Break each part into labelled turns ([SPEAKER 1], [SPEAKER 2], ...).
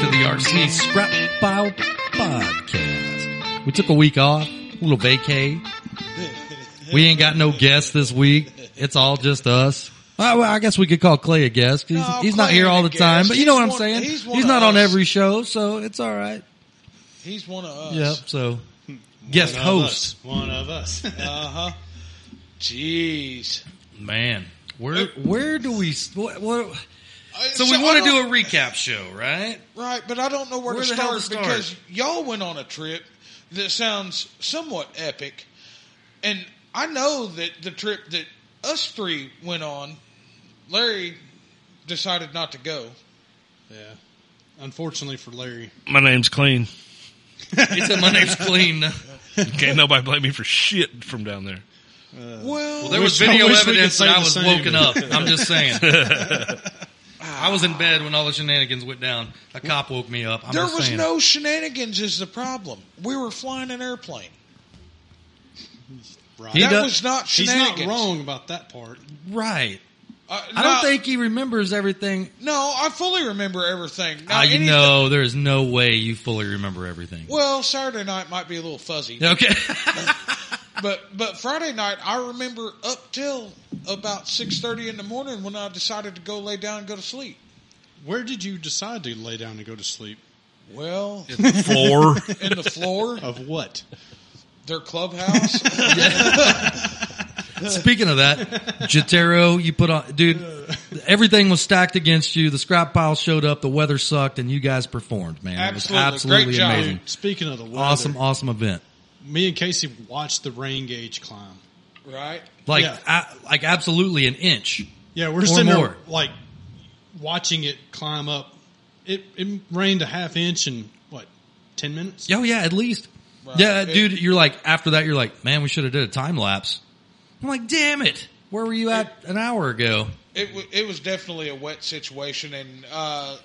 [SPEAKER 1] the Scrap File Podcast. We took a week off, a little vacay. We ain't got no guests this week. It's all just us. Well, well, I guess we could call Clay a guest. 'cause He's,
[SPEAKER 2] No,
[SPEAKER 1] he's not
[SPEAKER 2] Clay
[SPEAKER 1] here
[SPEAKER 2] ain't
[SPEAKER 1] all
[SPEAKER 2] a
[SPEAKER 1] the time,
[SPEAKER 2] guest.
[SPEAKER 1] but you know what I'm
[SPEAKER 2] He's one-
[SPEAKER 1] saying. He's,
[SPEAKER 2] he's one of
[SPEAKER 1] not on
[SPEAKER 2] us.
[SPEAKER 1] every show, so it's all right.
[SPEAKER 2] He's one of us.
[SPEAKER 1] Yep. So guest
[SPEAKER 3] One of
[SPEAKER 1] host,
[SPEAKER 3] us. One of us.
[SPEAKER 2] Uh huh. Jeez.
[SPEAKER 1] man. Where where do we? s- What, what,
[SPEAKER 2] Uh,
[SPEAKER 1] so we want
[SPEAKER 2] I
[SPEAKER 1] to do a
[SPEAKER 2] don't-
[SPEAKER 1] recap show, right?
[SPEAKER 2] right, but I don't know where,
[SPEAKER 1] Where
[SPEAKER 2] to,
[SPEAKER 1] the hell
[SPEAKER 2] start
[SPEAKER 1] to start?
[SPEAKER 2] because y'all went on a trip that sounds somewhat epic, and I know that the trip that us three went on, Larry decided not to go.
[SPEAKER 3] yeah. Unfortunately for Larry.
[SPEAKER 4] My name's clean.
[SPEAKER 1] He said my name's clean.
[SPEAKER 4] Can't nobody blame me for shit from down there.
[SPEAKER 2] well,
[SPEAKER 1] Uh, There was
[SPEAKER 3] I
[SPEAKER 1] video
[SPEAKER 3] wish we could
[SPEAKER 1] evidence
[SPEAKER 3] say
[SPEAKER 1] that I
[SPEAKER 3] the
[SPEAKER 1] was
[SPEAKER 3] same.
[SPEAKER 1] woken up. I'm just saying. I was in bed when all the shenanigans went down. A cop woke me up. I'm
[SPEAKER 2] there
[SPEAKER 1] just
[SPEAKER 2] was
[SPEAKER 1] saying.
[SPEAKER 2] no shenanigans. Is the problem? We were flying an airplane.
[SPEAKER 3] Right.
[SPEAKER 1] He
[SPEAKER 2] that
[SPEAKER 1] does-
[SPEAKER 2] was not
[SPEAKER 3] He's
[SPEAKER 2] shenanigans.
[SPEAKER 3] not wrong about that part.
[SPEAKER 1] right.
[SPEAKER 2] Uh,
[SPEAKER 1] I don't
[SPEAKER 2] no,
[SPEAKER 1] think he remembers everything.
[SPEAKER 2] No, I fully remember everything. Now,
[SPEAKER 1] Ah, you
[SPEAKER 2] anything-
[SPEAKER 1] know, there is no way you fully remember everything.
[SPEAKER 2] Well, Saturday night might be a little fuzzy,
[SPEAKER 1] Okay.
[SPEAKER 2] but but Friday night I remember up till about six thirty in the morning when I decided to go lay down and go to sleep.
[SPEAKER 3] Where did you decide to lay down and go to sleep?
[SPEAKER 2] Well,
[SPEAKER 4] Floor.
[SPEAKER 2] in the floor,
[SPEAKER 3] Of what?
[SPEAKER 2] their clubhouse.
[SPEAKER 1] Speaking of that, Jotaro, you put on, dude, everything was stacked against you. The scrap pile showed up. The weather sucked, and you guys performed, man.
[SPEAKER 2] Absolutely.
[SPEAKER 1] It was absolutely
[SPEAKER 2] Great job.
[SPEAKER 1] amazing.
[SPEAKER 3] Speaking of the weather,
[SPEAKER 1] Awesome, awesome event.
[SPEAKER 3] Me and Casey watched the rain gauge climb.
[SPEAKER 2] right?
[SPEAKER 1] Like,
[SPEAKER 3] Yeah.
[SPEAKER 1] I, like absolutely an inch.
[SPEAKER 3] Yeah, we're sitting
[SPEAKER 1] more.
[SPEAKER 3] there like watching it climb up. It it rained a half inch in what ten minutes?
[SPEAKER 1] Oh yeah, at least.
[SPEAKER 2] Right.
[SPEAKER 1] Yeah,
[SPEAKER 2] It-
[SPEAKER 1] dude, you're like after that, you're like, man, we should have did a time lapse. I'm like, damn it, where were you at an hour ago?
[SPEAKER 2] It wa it was definitely a wet situation, and uh,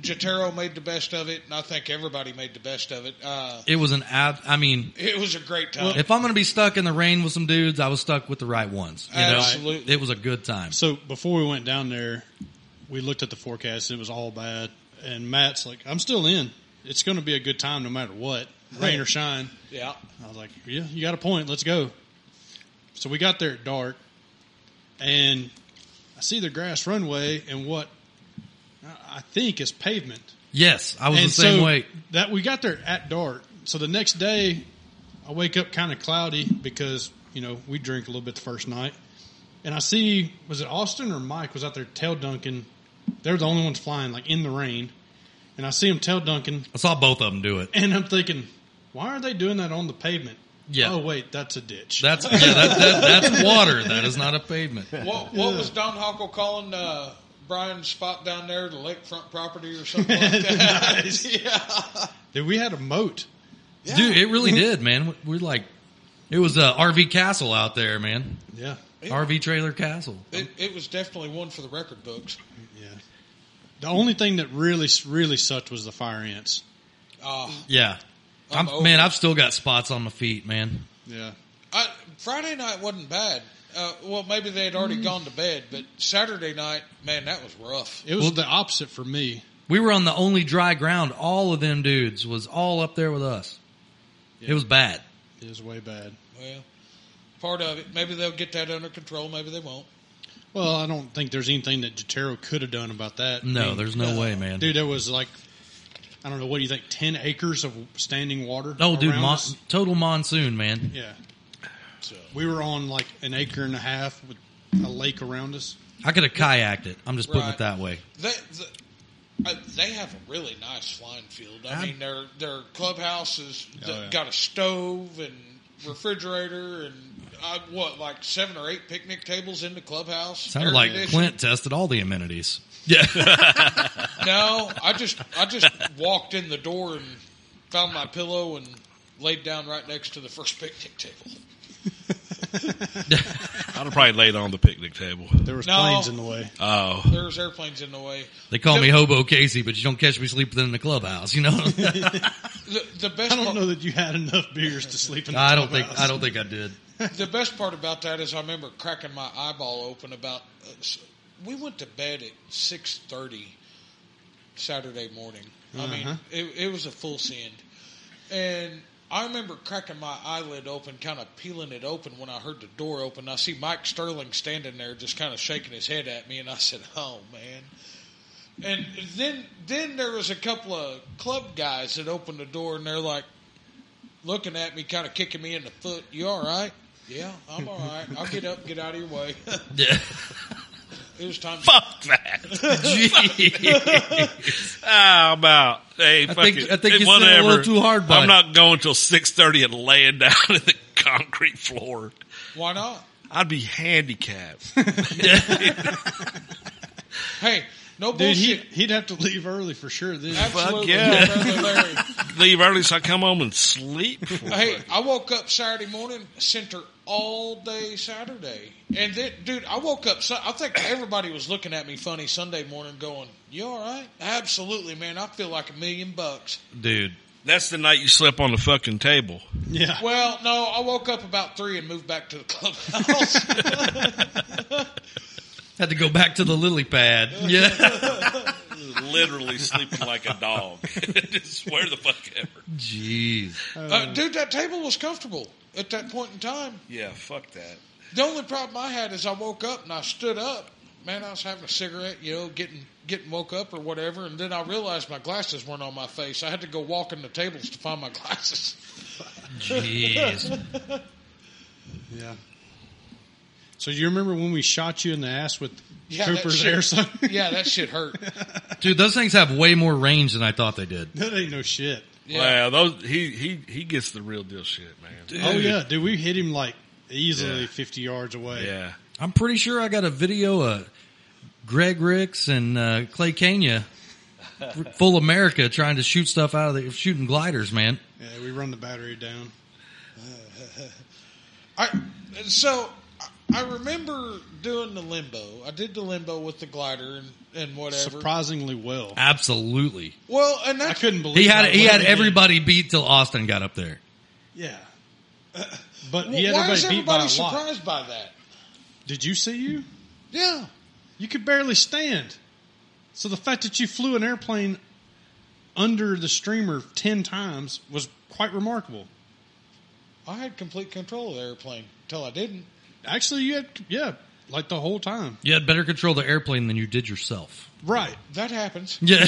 [SPEAKER 2] Jotaro made the best of it, and I think everybody made the best of it. Uh,
[SPEAKER 1] It was an ab. I mean,
[SPEAKER 2] it was a great time.
[SPEAKER 1] if I'm gonna be stuck in the rain with some dudes, I was stuck with the right ones. You know,
[SPEAKER 2] Absolutely.
[SPEAKER 1] it was a good time.
[SPEAKER 3] So before we went down there, we looked at the forecast. It was all bad. And Matt's like, I'm still in. It's going to be a good time no matter what, rain or shine.
[SPEAKER 2] yeah.
[SPEAKER 3] I was like, yeah, you got a point. Let's go. So we got there at dark, and I see the grass runway and what uh, I- I think is pavement.
[SPEAKER 1] yes, I was
[SPEAKER 3] and
[SPEAKER 1] the same
[SPEAKER 3] so
[SPEAKER 1] way.
[SPEAKER 3] that we got there at dark. So the next day, I wake up kind of cloudy because you know we drink a little bit the first night, and I see was it Austin or Mike was out there tail dunking. They're the only ones flying like in the rain, and I see them tail dunking,
[SPEAKER 1] I saw both of them do it.
[SPEAKER 3] and I'm thinking, why are they doing that on the pavement?
[SPEAKER 1] Yeah.
[SPEAKER 3] Oh wait, that's a ditch.
[SPEAKER 1] That's yeah, that, that, that's water. That is not a pavement.
[SPEAKER 2] What, what was Don Hockle calling uh, Brian's spot down there, the lakefront property or something like that? yeah.
[SPEAKER 3] Dude, we had a moat.
[SPEAKER 1] Dude, it really did, man. We're like, it was a RV castle out there, man.
[SPEAKER 3] Yeah.
[SPEAKER 1] RV trailer castle.
[SPEAKER 2] It, it was definitely one for the record books.
[SPEAKER 3] Yeah. The only thing that really really sucked was the fire ants.
[SPEAKER 2] Uh,
[SPEAKER 1] Yeah. I'm,
[SPEAKER 2] I'm over
[SPEAKER 1] man,
[SPEAKER 2] it.
[SPEAKER 1] I've still got spots on my feet, man.
[SPEAKER 3] Yeah.
[SPEAKER 2] I, Friday night wasn't bad. Uh, well, maybe they had
[SPEAKER 1] Mm-hmm.
[SPEAKER 2] already gone to bed, but Saturday night, man, that was rough.
[SPEAKER 3] It was the opposite for me.
[SPEAKER 1] We were on the only dry ground. All of them dudes was all up there with us. It was bad.
[SPEAKER 3] It was way bad.
[SPEAKER 2] Well, part of it. Maybe they'll get that under control. Maybe they won't.
[SPEAKER 3] Well, I don't think there's anything that Jotaro could have done about that.
[SPEAKER 1] No,
[SPEAKER 3] I mean, uh,
[SPEAKER 1] there's no way, man.
[SPEAKER 3] Dude, there was like, I don't know, what do you think, 10 acres of standing water?
[SPEAKER 1] oh, dude,
[SPEAKER 3] around
[SPEAKER 1] mon-
[SPEAKER 3] us?
[SPEAKER 1] total monsoon, man.
[SPEAKER 3] Yeah.
[SPEAKER 2] So
[SPEAKER 3] We were on like an acre and a half with a lake around us.
[SPEAKER 1] I could have kayaked it. I'm just putting it
[SPEAKER 2] Right.
[SPEAKER 1] that way.
[SPEAKER 2] they, the, uh, they have a really nice flying field. I
[SPEAKER 1] I'm-
[SPEAKER 2] mean, their their clubhouse has th-
[SPEAKER 3] Oh, yeah.
[SPEAKER 2] got a stove and refrigerator and uh, what like seven or eight picnic tables in the clubhouse.
[SPEAKER 1] Sounded
[SPEAKER 2] Air
[SPEAKER 1] like
[SPEAKER 2] conditioning.
[SPEAKER 1] Clint tested all the amenities. Yeah.
[SPEAKER 2] No, I just I just walked in the door and found my pillow and laid down right next to the first picnic table.
[SPEAKER 4] I'd have probably laid on the picnic table.
[SPEAKER 3] There was
[SPEAKER 2] No.
[SPEAKER 3] planes in the way.
[SPEAKER 4] Oh.
[SPEAKER 2] There's airplanes in the way.
[SPEAKER 1] they call me Hobo Casey, but you don't catch me sleeping in the clubhouse, you know?
[SPEAKER 2] The, the best
[SPEAKER 3] I don't
[SPEAKER 2] part,
[SPEAKER 3] know that you had enough beers to sleep in the
[SPEAKER 1] I don't think
[SPEAKER 3] clubhouse.
[SPEAKER 1] I don't think I did.
[SPEAKER 2] the best part about that is I remember cracking my eyeball open about. Uh, s- we went to bed at six thirty. Saturday morning. I
[SPEAKER 3] Uh-huh.
[SPEAKER 2] mean, it, it was a full send. And I remember cracking my eyelid open, kind of peeling it open when I heard the door open. I see Mike Sterling standing there, just kind of shaking his head at me, and I said, "Oh man." And then then there was a couple of club guys that opened the door, and they're like looking at me, kind of kicking me in the foot. You all right? Yeah, I'm all right. I'll get up, get out of your way.
[SPEAKER 1] Yeah.
[SPEAKER 2] it was time. to
[SPEAKER 4] Fuck that. How about hey, fuck
[SPEAKER 1] think-
[SPEAKER 4] it.
[SPEAKER 1] I think
[SPEAKER 4] Hey,
[SPEAKER 1] you said it a
[SPEAKER 4] whatever.
[SPEAKER 1] little too hard, bud.
[SPEAKER 4] I'm not going till six thirty and laying down in the concrete floor.
[SPEAKER 2] Why not?
[SPEAKER 4] I'd be handicapped.
[SPEAKER 2] Hey, no
[SPEAKER 3] Dude, he,
[SPEAKER 2] bullshit.
[SPEAKER 3] he'd have to leave early for sure. Then
[SPEAKER 2] Absolutely,
[SPEAKER 4] yeah.
[SPEAKER 2] brother Larry.
[SPEAKER 4] Leave early so I come home and sleep.
[SPEAKER 2] hey, I woke up Saturday morning, center all day Saturday, and then, dude, I woke up. Sun- I think everybody was looking at me funny Sunday morning, going, "You all right? Absolutely, man. I feel like a million bucks."
[SPEAKER 1] Dude.
[SPEAKER 4] That's the night you slept on the fucking table.
[SPEAKER 3] yeah,
[SPEAKER 2] Well, no, I woke up about three and moved back to the clubhouse.
[SPEAKER 1] Had to go back to the lily pad. Yeah.
[SPEAKER 4] Literally sleeping like a dog. Just where the fuck ever.
[SPEAKER 1] Jeez.
[SPEAKER 2] uh, dude, that table was comfortable at that point in time.
[SPEAKER 4] Yeah, fuck that.
[SPEAKER 2] The only problem I had is I woke up and I stood up. Man, I was having a cigarette, you know, getting getting woke up or whatever, and then I realized my glasses weren't on my face. I had to go walk in the tables to find my glasses.
[SPEAKER 1] Jeez.
[SPEAKER 3] yeah. So you remember when we shot you in the ass with
[SPEAKER 2] Yeah, that
[SPEAKER 3] Cooper's
[SPEAKER 2] shit-
[SPEAKER 3] airsoft?
[SPEAKER 2] Yeah, that shit hurt.
[SPEAKER 1] Dude, those things have way more range than I thought they did.
[SPEAKER 3] that ain't no shit.
[SPEAKER 2] Yeah.
[SPEAKER 4] Wow, those he he he gets the real deal shit, man.
[SPEAKER 3] Oh yeah, dude, we hit him like easily
[SPEAKER 4] Yeah.
[SPEAKER 3] fifty yards away.
[SPEAKER 4] Oh, Yeah.
[SPEAKER 1] I'm pretty sure I got a video of Greg Ricks and uh, Clay Kenya, full America, trying to shoot stuff out of the shooting gliders, man.
[SPEAKER 3] Yeah, we run the battery down.
[SPEAKER 2] I so I- I remember doing the limbo. I did the limbo with the glider and, and whatever.
[SPEAKER 3] Surprisingly well.
[SPEAKER 1] Absolutely.
[SPEAKER 2] Well, and
[SPEAKER 3] I
[SPEAKER 2] that's
[SPEAKER 3] couldn't believe
[SPEAKER 1] He had
[SPEAKER 3] how
[SPEAKER 1] he
[SPEAKER 3] well
[SPEAKER 1] had
[SPEAKER 3] did.
[SPEAKER 1] everybody beat till Austin got up there.
[SPEAKER 3] Yeah, but
[SPEAKER 2] why
[SPEAKER 3] he had everybody,
[SPEAKER 2] is
[SPEAKER 3] beat by
[SPEAKER 2] everybody
[SPEAKER 3] a lot.
[SPEAKER 2] surprised by that?
[SPEAKER 3] Did you see you?
[SPEAKER 2] Yeah,
[SPEAKER 3] You could barely stand. So the fact that you flew an airplane under the streamer ten times was quite remarkable.
[SPEAKER 2] I had complete control of the airplane until I didn't.
[SPEAKER 3] Actually, you had yeah, like the whole time.
[SPEAKER 1] You had better control the airplane than you did yourself.
[SPEAKER 3] Right.
[SPEAKER 2] That happens.
[SPEAKER 1] Yeah.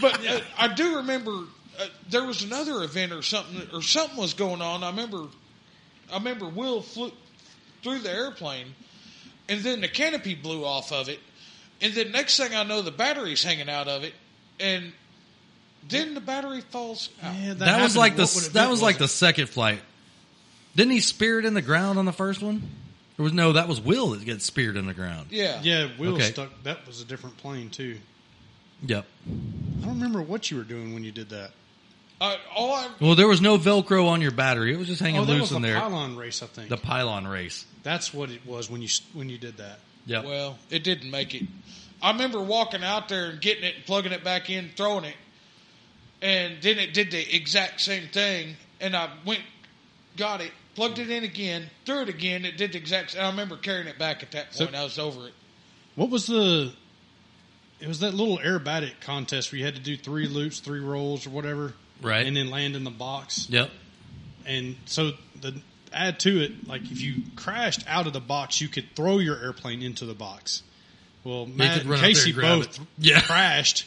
[SPEAKER 2] but uh, I do remember uh, there was another event or something or something was going on. I remember, I remember Will flew through the airplane, and then the canopy blew off of it, and then next thing I know, the battery's hanging out of it, and then the battery falls out.
[SPEAKER 3] Yeah,
[SPEAKER 1] that was
[SPEAKER 3] happened.
[SPEAKER 1] like
[SPEAKER 3] What would
[SPEAKER 1] the
[SPEAKER 3] it
[SPEAKER 1] that
[SPEAKER 3] be?
[SPEAKER 1] was like the second flight. Didn't he spear it in the ground on the first one? There was no, that was Will that gets speared in the ground.
[SPEAKER 2] Yeah,
[SPEAKER 3] Yeah, Will
[SPEAKER 1] Okay.
[SPEAKER 3] stuck. That was a different plane too.
[SPEAKER 1] Yep.
[SPEAKER 3] I don't remember what you were doing when you did that.
[SPEAKER 2] Uh, all I,
[SPEAKER 1] Well, there was no Velcro on your battery. It was just hanging
[SPEAKER 3] Oh, that
[SPEAKER 1] loose
[SPEAKER 3] was the
[SPEAKER 1] in there.
[SPEAKER 3] pylon race, I think.
[SPEAKER 1] The pylon race.
[SPEAKER 3] That's what it was when you s- when you did that.
[SPEAKER 1] Yep.
[SPEAKER 2] well, it didn't make it. I remember walking out there and getting it, plugging it back in, throwing it, and then it did the exact same thing. And I went, got it, plugged it in again, threw it again. It did the exact. And I remember carrying it back at that
[SPEAKER 3] So-
[SPEAKER 2] point. I was over it.
[SPEAKER 3] What was the? It was that little aerobatic contest where you had to do three loops, three rolls, or whatever,
[SPEAKER 1] Right.
[SPEAKER 3] and then land in the box.
[SPEAKER 1] yep.
[SPEAKER 3] And so the add to it, like if you crashed out of the box, you could throw your airplane into the box. Well,
[SPEAKER 1] could
[SPEAKER 3] Matt and
[SPEAKER 1] run out there and
[SPEAKER 3] Casey
[SPEAKER 1] grab
[SPEAKER 3] both
[SPEAKER 1] it. Yeah.
[SPEAKER 3] crashed,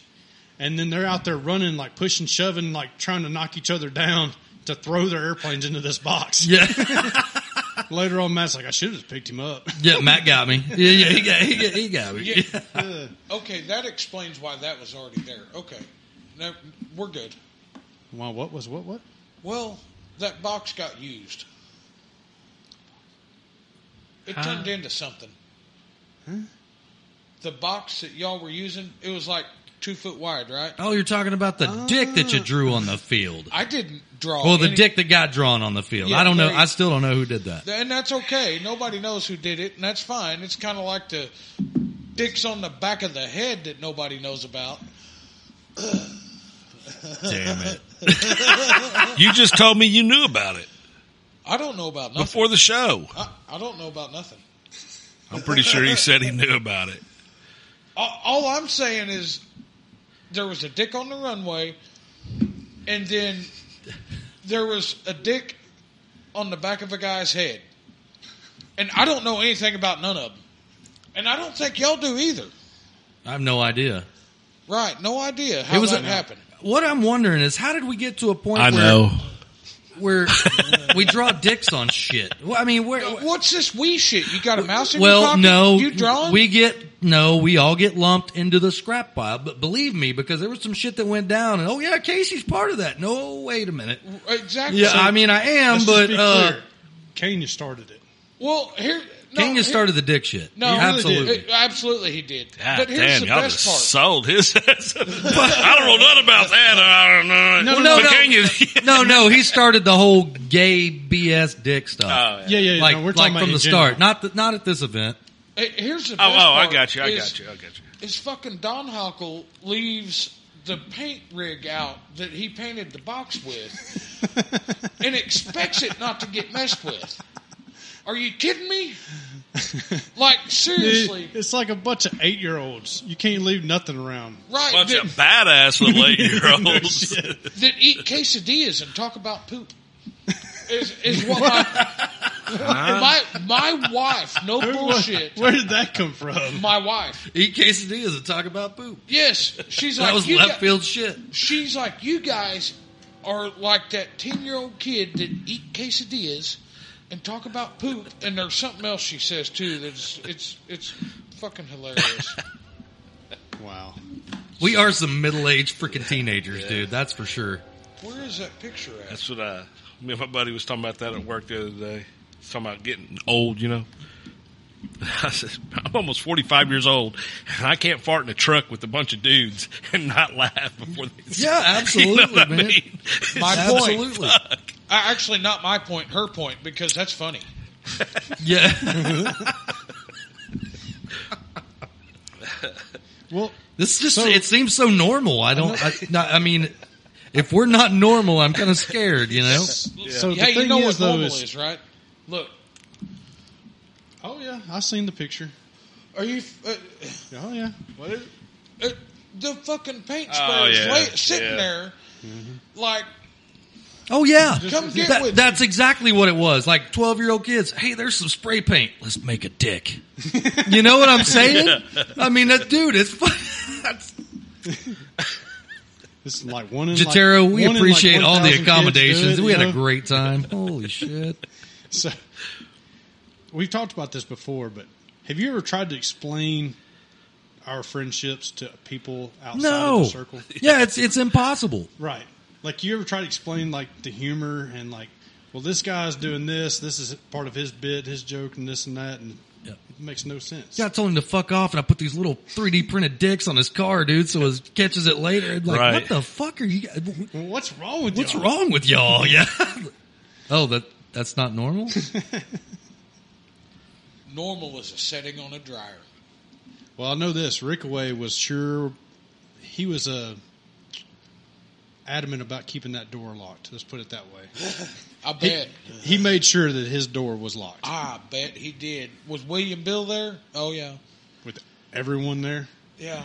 [SPEAKER 3] and then they're out there running, like pushing, shoving, like trying to knock each other down to throw their airplanes into this box.
[SPEAKER 1] Yeah.
[SPEAKER 3] Later on, Matt's like, I should have just picked him up.
[SPEAKER 1] yeah. Matt got me. Yeah. Yeah. He got, he got, he got me.
[SPEAKER 2] Yeah.
[SPEAKER 1] Yeah.
[SPEAKER 3] Uh,
[SPEAKER 2] Okay, that explains why that was already there. Okay, now we're good.
[SPEAKER 3] well, what was what? What?
[SPEAKER 2] Well, that box got used. It
[SPEAKER 1] Huh?
[SPEAKER 2] turned into something. The box that y'all were using, it was like two foot wide, right?
[SPEAKER 1] Oh, you're talking about the dick that you drew on the field.
[SPEAKER 2] I didn't draw.
[SPEAKER 1] Well, the
[SPEAKER 2] any-
[SPEAKER 1] dick that got drawn on the field.
[SPEAKER 2] Oh, Yeah,
[SPEAKER 1] I don't know.
[SPEAKER 2] right.
[SPEAKER 1] I still don't know who did that.
[SPEAKER 2] and that's okay. Nobody knows who did it, and that's fine. It's kind of like the dicks on the back of the head that nobody knows about.
[SPEAKER 1] Damn it.
[SPEAKER 4] You just told me you knew about it
[SPEAKER 2] I don't know about nothing.
[SPEAKER 4] before the show.
[SPEAKER 2] I, I don't know about nothing.
[SPEAKER 4] I'm pretty sure he said he knew about it.
[SPEAKER 2] All, all I'm saying is, there was a dick on the runway, and then there was a dick on the back of a guy's head. And I don't know anything about none of them. And I don't think y'all do either.
[SPEAKER 1] I have no idea.
[SPEAKER 2] Right. No idea how
[SPEAKER 1] it was
[SPEAKER 2] that
[SPEAKER 1] a-
[SPEAKER 2] happened.
[SPEAKER 1] What I'm wondering is how did we get to a point
[SPEAKER 5] I
[SPEAKER 1] where
[SPEAKER 5] know.
[SPEAKER 1] where we draw dicks on shit? Well, I mean, where?
[SPEAKER 2] What's this wee shit? You got a mouse in your
[SPEAKER 1] well,
[SPEAKER 2] pocket?
[SPEAKER 1] no,
[SPEAKER 2] You drawing?
[SPEAKER 1] we get no, we all get lumped into the scrap pile. But believe me, because there was some shit that went down, and oh yeah, Casey's part of that. No, wait a minute.
[SPEAKER 2] exactly.
[SPEAKER 1] Yeah, I mean, I am,
[SPEAKER 3] Let's
[SPEAKER 1] but
[SPEAKER 3] just be
[SPEAKER 1] uh,
[SPEAKER 3] clear. Kane has started it.
[SPEAKER 2] well, here. No,
[SPEAKER 1] King has
[SPEAKER 2] here-
[SPEAKER 1] started the dick shit.
[SPEAKER 2] No, he really
[SPEAKER 1] absolutely.
[SPEAKER 2] Uh, absolutely, he did.
[SPEAKER 4] God
[SPEAKER 2] but here's
[SPEAKER 4] damn,
[SPEAKER 2] the
[SPEAKER 4] y'all
[SPEAKER 2] best
[SPEAKER 4] just
[SPEAKER 2] part.
[SPEAKER 4] sold his ass. I don't know nothing about that. I don't know.
[SPEAKER 3] No,
[SPEAKER 1] Well, no,
[SPEAKER 4] But
[SPEAKER 1] no,
[SPEAKER 4] can you-
[SPEAKER 1] no, no, he started the whole gay BS dick stuff.
[SPEAKER 4] Oh, yeah.
[SPEAKER 3] Yeah, yeah, yeah.
[SPEAKER 1] like,
[SPEAKER 3] no, we're
[SPEAKER 1] like
[SPEAKER 3] talking about
[SPEAKER 1] from
[SPEAKER 3] in
[SPEAKER 1] the
[SPEAKER 3] general.
[SPEAKER 1] start, not the, not at this event.
[SPEAKER 2] Hey, Here's the
[SPEAKER 4] Oh,
[SPEAKER 2] best
[SPEAKER 4] oh, I
[SPEAKER 2] part
[SPEAKER 4] got you. I
[SPEAKER 2] is-
[SPEAKER 4] got you. I got you.
[SPEAKER 2] Is fucking Don Hockle leaves the paint rig out that he painted the box with, and expects it not to get messed with. Are you kidding me? Like seriously,
[SPEAKER 3] Dude, it's like a bunch of eight year olds. You can't leave nothing around.
[SPEAKER 2] right?
[SPEAKER 4] Bunch
[SPEAKER 2] that,
[SPEAKER 4] of badass little eight year olds.
[SPEAKER 2] that eat quesadillas and talk about poop. Is, is what my, my my wife? No bullshit.
[SPEAKER 3] Where did that come from?
[SPEAKER 2] My wife.
[SPEAKER 1] Eat quesadillas and talk about poop.
[SPEAKER 2] Yes, she's like
[SPEAKER 1] That was
[SPEAKER 2] you
[SPEAKER 1] left
[SPEAKER 2] got-
[SPEAKER 1] field shit.
[SPEAKER 2] she's like, you guys are like that ten year old kid that eat quesadillas and talk about poop, and there's something else she says too. That's it's it's fucking hilarious.
[SPEAKER 3] Wow.
[SPEAKER 1] We are some middle aged freaking teenagers, dude. That's for sure.
[SPEAKER 2] Where is that picture at?
[SPEAKER 4] That's what I. Me and my buddy was talking about that at work the other day. He's talking about getting old, you know. I said, I'm almost 45 years old, and I can't fart in a truck with a bunch of dudes and not laugh before they.
[SPEAKER 1] Yeah, absolutely,
[SPEAKER 4] you know what I
[SPEAKER 1] man.
[SPEAKER 4] mean?
[SPEAKER 2] My point.
[SPEAKER 1] Absolutely.
[SPEAKER 2] Uh, actually, not my point. Her point because that's funny.
[SPEAKER 1] Yeah.
[SPEAKER 3] Well,
[SPEAKER 1] This just
[SPEAKER 3] So-
[SPEAKER 1] it seems so normal. I don't. I, no, I mean, if we're not normal, I'm kind of scared. You know.
[SPEAKER 3] so the
[SPEAKER 2] hey,
[SPEAKER 3] thing
[SPEAKER 2] you know
[SPEAKER 3] is,
[SPEAKER 2] what
[SPEAKER 3] though,
[SPEAKER 2] normal
[SPEAKER 3] is,
[SPEAKER 2] is, right? Look,
[SPEAKER 3] oh yeah, I seen the picture.
[SPEAKER 2] are you? f- Uh,
[SPEAKER 3] Oh yeah,
[SPEAKER 2] Uh, the fucking paint spray
[SPEAKER 4] Oh,
[SPEAKER 2] is
[SPEAKER 4] yeah,
[SPEAKER 2] lay- sitting
[SPEAKER 4] yeah.
[SPEAKER 2] there,
[SPEAKER 3] Mm-hmm.
[SPEAKER 2] like
[SPEAKER 1] Oh yeah.
[SPEAKER 2] Come get
[SPEAKER 1] That-
[SPEAKER 2] with-
[SPEAKER 1] that's exactly what it was. Like twelve year old kids. Hey, there's some spray paint. Let's make a dick. You know what I'm saying? I mean, that dude is. fu- that's-
[SPEAKER 3] it's like one in
[SPEAKER 1] Jatero, we
[SPEAKER 3] like, one in, like,
[SPEAKER 1] appreciate all the
[SPEAKER 3] 1,000 kids do
[SPEAKER 1] accommodations.
[SPEAKER 3] it,
[SPEAKER 1] we
[SPEAKER 3] you
[SPEAKER 1] had a
[SPEAKER 3] know?
[SPEAKER 1] great time. Holy shit.
[SPEAKER 3] So, we've talked about this before, but have you ever tried to explain our friendships to people outside
[SPEAKER 1] No.
[SPEAKER 3] of the circle?
[SPEAKER 1] Yeah, it's it's impossible.
[SPEAKER 3] Right. Like you ever try to explain like the humor and like, well, this guy's doing this. This is part of his bit, his joke, and this and that, and
[SPEAKER 1] Yeah.
[SPEAKER 3] it makes no sense.
[SPEAKER 1] Yeah, I told him to fuck off, and I put these little 3D printed dicks on his car, dude, so he catches it later. And like,
[SPEAKER 4] Right.
[SPEAKER 1] what the fuck are you? guys-
[SPEAKER 3] Well, what's wrong with
[SPEAKER 1] What's
[SPEAKER 3] y'all?
[SPEAKER 1] wrong with y'all? Yeah. oh, that that's not normal.
[SPEAKER 2] normal is a setting on a dryer.
[SPEAKER 3] Well, I know this. Rickaway was sure he was uh, adamant about keeping that door locked. Let's put it that way.
[SPEAKER 2] I bet.
[SPEAKER 3] He made sure that his door was locked
[SPEAKER 2] I bet he did. Was William Bill there? Oh yeah,
[SPEAKER 3] with everyone there.
[SPEAKER 2] yeah.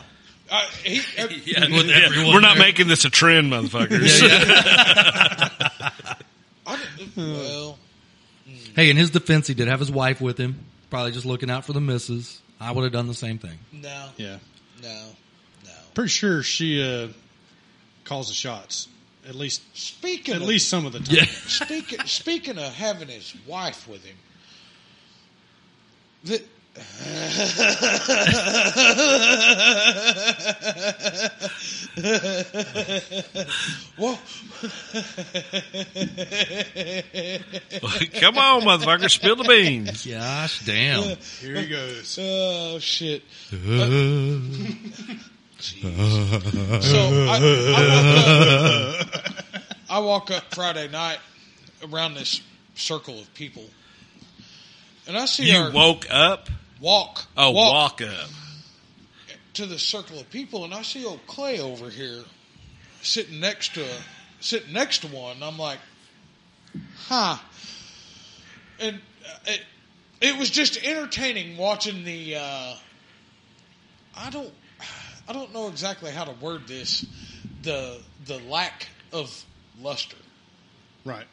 [SPEAKER 2] Uh, he, uh,
[SPEAKER 4] Yeah,
[SPEAKER 1] With
[SPEAKER 4] yeah.
[SPEAKER 1] everyone
[SPEAKER 4] We're not
[SPEAKER 1] there.
[SPEAKER 4] making this a trend, motherfuckers.
[SPEAKER 2] I don't- well,
[SPEAKER 1] Hey, in his defense, he did have his wife with him, probably just looking out for the missus. I would have done the same thing.
[SPEAKER 2] no,
[SPEAKER 3] Yeah,
[SPEAKER 2] no, no.
[SPEAKER 3] pretty sure she uh, calls the shots at least
[SPEAKER 2] Speaking
[SPEAKER 3] at
[SPEAKER 2] of,
[SPEAKER 3] least some of the time.
[SPEAKER 1] Yeah.
[SPEAKER 2] speaking speaking of having his wife with him, the, well,
[SPEAKER 4] Come on, motherfuckers, spill the beans.
[SPEAKER 1] Gosh damn.
[SPEAKER 3] Here he goes.
[SPEAKER 2] oh shit.
[SPEAKER 1] Uh,
[SPEAKER 2] So I, I, walk up, I walk up Friday night around this circle of people, and I see
[SPEAKER 4] You
[SPEAKER 2] our
[SPEAKER 4] woke up.
[SPEAKER 2] walk,
[SPEAKER 4] Oh,
[SPEAKER 2] walk,
[SPEAKER 4] walk up.
[SPEAKER 2] to the circle of people, and I see old Clay over here sitting next to sitting next to one. and I'm like, huh. And uh, it, it was just entertaining watching the. Uh, I don't. I don't know exactly how to word this. The the lack of luster.
[SPEAKER 3] Right.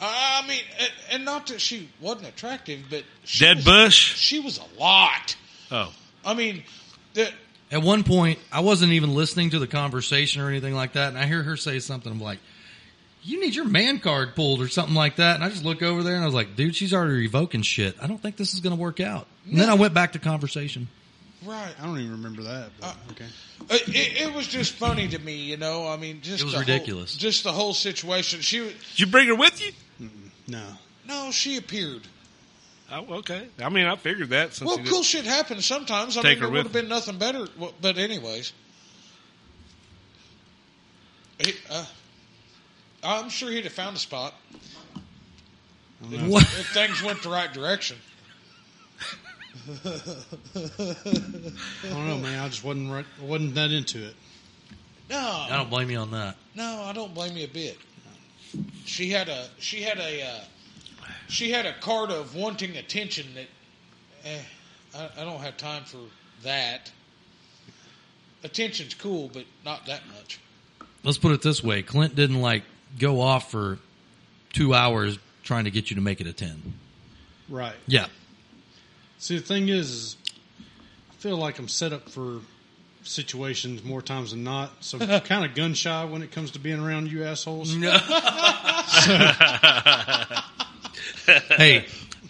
[SPEAKER 2] I mean, and, and not that she wasn't attractive, but she
[SPEAKER 4] Dead
[SPEAKER 2] was-
[SPEAKER 4] Bush.
[SPEAKER 2] She was a lot.
[SPEAKER 4] Oh,
[SPEAKER 2] I mean, the,
[SPEAKER 1] At one point, I wasn't even listening to the conversation or anything like that, and I hear her say something. I'm like, "You need your man card pulled or something like that." And I just look over there and I was like, "Dude, she's already revoking shit. I don't think this is going to work out." And then I went back to conversation.
[SPEAKER 2] right.
[SPEAKER 3] I don't even remember that. But, okay.
[SPEAKER 2] It, it, it was just funny to me, you know. I mean, just
[SPEAKER 1] It was
[SPEAKER 2] the whole-
[SPEAKER 1] ridiculous.
[SPEAKER 2] just the whole situation. She was
[SPEAKER 4] did you bring her with you?
[SPEAKER 3] No.
[SPEAKER 2] no, she appeared.
[SPEAKER 4] Oh, okay. I mean, I figured that. Since
[SPEAKER 2] Well,
[SPEAKER 4] you did-
[SPEAKER 2] cool shit happens sometimes. I
[SPEAKER 4] Take
[SPEAKER 2] mean,
[SPEAKER 4] her
[SPEAKER 2] there
[SPEAKER 4] with
[SPEAKER 2] would have been nothing better. Well, but anyways, He- uh, I'm sure he'd have found a spot
[SPEAKER 1] What?
[SPEAKER 2] if things went the right direction.
[SPEAKER 3] I don't know, man. I just wasn't right, I wasn't that into it.
[SPEAKER 2] No,
[SPEAKER 1] I don't blame you on that.
[SPEAKER 2] no, I don't blame you a bit. She had a she had a uh, she had a card of wanting attention that eh, I, I don't have time for that. Attention's cool, but not that much.
[SPEAKER 1] Let's put it this way: Clint didn't like go off for two hours trying to get you to make it a ten.
[SPEAKER 3] Right.
[SPEAKER 1] Yeah,
[SPEAKER 3] See, the thing is, is I feel like I'm set up for situations more times than not. So I'm kind of gun shy when it comes to being around you
[SPEAKER 2] Mm-hmm.
[SPEAKER 3] assholes.
[SPEAKER 1] hey,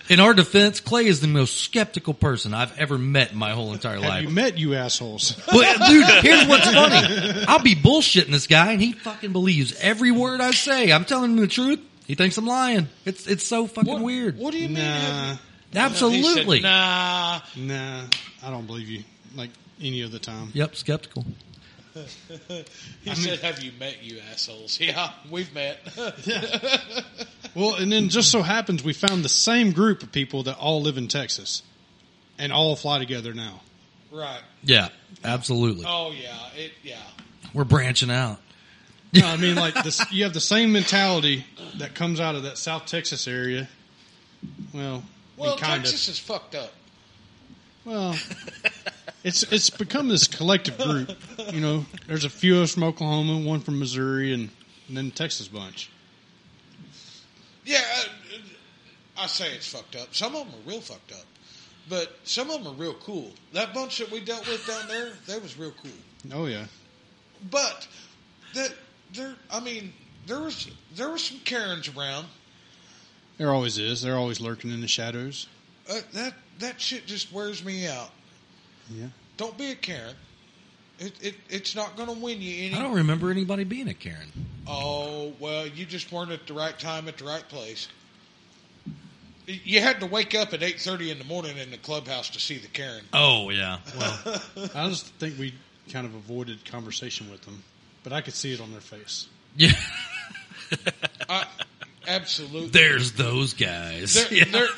[SPEAKER 1] in our defense, Clay is the most skeptical person I've ever met in my whole entire
[SPEAKER 3] Have
[SPEAKER 1] life.
[SPEAKER 3] you met you assholes?
[SPEAKER 1] But dude, here's what's funny. I'll be bullshitting this guy and he fucking believes every word I say. I'm telling him the truth. He thinks I'm lying. It's it's so fucking
[SPEAKER 2] What-
[SPEAKER 1] weird.
[SPEAKER 2] What do you mean?
[SPEAKER 3] nah,
[SPEAKER 2] have you-
[SPEAKER 1] Absolutely.
[SPEAKER 2] He said, nah.
[SPEAKER 3] nah. I don't believe you. Like any other time.
[SPEAKER 1] Yep, skeptical.
[SPEAKER 2] He said, "Have you met you assholes?" Yeah, we've met.
[SPEAKER 3] Well, and then just so happens we found the same group of people that all live in Texas, and all fly together now.
[SPEAKER 2] right.
[SPEAKER 1] Yeah, absolutely.
[SPEAKER 2] Oh yeah. It yeah.
[SPEAKER 1] We're branching out.
[SPEAKER 3] No, I mean like this, you have the same mentality that comes out of that South Texas area. Well,
[SPEAKER 2] Well,
[SPEAKER 3] kind
[SPEAKER 2] Texas is fucked up.
[SPEAKER 3] of. Well, it's it's become this collective group. You know, there's a few of us from Oklahoma, one from Missouri, and, and then Texas bunch.
[SPEAKER 2] Yeah, uh, I say it's fucked up. Some of them are real fucked up, but some of them are real cool. That bunch that we dealt with down there, they was real cool.
[SPEAKER 3] Oh yeah,
[SPEAKER 2] But that there, I mean, there was there was some Karens around.
[SPEAKER 3] there always is. They're always lurking in the shadows.
[SPEAKER 2] Uh, that that shit just wears me out.
[SPEAKER 3] Yeah.
[SPEAKER 2] Don't be a Karen. It, it it's not going to win you any.
[SPEAKER 1] I don't remember anybody being a Karen.
[SPEAKER 2] Oh, well, you just weren't at the right time at the right place. You had to wake up at 8:30 in the morning in the clubhouse to see the Karen.
[SPEAKER 1] Oh yeah. Well
[SPEAKER 3] I just think we kind of avoided conversation with them, but I could see it on their face.
[SPEAKER 1] Yeah.
[SPEAKER 2] I, absolutely.
[SPEAKER 1] There's those guys.
[SPEAKER 2] There-
[SPEAKER 1] Yeah.
[SPEAKER 2] there-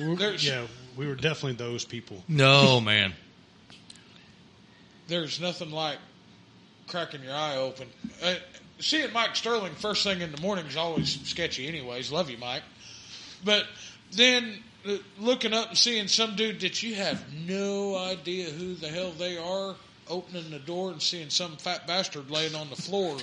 [SPEAKER 3] We were-
[SPEAKER 2] There's-
[SPEAKER 3] yeah, we were definitely those people.
[SPEAKER 1] No man.
[SPEAKER 2] there's nothing like cracking your eye open. Uh, seeing Mike Sterling first thing in the morning is always sketchy, anyways. Love you, Mike. But then uh, looking up and seeing some dude that you have no idea who the hell they are, opening the door and seeing some fat bastard laying on the floor.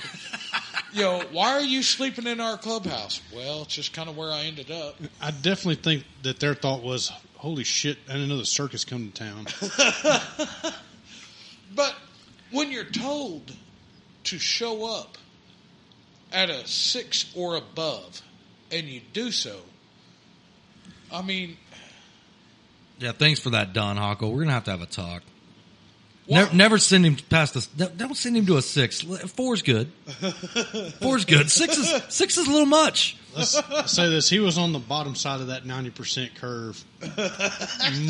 [SPEAKER 2] you know, why are you sleeping in our clubhouse? Well, it's just kind of where I ended up.
[SPEAKER 3] I definitely think that their thought was, "Holy shit! I didn't know the circus come to town."
[SPEAKER 2] But when you're told to show up at a six or above, and you do so, I mean,
[SPEAKER 1] Yeah, thanks for that, Don Hockle. We're gonna have to have a talk.
[SPEAKER 2] why,
[SPEAKER 1] Never, never send him past us. Don't send him to a six. L- Four's good. Four's good. Six is six is a little much.
[SPEAKER 3] Let's say this: he was on the bottom side of that ninety percent curve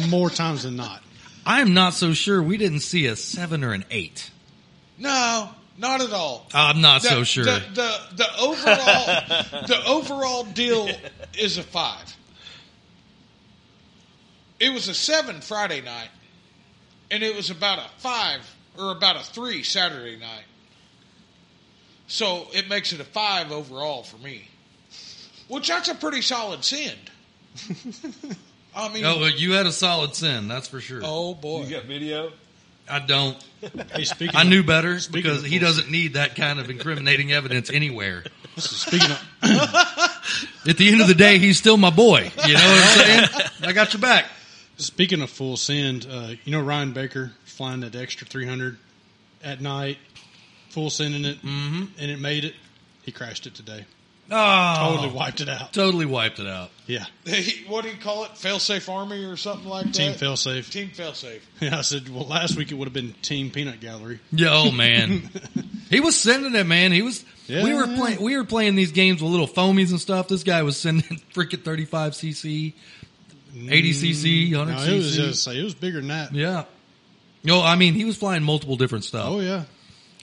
[SPEAKER 3] more times than not.
[SPEAKER 1] I am not so sure. We didn't see a seven or an eight.
[SPEAKER 2] no, not at all.
[SPEAKER 1] I'm not
[SPEAKER 2] The-
[SPEAKER 1] so sure.
[SPEAKER 2] The, the, the overall the overall deal is a five. It was a seven Friday night, and it was about a five or about a three Saturday night. So it makes it a five overall for me, which that's a pretty solid send. I mean,
[SPEAKER 1] oh,
[SPEAKER 2] oh,
[SPEAKER 3] Oh.
[SPEAKER 1] well, you had a solid sin, that's for sure.
[SPEAKER 2] oh, boy,
[SPEAKER 4] video?
[SPEAKER 1] I don't.
[SPEAKER 3] Hey, speaking
[SPEAKER 1] I
[SPEAKER 3] of-
[SPEAKER 1] knew better
[SPEAKER 3] Speaking
[SPEAKER 1] because
[SPEAKER 3] of
[SPEAKER 1] he doesn't need that kind of incriminating evidence anywhere.
[SPEAKER 3] Speaking of,
[SPEAKER 1] At the end of the day, he's still my boy. You know what I'm saying? I got your back.
[SPEAKER 3] Speaking of full send, uh, you know Ryan Baker flying that extra 300 at night, full sending it, mm-hmm. and it made it. He crashed it today.
[SPEAKER 1] Oh,
[SPEAKER 3] Totally wiped it out.
[SPEAKER 1] totally wiped it out.
[SPEAKER 3] Yeah.
[SPEAKER 2] what do you call it? Failsafe Army or something like
[SPEAKER 3] Team
[SPEAKER 2] that?
[SPEAKER 3] failsafe.
[SPEAKER 2] Team Failsafe.
[SPEAKER 3] Yeah, I said, well, last week it would have been Team Peanut Gallery.
[SPEAKER 1] Yeah, oh man, he was sending it, man. He was. we
[SPEAKER 3] Yeah,
[SPEAKER 1] were
[SPEAKER 3] yeah.
[SPEAKER 1] playing. We were playing these games with little foamies and stuff. This guy was sending freaking thirty five cc, eighty cc, hundred
[SPEAKER 3] Mm, No, it was
[SPEAKER 1] cc.
[SPEAKER 3] just, it was bigger than that.
[SPEAKER 1] yeah. No, I mean he was flying multiple different stuff.
[SPEAKER 3] Oh, yeah.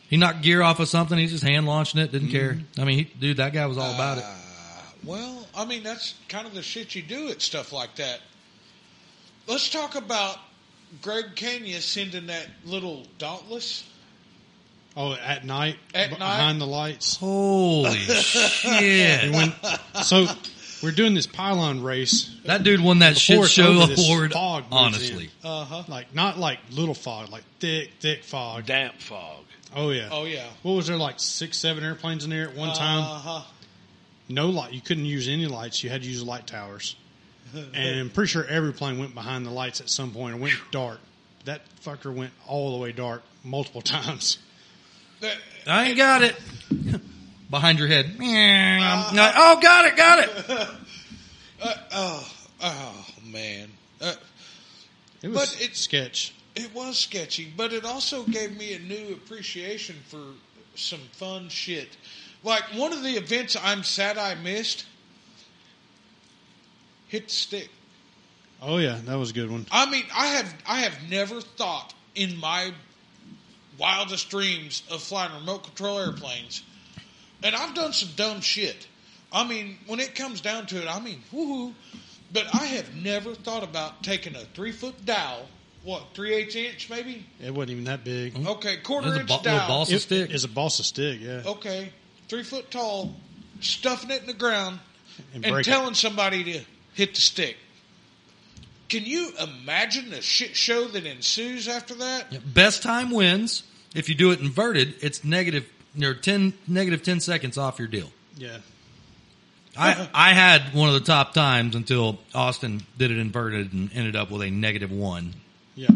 [SPEAKER 1] He knocked gear off of something. He's just hand launching it. Didn't care.
[SPEAKER 3] Mm-hmm.
[SPEAKER 1] I mean, he, dude, that guy was all about it.
[SPEAKER 3] Ah.
[SPEAKER 2] Well, I mean, that's kind of the shit you do at stuff like that. Let's talk about Greg Kenya sending that little Dauntless.
[SPEAKER 3] Oh, at night,
[SPEAKER 2] At
[SPEAKER 3] b-
[SPEAKER 2] night?
[SPEAKER 3] behind the lights.
[SPEAKER 1] Holy shit!
[SPEAKER 3] So we're doing this pylon race
[SPEAKER 1] That dude won that shit
[SPEAKER 3] Before it's
[SPEAKER 1] show
[SPEAKER 3] over, this
[SPEAKER 1] award.
[SPEAKER 3] fog moves
[SPEAKER 1] Honestly,
[SPEAKER 2] Uh huh.
[SPEAKER 3] like not like little fog, like thick, thick fog.
[SPEAKER 4] Damp fog.
[SPEAKER 3] Oh yeah.
[SPEAKER 2] Oh yeah.
[SPEAKER 3] What was there like six, seven airplanes in there at one
[SPEAKER 2] Uh
[SPEAKER 3] time?
[SPEAKER 2] huh.
[SPEAKER 3] No light. You couldn't use any lights. You had to use light towers. And I'm pretty sure every plane went behind the lights at some point. It went dark. That fucker went all the way dark multiple times.
[SPEAKER 2] That-
[SPEAKER 1] I ain't got it. Behind your head.
[SPEAKER 3] Ah.
[SPEAKER 1] No, oh, got it, got it.
[SPEAKER 2] oh, oh man. Uh,
[SPEAKER 3] It was
[SPEAKER 2] But it-
[SPEAKER 3] sketch.
[SPEAKER 2] It was sketchy, but it also gave me a new appreciation for some fun shit. Like one of the events I'm sad I missed hit the stick.
[SPEAKER 3] Oh yeah, that was a good one.
[SPEAKER 2] I mean, I have I have never thought in my wildest dreams of flying remote control airplanes. And I've done some dumb shit. I mean, when it comes down to it, I mean, woohoo. But I have never thought about taking a three foot dowel, what, three eighths inch maybe?
[SPEAKER 3] It wasn't even that big.
[SPEAKER 2] Okay,
[SPEAKER 1] There's
[SPEAKER 2] quarter
[SPEAKER 1] a
[SPEAKER 2] inch
[SPEAKER 1] ba- little
[SPEAKER 2] dowel.
[SPEAKER 1] ball- It's a
[SPEAKER 3] It-
[SPEAKER 1] stick.
[SPEAKER 3] It's a balsa stick. Yeah.
[SPEAKER 2] Okay, three foot tall, stuffing it in the ground,
[SPEAKER 3] And
[SPEAKER 2] and,
[SPEAKER 3] break it.
[SPEAKER 2] telling somebody to hit the stick. Can you imagine the shit show that ensues after that?
[SPEAKER 1] Best time wins. If you do it inverted, it's negative near ten negative ten seconds off your deal.
[SPEAKER 3] Yeah.
[SPEAKER 1] I I had one of the top times until Austin did it inverted and ended up with a negative one.
[SPEAKER 3] Yeah.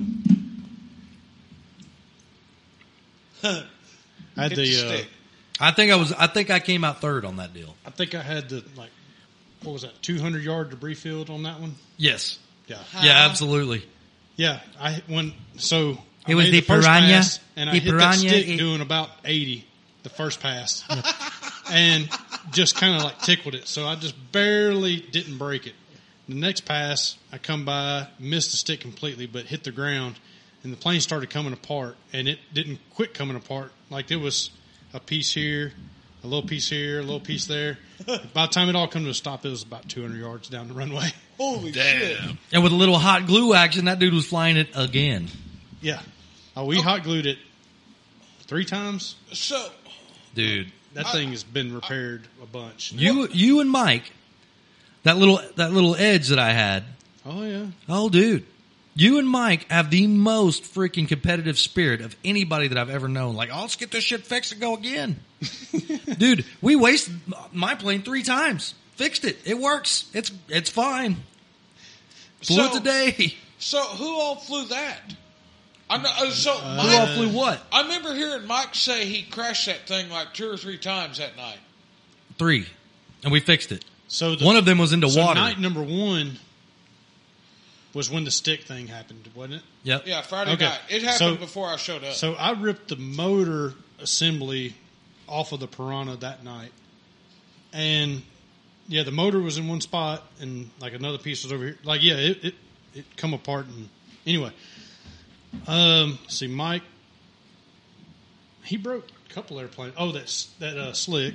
[SPEAKER 3] I had
[SPEAKER 2] Hit the,
[SPEAKER 3] the. Uh,
[SPEAKER 2] stick.
[SPEAKER 1] I think I was I think I came out third on that deal.
[SPEAKER 3] I think I had the like. What was that? Two hundred yard debris field on that one.
[SPEAKER 1] Yes.
[SPEAKER 3] Yeah.
[SPEAKER 1] Yeah, absolutely.
[SPEAKER 3] Yeah, I when so I
[SPEAKER 1] It was
[SPEAKER 3] made
[SPEAKER 1] the
[SPEAKER 3] first
[SPEAKER 1] piranha.
[SPEAKER 3] pass, and I
[SPEAKER 1] The
[SPEAKER 3] hit that
[SPEAKER 1] piranha,
[SPEAKER 3] stick
[SPEAKER 1] it-
[SPEAKER 3] doing about eighty the first pass, and just kind of like tickled it. So I just barely didn't break it. The next pass, I come by, missed the stick completely, but hit the ground, and the plane started coming apart, and it didn't quit coming apart. Like there was a piece here, a little piece here, a little piece there. by the time it all come to a stop, it was about two hundred yards down the runway.
[SPEAKER 2] Holy shit!
[SPEAKER 4] Damn.
[SPEAKER 1] And with a little hot glue action, that dude was flying it again.
[SPEAKER 3] Yeah, oh, we hot glued it three times.
[SPEAKER 2] So
[SPEAKER 1] Dude.
[SPEAKER 3] That thing has been repaired a bunch.
[SPEAKER 1] You you and Mike, that little that little edge that I had,
[SPEAKER 3] Oh yeah,
[SPEAKER 1] Oh, dude. You and Mike have the most freaking competitive spirit of anybody that I've ever known. Like, oh, let's get this shit fixed and go again. dude, we wasted my plane three times. Fixed it. It works. It's it's fine. Flew it
[SPEAKER 2] So-
[SPEAKER 1] today.
[SPEAKER 2] so who all flew that? I know. uh, So
[SPEAKER 1] Who
[SPEAKER 2] Mike,
[SPEAKER 1] all flew what?
[SPEAKER 2] I remember hearing Mike say he crashed that thing like two or three times that night.
[SPEAKER 1] Three. And we fixed it.
[SPEAKER 3] So the,
[SPEAKER 1] One of them was into
[SPEAKER 3] so
[SPEAKER 1] water.
[SPEAKER 3] Night number one was when the stick thing happened, wasn't it?
[SPEAKER 1] yep.
[SPEAKER 2] Yeah, Friday
[SPEAKER 3] Okay.
[SPEAKER 2] night. It happened
[SPEAKER 3] So-
[SPEAKER 2] before I showed up.
[SPEAKER 3] So I ripped the motor assembly off of the Piranha that night, and yeah, the motor was in one spot, and like another piece was over here. Like yeah, it it, it come apart, and anyway, um, see Mike, he broke a couple airplanes. Oh, that's that uh, slick,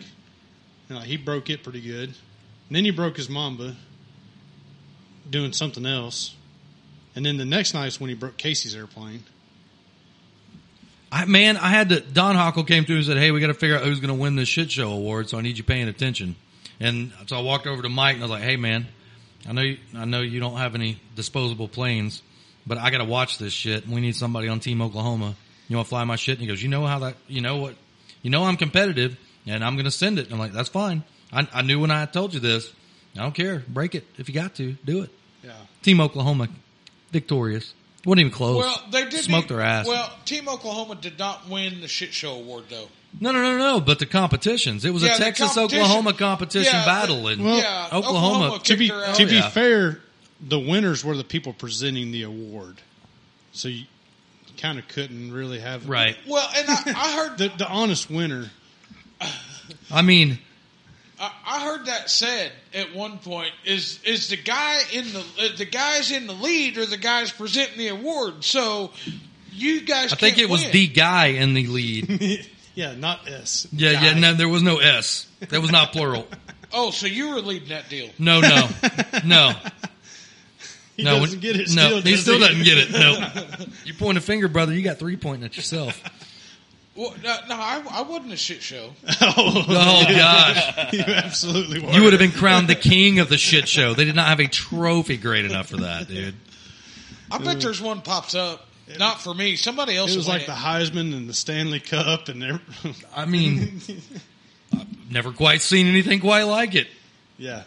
[SPEAKER 3] and like, he broke it pretty good. And then he broke his Mamba doing something else. And then the next night is when he broke Casey's airplane.
[SPEAKER 1] I, man, I had to. Don Hockle came through and said, "Hey, we got to figure out who's going to win this shit show award, so I need you paying attention." And so I walked over to Mike and I was like, "Hey, man, I know you, I know you don't have any disposable planes, but I got to watch this shit. We need somebody on Team Oklahoma. You want to fly my shit? And he goes, you know how that, you know what, you know I'm competitive and I'm going to send it. And I'm like, that's fine. I, I knew when I told you this. I don't care. Break it if you got to. Do it.
[SPEAKER 3] Yeah.
[SPEAKER 1] Team Oklahoma, victorious. wasn't even close.
[SPEAKER 2] Well, they did
[SPEAKER 1] smoked their ass.
[SPEAKER 2] Well, Team Oklahoma did not win the shit show award though.
[SPEAKER 1] no, no, no, no. But the competitions. It was
[SPEAKER 2] Yeah,
[SPEAKER 1] a
[SPEAKER 2] the
[SPEAKER 1] Texas
[SPEAKER 2] competition-
[SPEAKER 1] Oklahoma competition
[SPEAKER 2] Yeah,
[SPEAKER 1] battle,
[SPEAKER 2] the-
[SPEAKER 1] and
[SPEAKER 3] Well,
[SPEAKER 2] yeah,
[SPEAKER 1] Oklahoma
[SPEAKER 2] Oklahoma
[SPEAKER 3] To
[SPEAKER 2] kicked
[SPEAKER 3] be
[SPEAKER 2] her out.
[SPEAKER 3] to be
[SPEAKER 1] yeah.
[SPEAKER 3] fair, the winners were the people presenting the award, so you kind of couldn't really have
[SPEAKER 1] right.
[SPEAKER 2] well, and I, I heard
[SPEAKER 3] the the honest winner.
[SPEAKER 1] I mean,
[SPEAKER 2] I, I heard that said at one point is is the guy in the uh, the guys in the lead or the guys presenting the award. So you guys,
[SPEAKER 1] I think
[SPEAKER 2] can't
[SPEAKER 1] it was
[SPEAKER 2] win.
[SPEAKER 1] the guy in the lead.
[SPEAKER 3] yeah, not S.
[SPEAKER 1] Yeah, yeah. No, there was no S. That was not plural.
[SPEAKER 2] Oh, so you were leading that deal.
[SPEAKER 1] No, no, no.
[SPEAKER 3] he
[SPEAKER 1] no,
[SPEAKER 3] doesn't get it.
[SPEAKER 1] No,
[SPEAKER 3] still,
[SPEAKER 1] he
[SPEAKER 3] does
[SPEAKER 1] still doesn't get it. No, you point a finger, brother. You got three pointing at yourself.
[SPEAKER 2] Well, no, no I, I wasn't a shit show.
[SPEAKER 3] oh,
[SPEAKER 1] Oh gosh,
[SPEAKER 3] you absolutely were.
[SPEAKER 1] you would have been crowned the king of the shit show. They did not have a trophy great enough for that, dude.
[SPEAKER 2] I bet there's one pops up. Not for me. Somebody else
[SPEAKER 3] It was
[SPEAKER 2] will
[SPEAKER 3] like the
[SPEAKER 2] win
[SPEAKER 3] Heisman and the Stanley Cup and every,
[SPEAKER 1] I mean, I've never quite seen anything quite like it.
[SPEAKER 3] yeah.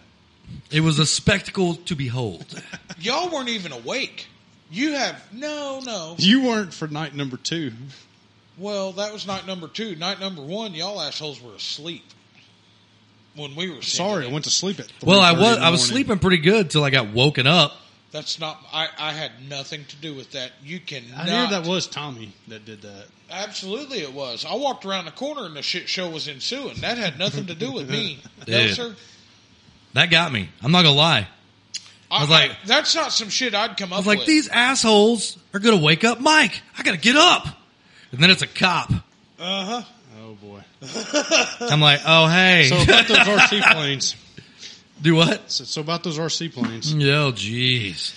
[SPEAKER 1] It was a spectacle to behold.
[SPEAKER 2] it. Y'all weren't even awake. You have no, no.
[SPEAKER 3] You weren't for night number two.
[SPEAKER 2] Well, that was night number two. Night number one, y'all assholes were asleep when we were. sending
[SPEAKER 3] Sorry,
[SPEAKER 2] it.
[SPEAKER 3] I went to sleep at.
[SPEAKER 1] Well, I
[SPEAKER 3] 3:30 in
[SPEAKER 1] was
[SPEAKER 3] the
[SPEAKER 1] I was
[SPEAKER 3] morning.
[SPEAKER 1] sleeping pretty good till I got woken up.
[SPEAKER 2] That's not. I, I had nothing to do with that. You cannot.
[SPEAKER 3] I hear that was Tommy that did that.
[SPEAKER 2] Absolutely, it was. I walked around the corner and the shit show was ensuing. That had nothing to do with me. no,
[SPEAKER 1] Dude.
[SPEAKER 2] sir.
[SPEAKER 1] That got me. I'm not gonna lie.
[SPEAKER 2] I
[SPEAKER 1] was like-
[SPEAKER 2] that's not some shit I'd come up
[SPEAKER 1] I was like,
[SPEAKER 2] with.
[SPEAKER 1] these assholes are gonna wake up Mike. I gotta get up. And then it's a cop.
[SPEAKER 3] Oh boy!
[SPEAKER 1] I'm like, oh hey,
[SPEAKER 3] So about those RC planes.
[SPEAKER 1] do what?
[SPEAKER 3] So, so about those RC planes.
[SPEAKER 1] Yo, jeez.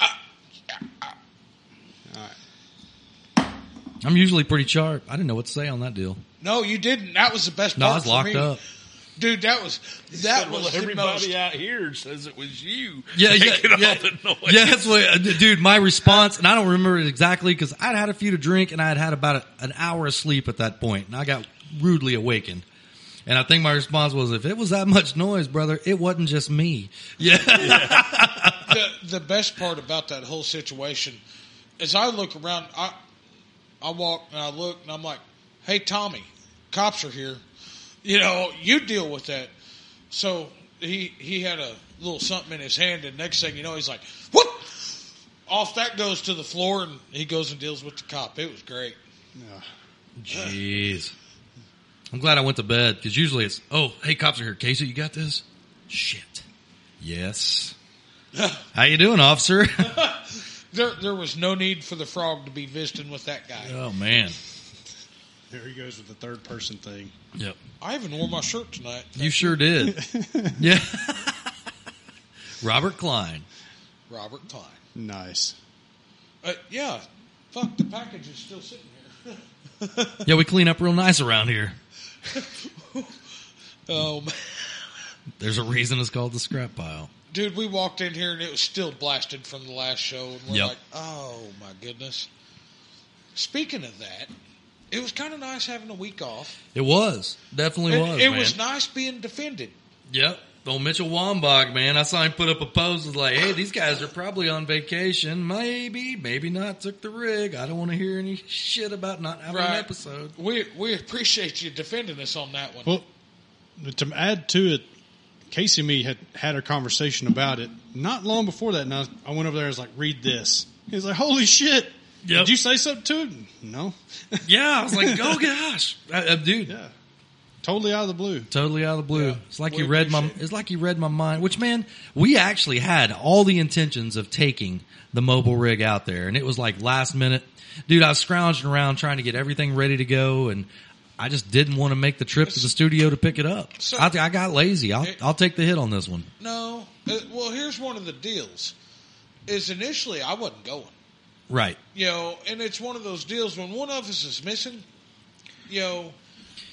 [SPEAKER 3] Uh,
[SPEAKER 1] I'm usually pretty sharp. I didn't know what to say on that deal.
[SPEAKER 2] no, you didn't. That was the best
[SPEAKER 1] No, I
[SPEAKER 2] part
[SPEAKER 1] was
[SPEAKER 2] for
[SPEAKER 1] locked
[SPEAKER 2] me.
[SPEAKER 1] up.
[SPEAKER 2] dude. That was that
[SPEAKER 4] Well,
[SPEAKER 2] was the
[SPEAKER 4] everybody
[SPEAKER 2] most.
[SPEAKER 4] out here says it was you.
[SPEAKER 1] Yeah, yeah,
[SPEAKER 4] making
[SPEAKER 1] yeah.
[SPEAKER 4] all the noise.
[SPEAKER 1] Yeah, that's what, uh, dude. My response, and I don't remember it exactly because I'd had a few to drink and I had had about a, an hour of sleep at that point, and I got rudely awakened. And I think my response was, "If it was that much noise, brother, it wasn't just me." Yeah,
[SPEAKER 2] the, the best part about that whole situation is I look around, I I walk and I look and I'm like, hey Tommy, cops are here. You know, you deal with that. So he he had a little something in his hand, and next thing you know, he's like, whoop! Off that goes to the floor, and he goes and deals with the cop. It was great.
[SPEAKER 4] Mm-hmm.
[SPEAKER 3] No.
[SPEAKER 1] jeez. I'm glad I went to bed because usually it's, "Oh, hey, cops are here, Casey, you got this?" Shit. Yes. How you doing, officer?
[SPEAKER 2] There there was no need for the frog to be visiting with that guy.
[SPEAKER 1] oh man.
[SPEAKER 3] There he goes with the third person thing.
[SPEAKER 1] Yep.
[SPEAKER 2] I even wore my shirt tonight.
[SPEAKER 1] You sure did. yeah. Robert Klein.
[SPEAKER 2] Robert Klein.
[SPEAKER 3] Nice.
[SPEAKER 2] Uh, yeah, fuck, the package is still sitting here.
[SPEAKER 1] Yeah, we clean up real nice around here.
[SPEAKER 2] Um,
[SPEAKER 1] There's a reason it's called the scrap pile.
[SPEAKER 2] dude, we walked in here and it was still blasted from the last show, and we're
[SPEAKER 1] Yep.
[SPEAKER 2] like, oh my goodness. Speaking of that, it was kind of nice having a week off.
[SPEAKER 1] It was. Definitely
[SPEAKER 2] It,
[SPEAKER 1] was.
[SPEAKER 2] it
[SPEAKER 1] man.
[SPEAKER 2] was nice being defended.
[SPEAKER 1] Yep. Old Mitchell Wambach, man. I saw him put up a post was like, hey, these guys are probably on vacation. Maybe, maybe not. Took the rig. I don't want to hear any shit about not having an
[SPEAKER 2] Right.
[SPEAKER 1] episode.
[SPEAKER 2] We we appreciate you defending us on that one.
[SPEAKER 3] Well, to add to it, Casey and me had had a conversation about it not long before that, and I, I went over there. I was like, "Read this." He was like, "Holy shit!"
[SPEAKER 1] Yep.
[SPEAKER 3] Did you say something to him? No.
[SPEAKER 1] Yeah, I was like, oh gosh. Uh, uh, dude,
[SPEAKER 3] Yeah. Totally out of the blue.
[SPEAKER 1] Totally out of the blue. it's like
[SPEAKER 2] we
[SPEAKER 1] you read my.
[SPEAKER 2] appreciate
[SPEAKER 1] It's like you read my mind. Which man, we actually had all the intentions of taking the mobile rig out there, and it was like last minute, dude. I was scrounging around trying to get everything ready to go, and I just didn't want to make the trip to the studio to pick it up.
[SPEAKER 2] So-
[SPEAKER 1] I, I got lazy. I'll,
[SPEAKER 2] It-
[SPEAKER 1] I'll take the hit on this one.
[SPEAKER 2] No, uh, well, here's one of the deals: is initially I wasn't going,
[SPEAKER 1] Right.
[SPEAKER 2] you know, and it's one of those deals when one of us is missing, you know.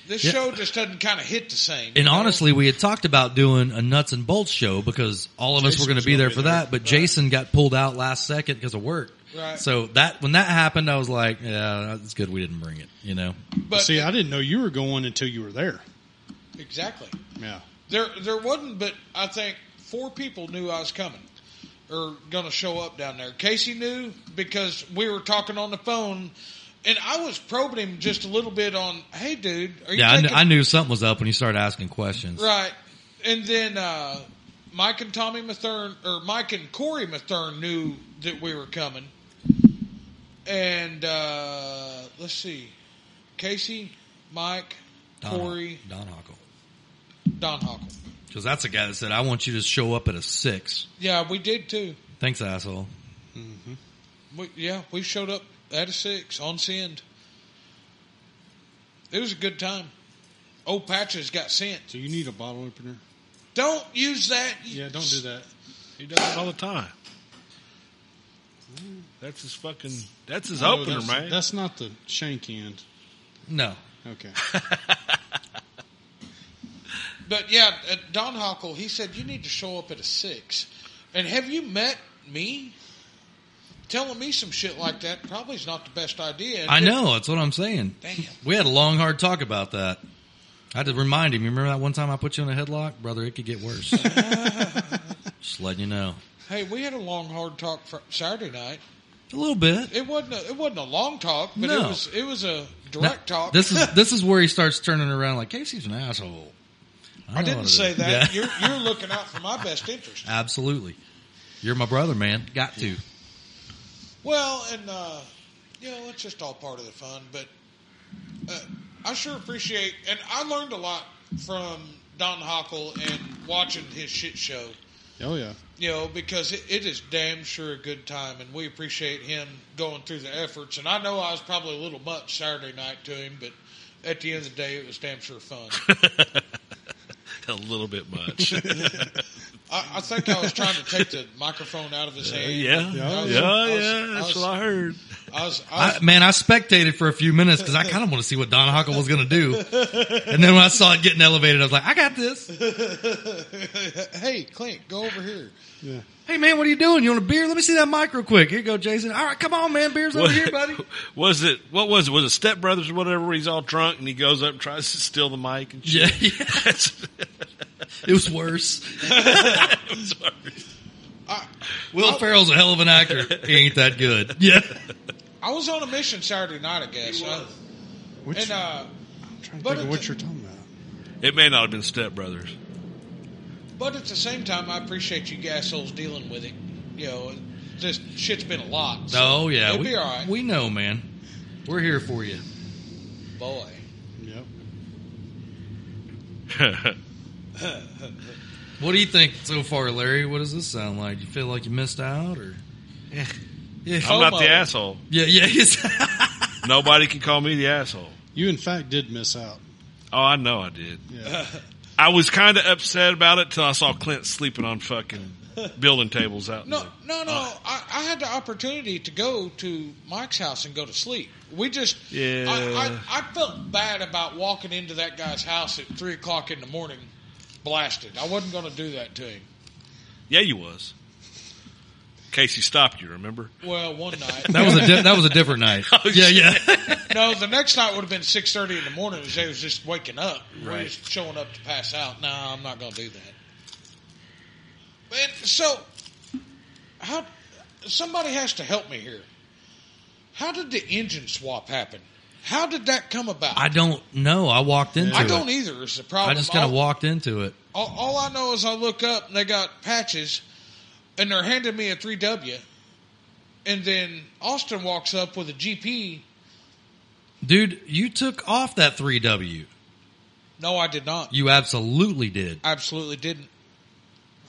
[SPEAKER 2] This
[SPEAKER 1] Yeah.
[SPEAKER 2] show just doesn't kind of hit the same.
[SPEAKER 1] And honestly, we had talked about doing a nuts and bolts show because all of us
[SPEAKER 5] Jason
[SPEAKER 1] were going to
[SPEAKER 5] was
[SPEAKER 1] be
[SPEAKER 5] gonna
[SPEAKER 1] there
[SPEAKER 5] be
[SPEAKER 1] for
[SPEAKER 5] there.
[SPEAKER 1] that. But Jason got pulled out last second because of work.
[SPEAKER 2] Right.
[SPEAKER 1] So that when that happened, I was like, "Yeah, it's good we didn't bring it." You know,
[SPEAKER 2] but
[SPEAKER 3] See, I didn't know you were going until you were there.
[SPEAKER 2] exactly.
[SPEAKER 3] Yeah.
[SPEAKER 2] There, there wasn't, but I think four people knew I was coming or going to show up down there. Casey knew because we were talking on the phone, and I was probing him just a little bit on, "Hey, dude, are you
[SPEAKER 1] yeah, I, kn-
[SPEAKER 2] taking-
[SPEAKER 1] I knew something was up when you started asking questions.
[SPEAKER 2] Right. And then uh, Mike and Tommy Mathern, or Mike and Corey Mathern knew that we were coming. And uh, let's see. Casey, Mike,
[SPEAKER 1] Don,
[SPEAKER 2] Corey,
[SPEAKER 1] Don Hockle,
[SPEAKER 2] Don Hockle.
[SPEAKER 1] because that's the guy that said, "I want you to show up at a six.
[SPEAKER 2] Yeah, we did too.
[SPEAKER 1] Thanks, asshole.
[SPEAKER 2] We, yeah, we showed up at a six on send. It was a good time. Old Patches got sent.
[SPEAKER 3] So you need a bottle opener.
[SPEAKER 2] Don't use that.
[SPEAKER 3] Yeah, don't do that.
[SPEAKER 4] He does it all the time. That's his fucking. That's his
[SPEAKER 3] No,
[SPEAKER 4] opener,
[SPEAKER 3] that's,
[SPEAKER 4] man.
[SPEAKER 3] That's not the shank end.
[SPEAKER 1] No,
[SPEAKER 3] Okay.
[SPEAKER 2] But yeah, uh, Don Hockle, he said you need to show up at a six. And have you met me? Telling me some shit like that probably is not the best idea.
[SPEAKER 1] I know. That's what I'm saying.
[SPEAKER 2] Damn.
[SPEAKER 1] We had a long, hard talk about that. I had to remind him. You remember that one time I put you in a headlock, brother? It could get worse. Just letting you know.
[SPEAKER 2] Hey, we had a long, hard talk fr- Saturday night.
[SPEAKER 1] A little bit.
[SPEAKER 2] It wasn't. A, it wasn't a long talk, but
[SPEAKER 1] No.
[SPEAKER 2] it was. It was a
[SPEAKER 1] Now,
[SPEAKER 2] direct talk.
[SPEAKER 1] This is this is where he starts turning around like Casey's an asshole.
[SPEAKER 2] I
[SPEAKER 1] know what
[SPEAKER 2] didn't
[SPEAKER 1] it
[SPEAKER 2] say
[SPEAKER 1] is.
[SPEAKER 2] that.
[SPEAKER 1] Yeah.
[SPEAKER 2] You're, you're looking out for my best interest.
[SPEAKER 1] Absolutely. You're my brother, man. Got to.
[SPEAKER 2] Well, and uh, you know, it's just all part of the fun. But uh, I sure appreciate, and I learned a lot from Don Hockle and watching his shit show.
[SPEAKER 3] oh yeah.
[SPEAKER 2] You know, because it, it is damn sure a good time, and we appreciate him going through the efforts. And I know I was probably a little much Saturday night to him, but at the end of the day, it was damn sure fun.
[SPEAKER 4] a little bit much.
[SPEAKER 2] I, I think I was trying to take the microphone out of his hand.
[SPEAKER 4] Uh, yeah,
[SPEAKER 3] Yeah,
[SPEAKER 4] yeah,
[SPEAKER 2] I
[SPEAKER 4] yeah.
[SPEAKER 2] was-
[SPEAKER 4] That's
[SPEAKER 2] I was-
[SPEAKER 4] what I heard.
[SPEAKER 2] I was, I was
[SPEAKER 1] I, man, I spectated for a few minutes because I kind of want to see what Don Hockle was going to do. And then when I saw it getting elevated, I was like, I got this.
[SPEAKER 2] hey, Clint, go over here.
[SPEAKER 3] Yeah.
[SPEAKER 1] Hey, man, what are you doing? You want a beer? Let me see that mic real quick. Here you go, Jason. All right, come on, man. Beer's over here, buddy.
[SPEAKER 4] Was it what was it? Was it Step Brothers or whatever? Where he's all drunk and he goes up and tries to steal the mic and shit.
[SPEAKER 1] Yeah, yeah.
[SPEAKER 4] That's-
[SPEAKER 1] It was worse.
[SPEAKER 4] I'm sorry.
[SPEAKER 1] Uh, Will Ferrell's a hell of an actor. He ain't that good. Yeah.
[SPEAKER 2] I was on a mission Saturday night, I guess. Uh,
[SPEAKER 3] Which,
[SPEAKER 2] And uh,
[SPEAKER 3] I'm trying to
[SPEAKER 2] but
[SPEAKER 3] think of
[SPEAKER 2] it-
[SPEAKER 3] what you're talking about.
[SPEAKER 4] It may not have been Step Brothers.
[SPEAKER 2] but at the same time, I appreciate you assholes dealing with it. You know, this shit's been a lot. so
[SPEAKER 1] Oh, yeah.
[SPEAKER 2] it'll
[SPEAKER 1] We,
[SPEAKER 2] be all right,
[SPEAKER 1] we know, man. We're here for you.
[SPEAKER 2] boy.
[SPEAKER 3] Yep.
[SPEAKER 1] What do you think so far, Larry? What does this sound like? You feel like you missed out, or
[SPEAKER 2] Eh,
[SPEAKER 1] Oh,
[SPEAKER 4] I'm not
[SPEAKER 2] Homo.
[SPEAKER 4] the asshole.
[SPEAKER 1] yeah, yeah, it's-
[SPEAKER 4] Nobody can call me the asshole.
[SPEAKER 3] You in fact did miss out.
[SPEAKER 4] Oh, I know I did.
[SPEAKER 3] Yeah.
[SPEAKER 4] I was kind of upset about it till I saw Clint sleeping on fucking building tables out. in
[SPEAKER 2] No,
[SPEAKER 4] the-
[SPEAKER 2] no, no. I, I had the opportunity to go to Mike's house and go to sleep. We just,
[SPEAKER 4] Yeah.
[SPEAKER 2] I, I, I felt bad about walking into that guy's house at three o'clock in the morning, blasted. I wasn't going to do that to him.
[SPEAKER 4] Yeah, you was. Casey stopped you. Remember?
[SPEAKER 2] Well, one night.
[SPEAKER 1] that was a di- that was a different night.
[SPEAKER 2] Oh,
[SPEAKER 1] yeah, yeah.
[SPEAKER 2] No, the next night would have been six thirty in the morning. because They was just waking up, right?
[SPEAKER 1] Right.
[SPEAKER 2] Just showing up to pass out. No, I'm not going to do that. And so, how? Somebody has to help me here. How did the engine swap happen? How did that come about?
[SPEAKER 1] I don't know. I walked into
[SPEAKER 2] I
[SPEAKER 1] it.
[SPEAKER 2] don't either. Is the problem?
[SPEAKER 1] I just kind of
[SPEAKER 2] All-
[SPEAKER 1] walked into it.
[SPEAKER 2] all, all I know is I look up and they got patches, and they're handing me a three W, and then Austin walks up with a GP.
[SPEAKER 1] Dude, you took off that 3W.
[SPEAKER 2] No, I did not.
[SPEAKER 1] You absolutely did.
[SPEAKER 2] I absolutely didn't.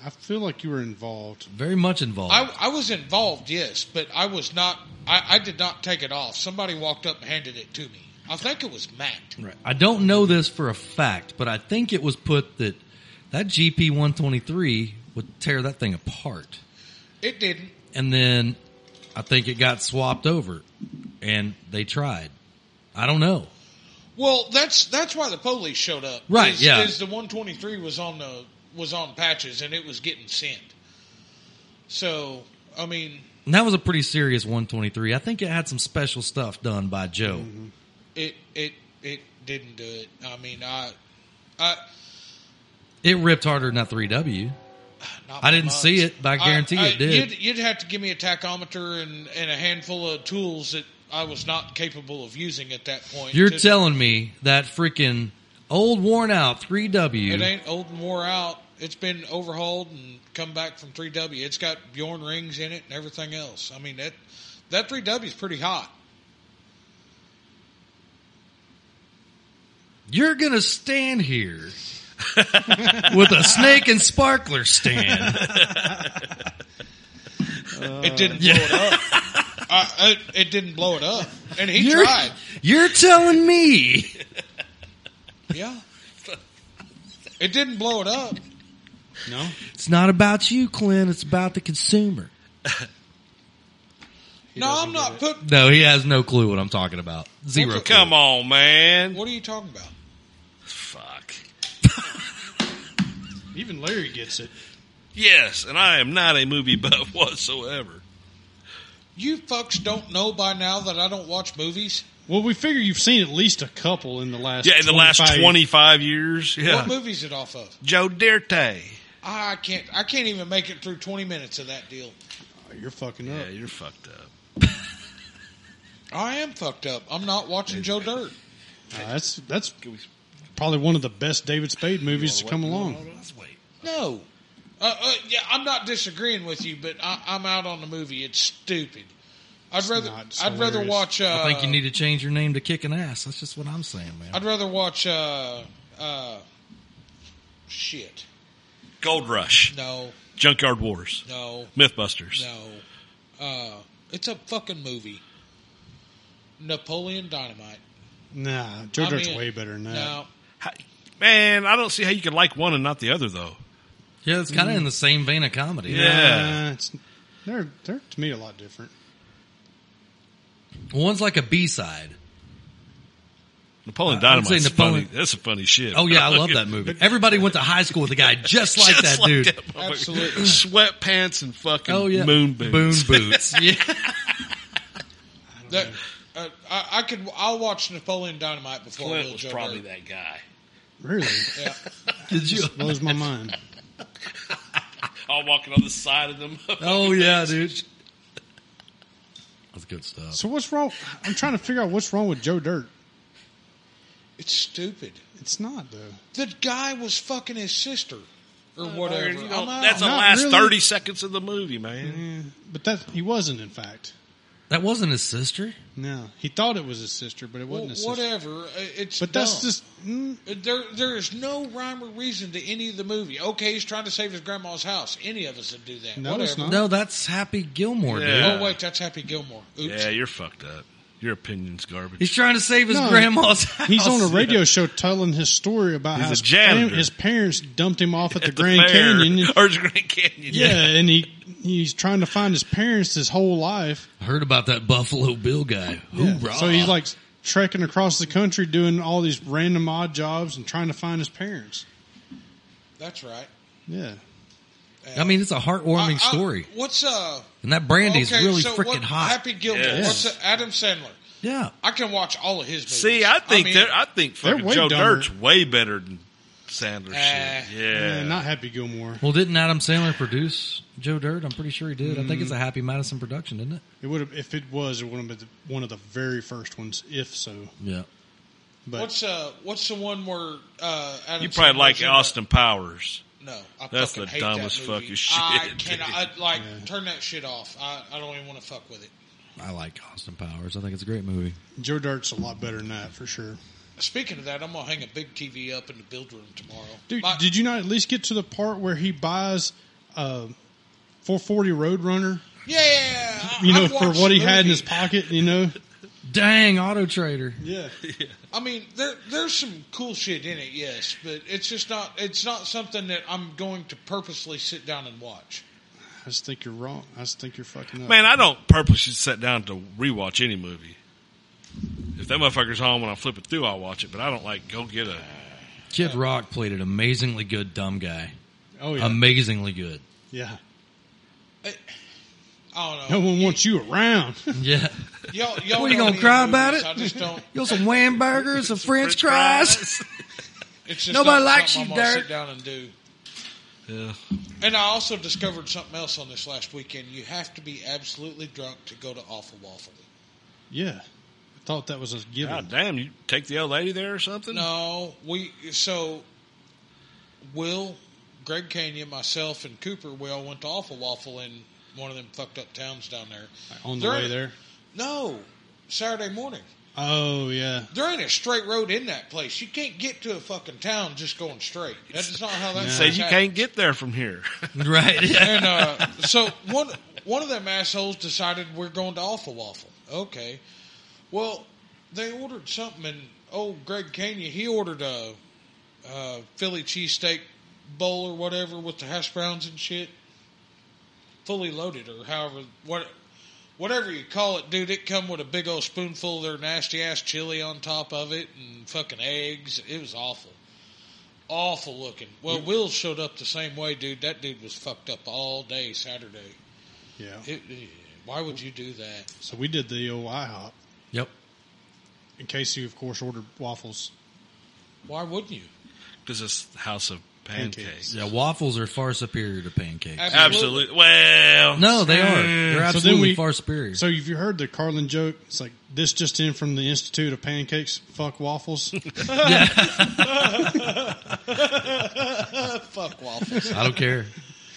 [SPEAKER 3] I feel like you were involved.
[SPEAKER 1] Very much involved.
[SPEAKER 2] I, I was involved, yes, but I was not. I, I did not take it off. Somebody walked up and handed it to me. I think it was Matt.
[SPEAKER 1] Right. I don't know this for a fact, but I think it was put that that GP 123 would tear that thing apart.
[SPEAKER 2] It didn't.
[SPEAKER 1] and then I think it got swapped over, and they tried. I don't know.
[SPEAKER 2] Well, that's that's why the police showed up.
[SPEAKER 1] Right,
[SPEAKER 2] Is,
[SPEAKER 1] yeah.
[SPEAKER 2] Is the 123 was on the was on patches and it was getting sent. So I mean,
[SPEAKER 1] And that was a pretty serious 123. I think it had some special stuff done by Joe.
[SPEAKER 2] Mm-hmm. it it it didn't do it. I mean, I I
[SPEAKER 1] It ripped harder than that 3W.
[SPEAKER 2] not
[SPEAKER 1] I
[SPEAKER 2] by
[SPEAKER 1] didn't
[SPEAKER 2] much.
[SPEAKER 1] see it, but I guarantee it did.
[SPEAKER 2] You'd, you'd have to give me a tachometer and and a handful of tools that I was not capable of using at that point.
[SPEAKER 1] You're
[SPEAKER 2] to-
[SPEAKER 1] telling me that freaking old worn out
[SPEAKER 2] It
[SPEAKER 1] 3W.
[SPEAKER 2] ain't old and wore out. It's been overhauled and come back from 3W. It's got Bjorn rings in it and everything else. I mean that that 3W is pretty hot.
[SPEAKER 1] You're going to stand here with a snake and sparkler stand.
[SPEAKER 2] it didn't blow it up. I, I, it didn't blow it up, and he
[SPEAKER 1] You're,
[SPEAKER 2] tried.
[SPEAKER 1] you're telling me
[SPEAKER 2] Yeah, it didn't blow it up.
[SPEAKER 3] No,
[SPEAKER 1] it's not about you, Clint. It's about the consumer.
[SPEAKER 2] no, I'm not putting.
[SPEAKER 1] No, he has no clue what I'm talking about. Zero.
[SPEAKER 2] Well,
[SPEAKER 1] clue.
[SPEAKER 4] Come on, man.
[SPEAKER 2] What are you talking about?
[SPEAKER 4] Fuck.
[SPEAKER 3] even Larry gets it.
[SPEAKER 4] Yes, and I am not a movie buff whatsoever.
[SPEAKER 2] You fucks don't know by now that I don't watch movies.
[SPEAKER 3] Well, we figure you've seen at least a couple in the last
[SPEAKER 4] Yeah, in the last
[SPEAKER 3] 25
[SPEAKER 4] 25 years.
[SPEAKER 2] What
[SPEAKER 4] Yeah.
[SPEAKER 2] movie's it off of?
[SPEAKER 4] Joe Dirte.
[SPEAKER 2] I can't. I can't even make it through 20 minutes of that deal.
[SPEAKER 3] Oh, you're fucking up.
[SPEAKER 4] Yeah, you're fucked up.
[SPEAKER 2] I am fucked up. I'm not watching Joe Dirt.
[SPEAKER 3] Uh, that's that's probably one of the best David Spade movies to come along.
[SPEAKER 4] Let's wait.
[SPEAKER 2] No. Uh, uh, yeah, I'm not disagreeing with you, but I, I'm out on the movie. It's stupid. I'd rather
[SPEAKER 3] not. It's
[SPEAKER 2] I'd rather
[SPEAKER 3] hilarious.
[SPEAKER 2] watch. Uh,
[SPEAKER 1] I think you need to change your name to kicking ass. That's just what I'm saying, man.
[SPEAKER 2] I'd rather watch. Uh, uh, shit.
[SPEAKER 4] Gold Rush,
[SPEAKER 2] No,
[SPEAKER 4] Junkyard Wars,
[SPEAKER 2] no,
[SPEAKER 4] Mythbusters.
[SPEAKER 2] no. Uh, it's a fucking movie. Napoleon Dynamite.
[SPEAKER 3] Nah, Joe Dirt's
[SPEAKER 2] mean,
[SPEAKER 3] way better than that.
[SPEAKER 2] No,
[SPEAKER 4] How- man, I don't see how you could like one and not the other, though.
[SPEAKER 1] yeah, it's kind of in the same vein of comedy.
[SPEAKER 4] Yeah.
[SPEAKER 3] Uh, it's, they're they're to me a lot different.
[SPEAKER 1] One's like a B side.
[SPEAKER 4] Napoleon
[SPEAKER 1] Uh, I would
[SPEAKER 4] Dynamite.
[SPEAKER 1] say Napoleon-
[SPEAKER 4] That's some funny shit.
[SPEAKER 1] Oh yeah, I love that movie. Everybody went to high school with a guy just like
[SPEAKER 4] Just
[SPEAKER 1] that dude.
[SPEAKER 4] that motherfucker.
[SPEAKER 2] Absolutely.
[SPEAKER 4] Sweatpants and fucking
[SPEAKER 1] Oh yeah,
[SPEAKER 4] moon boots.
[SPEAKER 1] Moon boots. Yeah.
[SPEAKER 2] that, uh, I, I could. I'll watch Napoleon Dynamite before I
[SPEAKER 4] Clint
[SPEAKER 2] will
[SPEAKER 4] was
[SPEAKER 2] Joe
[SPEAKER 4] probably
[SPEAKER 2] Dirt.
[SPEAKER 4] that guy.
[SPEAKER 3] Really
[SPEAKER 2] Yeah.
[SPEAKER 1] Did you?
[SPEAKER 3] blows my mind.
[SPEAKER 4] All walking on the side of them.
[SPEAKER 1] Oh yeah, dude. That's good stuff.
[SPEAKER 3] So what's wrong? I'm trying to figure out what's wrong with Joe Dirt.
[SPEAKER 2] It's stupid.
[SPEAKER 3] It's not though.
[SPEAKER 2] The guy was fucking his sister or whatever.
[SPEAKER 4] You
[SPEAKER 2] I'm
[SPEAKER 4] know,
[SPEAKER 2] out.
[SPEAKER 4] that's the
[SPEAKER 3] Not
[SPEAKER 4] last
[SPEAKER 3] really. Mm-hmm.
[SPEAKER 4] 30 seconds of the movie, man.
[SPEAKER 3] Yeah, Mm. but that he wasn't in fact.
[SPEAKER 1] That wasn't his sister.
[SPEAKER 3] No, he thought it was his sister, but it
[SPEAKER 2] Well,
[SPEAKER 3] wasn't his sister.
[SPEAKER 2] whatever. Uh, It's
[SPEAKER 3] But that's
[SPEAKER 2] dumb.
[SPEAKER 3] just mm,
[SPEAKER 2] there. There is no rhyme or reason to any of the movie. Okay, he's trying to save his grandma's house. Any of us would do that.
[SPEAKER 3] No,
[SPEAKER 2] whatever.
[SPEAKER 3] it's not.
[SPEAKER 1] No, that's Happy Gilmore, dude.
[SPEAKER 4] Yeah.
[SPEAKER 2] Oh wait, that's Happy Gilmore. Oops.
[SPEAKER 4] Yeah, you're fucked up. Your opinion's garbage.
[SPEAKER 1] He's trying to save his
[SPEAKER 3] No,
[SPEAKER 1] grandma's house.
[SPEAKER 3] he's on a radio show telling his story about
[SPEAKER 4] He's
[SPEAKER 3] how
[SPEAKER 4] a
[SPEAKER 3] his,
[SPEAKER 4] janitor.
[SPEAKER 3] fam- his parents dumped him off at, the
[SPEAKER 4] At
[SPEAKER 3] Grand
[SPEAKER 4] fair.
[SPEAKER 3] Canyon.
[SPEAKER 4] Or the Grand Canyon.
[SPEAKER 3] Yeah, and he he's trying to find his parents his whole life.
[SPEAKER 1] Heard about that Buffalo Bill guy. Hoorah.
[SPEAKER 3] So he's like trekking across the country doing all these random odd jobs and trying to find his parents.
[SPEAKER 2] That's right.
[SPEAKER 3] Yeah.
[SPEAKER 1] I mean, it's a heartwarming
[SPEAKER 2] I- I-
[SPEAKER 1] story,
[SPEAKER 2] What's uh?
[SPEAKER 1] and that brandy's
[SPEAKER 2] okay,
[SPEAKER 1] really
[SPEAKER 2] so
[SPEAKER 1] freaking
[SPEAKER 2] what-
[SPEAKER 1] hot.
[SPEAKER 2] Happy Gilmore.
[SPEAKER 4] Yes.
[SPEAKER 2] What's uh, Adam Sandler?
[SPEAKER 1] yeah.
[SPEAKER 2] I can watch all of his movies.
[SPEAKER 4] See, I think
[SPEAKER 2] mean,
[SPEAKER 4] that I think
[SPEAKER 3] They're
[SPEAKER 4] fucking
[SPEAKER 3] way
[SPEAKER 4] Joe
[SPEAKER 3] dumber.
[SPEAKER 4] Dirt's way better than Sandler
[SPEAKER 2] Eh.
[SPEAKER 4] shit. Yeah.
[SPEAKER 3] Yeah, not Happy Gilmore.
[SPEAKER 1] Well, didn't Adam Sandler produce Joe Dirt? I'm pretty sure he did. I think it's a Happy Madison production, isn't it?
[SPEAKER 3] It would have if it was it would have been the- one of the very first ones, if so.
[SPEAKER 1] Yeah.
[SPEAKER 3] But
[SPEAKER 2] What's uh? What's the one where uh? Adam
[SPEAKER 4] you probably
[SPEAKER 2] Sandler's
[SPEAKER 4] like
[SPEAKER 2] in it?
[SPEAKER 4] Austin Powers.
[SPEAKER 2] No, I
[SPEAKER 4] That's
[SPEAKER 2] fucking
[SPEAKER 4] the
[SPEAKER 2] hate
[SPEAKER 4] dumbest
[SPEAKER 2] that movie.
[SPEAKER 4] fucking shit,
[SPEAKER 2] I
[SPEAKER 4] dude.
[SPEAKER 2] cannot I, like
[SPEAKER 3] Yeah.
[SPEAKER 2] turn that shit off. I, I don't even want to fuck with it.
[SPEAKER 1] I like Austin Powers. I think it's a great movie.
[SPEAKER 3] Joe Dirt's a lot better than that for sure.
[SPEAKER 2] Speaking of that, I'm gonna hang a big TV up in the build room tomorrow.
[SPEAKER 3] Dude,
[SPEAKER 2] My-
[SPEAKER 3] did you not at least get to the part where he buys uh, 440 Roadrunner?
[SPEAKER 2] yeah,
[SPEAKER 3] You
[SPEAKER 2] I-
[SPEAKER 3] know,
[SPEAKER 2] I've
[SPEAKER 3] for
[SPEAKER 2] watched
[SPEAKER 3] what he
[SPEAKER 2] the
[SPEAKER 3] had in
[SPEAKER 2] movie.
[SPEAKER 3] his pocket. You know,
[SPEAKER 1] Dang, Auto Trader.
[SPEAKER 3] yeah.
[SPEAKER 2] I mean, there there's some cool shit in it, yes, but it's just not it's not something that I'm going to purposely sit down and watch.
[SPEAKER 3] I just think you're wrong. I just think you're fucking up.
[SPEAKER 4] Man, I don't purposely sit down to rewatch any movie. If that motherfucker's home when I'm flipping through, I'll watch it. But I don't like go get a.
[SPEAKER 1] Kid Rock played an amazingly good dumb guy.
[SPEAKER 3] Oh yeah,
[SPEAKER 1] Amazingly good.
[SPEAKER 3] yeah.
[SPEAKER 2] I
[SPEAKER 3] No
[SPEAKER 2] don't know.
[SPEAKER 3] one wants you around.
[SPEAKER 1] Yeah.
[SPEAKER 2] Y'all, y'all
[SPEAKER 1] What, you
[SPEAKER 2] don't
[SPEAKER 1] gonna
[SPEAKER 2] need
[SPEAKER 1] cry
[SPEAKER 2] to do
[SPEAKER 1] about
[SPEAKER 2] this.
[SPEAKER 1] it?
[SPEAKER 2] I just don't.
[SPEAKER 1] You want some wham burgers, some French fries?
[SPEAKER 2] It's just
[SPEAKER 1] Nobody
[SPEAKER 2] not
[SPEAKER 1] likes
[SPEAKER 2] something
[SPEAKER 1] you,
[SPEAKER 2] I'm gonna
[SPEAKER 1] Dirk.
[SPEAKER 2] Sit down and do.
[SPEAKER 4] Yeah.
[SPEAKER 2] And I also discovered something else on this last weekend. You have to be absolutely drunk to go to Awful Waffle.
[SPEAKER 3] yeah, I thought that was a given.
[SPEAKER 4] God damn, you take the old lady there or something?
[SPEAKER 2] No, we so Will, Greg Canyon, myself, and Cooper, we all went to Awful Waffle in one of them fucked up towns down there.
[SPEAKER 3] Like, on the
[SPEAKER 2] There-
[SPEAKER 3] way there.
[SPEAKER 2] No, Saturday morning.
[SPEAKER 3] Oh yeah,
[SPEAKER 2] There ain't a straight road in that place. You can't get to a fucking town just going straight. That's not how that.
[SPEAKER 4] Say
[SPEAKER 2] place
[SPEAKER 4] you
[SPEAKER 2] happens.
[SPEAKER 4] can't get there from here.
[SPEAKER 1] right. Yeah.
[SPEAKER 2] and uh, so one one of them assholes decided we're going to Awful Waffle. Okay, well they ordered something, and old Greg Kenya he ordered a, a Philly cheesesteak bowl or whatever with the hash browns and shit, fully loaded or however what. Whatever you call it, dude, it come with a big old spoonful of their nasty ass chili on top of it and fucking eggs. It was awful awful looking. Well, Will showed up the same way, dude. That dude was fucked up all day Saturday.
[SPEAKER 3] yeah.
[SPEAKER 2] It, it- why would you do that?
[SPEAKER 3] So we did the old IHOP.
[SPEAKER 1] Yep.
[SPEAKER 3] And Casey, of course, ordered waffles.
[SPEAKER 2] Why wouldn't you?
[SPEAKER 4] Because it's the house of pancakes.
[SPEAKER 3] Pancakes.
[SPEAKER 1] Yeah, waffles are far superior to pancakes.
[SPEAKER 2] Ab-
[SPEAKER 4] Absolutely. Well,
[SPEAKER 1] no, they are.
[SPEAKER 4] Mm.
[SPEAKER 1] They're
[SPEAKER 3] then
[SPEAKER 1] absolutely
[SPEAKER 3] we-
[SPEAKER 1] far superior.
[SPEAKER 3] So have you heard the Carlin joke? It's like this just in from the Institute of Pancakes. Fuck waffles.
[SPEAKER 2] Fuck waffles.
[SPEAKER 1] I don't care.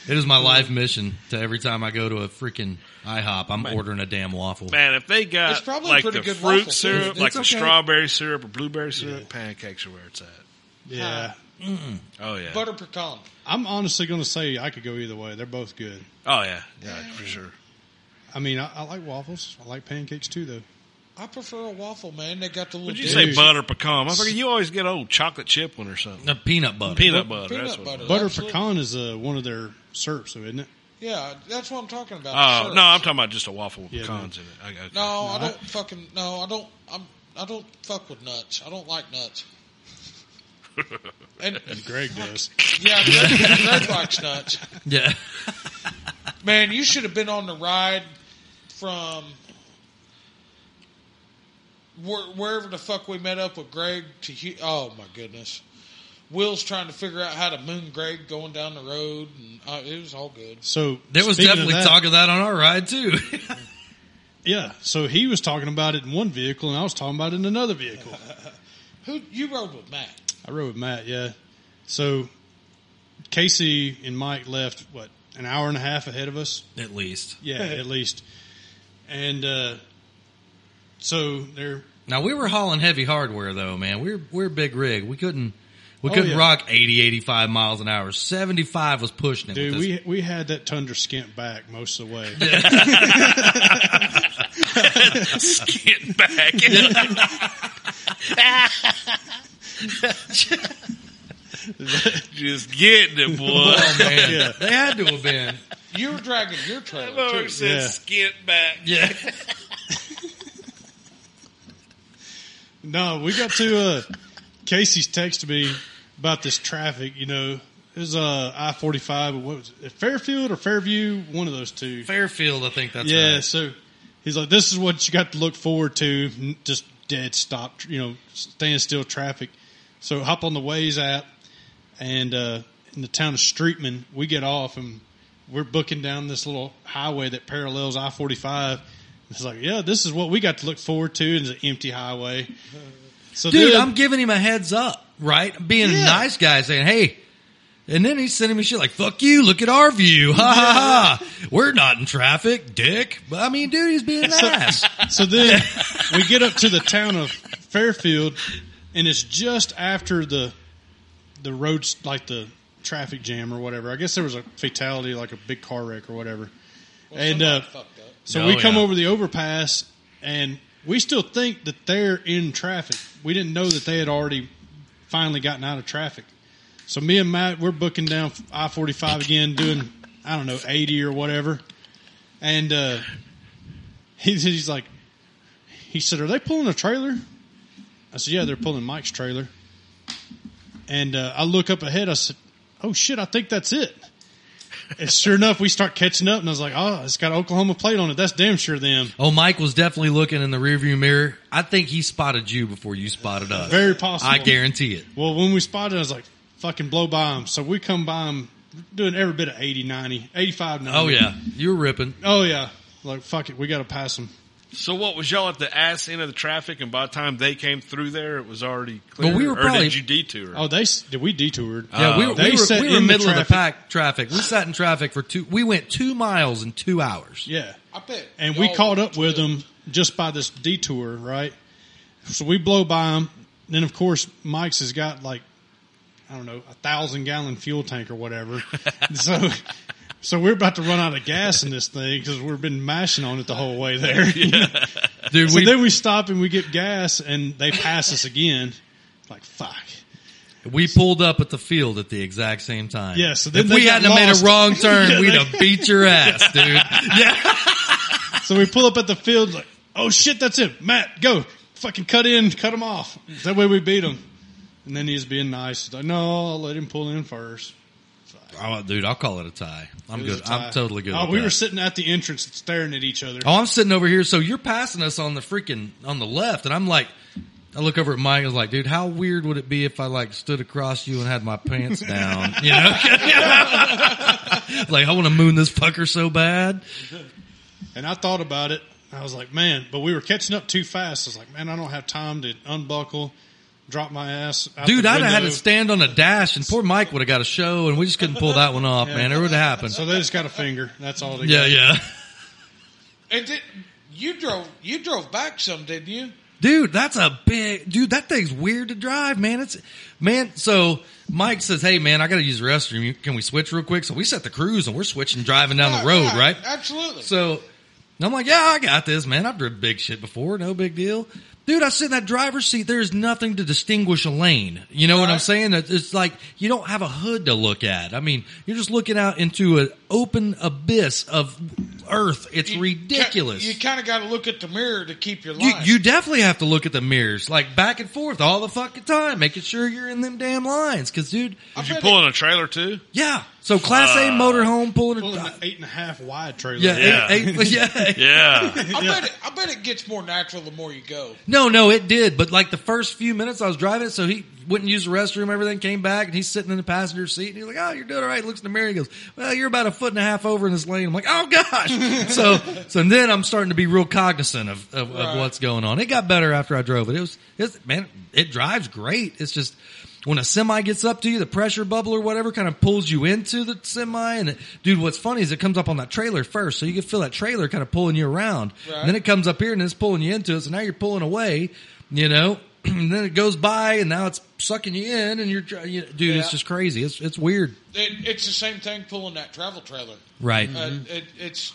[SPEAKER 1] It is my life mission to every time I go to a freaking IHOP, I'm ordering a damn waffle.
[SPEAKER 4] Man, if they
[SPEAKER 2] It's
[SPEAKER 4] got
[SPEAKER 2] probably
[SPEAKER 4] like
[SPEAKER 2] pretty
[SPEAKER 4] the
[SPEAKER 2] good
[SPEAKER 4] fruit
[SPEAKER 2] waffle, too.
[SPEAKER 4] syrup,
[SPEAKER 1] It's-
[SPEAKER 4] like
[SPEAKER 1] it's
[SPEAKER 4] the
[SPEAKER 1] okay.
[SPEAKER 4] strawberry syrup or blueberry syrup, pancakes are where it's at.
[SPEAKER 3] yeah.
[SPEAKER 4] Oh yeah.
[SPEAKER 2] Butter pecan.
[SPEAKER 3] I'm honestly going to say I could go either way. They're both good.
[SPEAKER 4] oh yeah. Yeah, for sure.
[SPEAKER 3] I mean, I, I like waffles. I like pancakes too, though.
[SPEAKER 2] I prefer a waffle, man. They got the little
[SPEAKER 4] Would you
[SPEAKER 2] dip.
[SPEAKER 4] say
[SPEAKER 3] Dude.
[SPEAKER 4] butter pecan? I figure you always get old chocolate chip one or something.
[SPEAKER 1] A Uh, peanut butter.
[SPEAKER 4] Peanut butter.
[SPEAKER 2] peanut
[SPEAKER 4] that's what
[SPEAKER 2] butter.
[SPEAKER 4] it was.
[SPEAKER 3] Butter
[SPEAKER 2] Absolutely.
[SPEAKER 3] pecan is uh, one of their syrups, though, isn't it?
[SPEAKER 2] Yeah, that's what I'm talking about.
[SPEAKER 4] Oh
[SPEAKER 2] Sure.
[SPEAKER 4] no, I'm talking about just a waffle with
[SPEAKER 3] Yeah,
[SPEAKER 4] pecans in it. I, okay.
[SPEAKER 2] no, I
[SPEAKER 3] No, I-
[SPEAKER 2] don't fucking no. I don't. I'm. I don't fuck with nuts. I don't like nuts. And
[SPEAKER 3] Greg does.
[SPEAKER 2] yeah, Greg, Greg likes nuts.
[SPEAKER 1] Yeah.
[SPEAKER 2] Man, you should have been on the ride from where, wherever the fuck we met up with Greg to. Hu- Oh my goodness, Will's trying to figure out how to moon Greg going down the road, and uh, it was all good.
[SPEAKER 3] So
[SPEAKER 1] There was
[SPEAKER 3] speaking of
[SPEAKER 1] definitely
[SPEAKER 3] that-
[SPEAKER 1] talk of that on our ride too.
[SPEAKER 3] Yeah. So he was talking about it in one vehicle, and I was talking about it in another vehicle.
[SPEAKER 2] Who you rode with, Matt?
[SPEAKER 3] I rode with Matt, yeah. So Casey and Mike left what an hour and a half ahead of us,
[SPEAKER 1] At least.
[SPEAKER 3] yeah, at least. And uh, so they're
[SPEAKER 1] Now we were hauling heavy hardware though, man. We're we're big rig. We couldn't we
[SPEAKER 3] Oh,
[SPEAKER 1] couldn't
[SPEAKER 3] yeah.
[SPEAKER 1] rock 80, 85 miles an hour. Seventy five was pushing it.
[SPEAKER 3] dude,
[SPEAKER 1] with this-
[SPEAKER 3] we we had that tundra skint back most of the way.
[SPEAKER 4] Get back. just getting it, boy.
[SPEAKER 1] oh man,
[SPEAKER 3] Yeah.
[SPEAKER 1] they had to have been.
[SPEAKER 2] You were dragging your trailer.
[SPEAKER 4] Lord
[SPEAKER 2] Too.
[SPEAKER 4] said,
[SPEAKER 3] Yeah.
[SPEAKER 4] skit back.
[SPEAKER 1] Yeah,
[SPEAKER 3] No, we got to uh, Casey's text me about this traffic. You know, it was uh, I forty five. What was it, Fairfield or Fairview? One of those two.
[SPEAKER 1] Fairfield, I think that's
[SPEAKER 3] yeah.
[SPEAKER 1] right.
[SPEAKER 3] So he's like, this is what you got to look forward to. n- Just dead stop, tr- you know, standstill traffic. So hop on the Waze app and, uh, in the town of Streetman, we get off and we're booking down this little highway that parallels I-45. It's like, yeah, this is what we got to look forward to. It's an empty highway. So
[SPEAKER 1] Dude,
[SPEAKER 3] then-
[SPEAKER 1] I'm giving him a heads up, right? Being a
[SPEAKER 3] Yeah.
[SPEAKER 1] nice guy, saying, "Hey," and then he's sending me shit like, "Fuck you! Look at our view! Ha ha ha! We're not in traffic, dick." But I mean, dude, he's being nice.
[SPEAKER 3] So then we get up to the town of Fairfield, and it's just after the the roads, like the traffic jam or whatever. I guess there was a fatality, like a big car wreck or whatever. and uh,
[SPEAKER 2] fucked up.
[SPEAKER 3] so
[SPEAKER 1] Oh,
[SPEAKER 3] we come
[SPEAKER 1] yeah.
[SPEAKER 3] over the overpass, and we still think that they're in traffic. We didn't know that they had already finally gotten out of traffic. So me and Matt, we're booking down I forty five again, doing I don't know eighty or whatever, and uh, he's, he's like, He said, "Are they pulling a trailer?" I said, "Yeah, they're pulling Mike's trailer." And uh, I look up ahead. I said, "Oh shit! I think that's it." And sure enough, we start catching up, and I was like, "Oh, it's got an Oklahoma plate on it. That's damn sure them."
[SPEAKER 1] Oh, Mike was definitely looking in the rearview mirror. I think he spotted you before you spotted us.
[SPEAKER 3] Very possible.
[SPEAKER 1] I guarantee it.
[SPEAKER 3] Well, when we spotted, it, I was like, "Fucking blow by them." So we come by them, doing every bit of 80, 90, 85, 90.
[SPEAKER 1] Oh yeah, you were ripping.
[SPEAKER 3] Oh yeah. Like fuck it, we got to pass them.
[SPEAKER 4] So what was y'all at the ass end of the traffic, and by the time they came through there, it was already clear.
[SPEAKER 1] we were
[SPEAKER 4] or
[SPEAKER 1] probably-
[SPEAKER 4] did you detour?
[SPEAKER 3] Oh, they s- did. We detoured.
[SPEAKER 1] Yeah, we, were-
[SPEAKER 3] Uh, They
[SPEAKER 1] we were,
[SPEAKER 3] sat
[SPEAKER 1] we were
[SPEAKER 3] in the
[SPEAKER 1] middle of the
[SPEAKER 3] traffic.
[SPEAKER 1] pack traffic. We sat in traffic for two. We went two miles in two hours.
[SPEAKER 3] yeah.
[SPEAKER 2] I bet.
[SPEAKER 3] And we
[SPEAKER 2] y'all
[SPEAKER 3] caught
[SPEAKER 2] were
[SPEAKER 3] up with them just by this detour, right? So we blow by them. Then, of course, Mike's has got like, I don't know, a thousand gallon fuel tank or whatever. so, so we're about to run out of gas in this thing because we've been mashing on it the whole way there.
[SPEAKER 1] Dude,
[SPEAKER 3] so
[SPEAKER 1] we,
[SPEAKER 3] then we stop and we get gas and they pass us again. Like, fuck.
[SPEAKER 1] we pulled up at the field at the exact same time.
[SPEAKER 3] Yeah, so then
[SPEAKER 1] if
[SPEAKER 3] they
[SPEAKER 1] we
[SPEAKER 3] got
[SPEAKER 1] hadn't have made
[SPEAKER 3] lost.
[SPEAKER 1] a wrong turn,
[SPEAKER 3] Yeah,
[SPEAKER 1] we'd
[SPEAKER 3] they-
[SPEAKER 1] have beat your ass, dude. Yeah.
[SPEAKER 3] So we pull up at the field like, oh shit, that's it. Matt, go. Fucking cut in, cut him off. That way we beat him. And then he's being nice. He's like, no, I'll let him pull in first.
[SPEAKER 1] Oh, dude, I'll call it a tie. I'm
[SPEAKER 3] It was
[SPEAKER 1] good.
[SPEAKER 3] a tie.
[SPEAKER 1] I'm totally good.
[SPEAKER 3] Oh,
[SPEAKER 1] with
[SPEAKER 3] we
[SPEAKER 1] that.
[SPEAKER 3] were sitting at the entrance staring at each other.
[SPEAKER 1] Oh, I'm sitting over here. So you're passing us on the freaking on the left, and I'm like, I look over at Mike. I was like, dude, how weird would it be if I like stood across you and had my pants down? You know, like I want to moon this fucker so bad.
[SPEAKER 3] And I thought about it. I was like, man, but we were catching up too fast. I was like, man, I don't have time to unbuckle, drop my ass. Out
[SPEAKER 1] Dude,
[SPEAKER 3] the
[SPEAKER 1] I'd have had
[SPEAKER 3] window.
[SPEAKER 1] to stand on a dash, and poor Mike would have got a show, and we just couldn't pull that one off, man. It would have happened.
[SPEAKER 3] So they just got a finger. That's all they
[SPEAKER 1] yeah,
[SPEAKER 3] got.
[SPEAKER 1] yeah.
[SPEAKER 2] And did, you drove you drove back some, didn't you?
[SPEAKER 1] Dude, that's a big dude. That thing's weird to drive, man. It's man. So Mike says, "Hey, man, I got to use the restroom. You- Can we switch real quick?" So we set the cruise and we're switching driving down the road, right?
[SPEAKER 2] Absolutely.
[SPEAKER 1] So and I'm like, "Yeah, I got this, man. I've driven big shit before. No big deal." Dude, I sit in that driver's seat. There's nothing to distinguish a lane. You know what I'm
[SPEAKER 2] Right.
[SPEAKER 1] saying? It's it's like you don't have a hood to look at. I mean, you're just looking out into an open abyss of earth. It's
[SPEAKER 2] You
[SPEAKER 1] ridiculous.
[SPEAKER 2] ki- You kind of got to look at the mirror to keep your
[SPEAKER 1] You,
[SPEAKER 2] line.
[SPEAKER 1] you definitely have to look at the mirrors, like back and forth all the fucking time, making sure you're in them damn lines. Cause dude,
[SPEAKER 2] I
[SPEAKER 4] Did you
[SPEAKER 2] bet
[SPEAKER 4] pull
[SPEAKER 2] it-
[SPEAKER 4] in a trailer too?
[SPEAKER 1] yeah. So class A motorhome pulling,
[SPEAKER 3] Pulling
[SPEAKER 1] a,
[SPEAKER 3] the eight and a half wide trailer.
[SPEAKER 1] yeah,
[SPEAKER 4] Yeah.
[SPEAKER 1] eight- eight- yeah.
[SPEAKER 4] Yeah.
[SPEAKER 2] I bet it, I bet it gets more natural the more you go.
[SPEAKER 1] No, no, it did. But like the first few minutes I was driving it, so he wouldn't use the restroom, everything came back and he's sitting in the passenger seat and he's like, Oh, you're doing all right. Looks in the mirror. He goes, Well, you're about a foot and a half over in this lane. I'm like, Oh gosh. so, so then I'm starting to be real cognizant of, of, of
[SPEAKER 2] Right.
[SPEAKER 1] what's going on. It got better after I drove it. It was, it's, man, it drives great. It's just, when a semi gets up to you, the pressure bubble or whatever kind of pulls you into the semi. And it, dude, what's funny is it comes up on that trailer first. So you can feel that trailer kind of pulling you around.
[SPEAKER 2] Right.
[SPEAKER 1] And then it comes up here and it's pulling you into it. So now you're pulling away, you know, and then it goes by and now it's sucking you in and you're, dr- you, dude, it's
[SPEAKER 2] Yeah.
[SPEAKER 1] just crazy. It's, it's weird.
[SPEAKER 2] It, it's the same thing pulling that travel trailer.
[SPEAKER 1] Right.
[SPEAKER 2] Uh, it, it's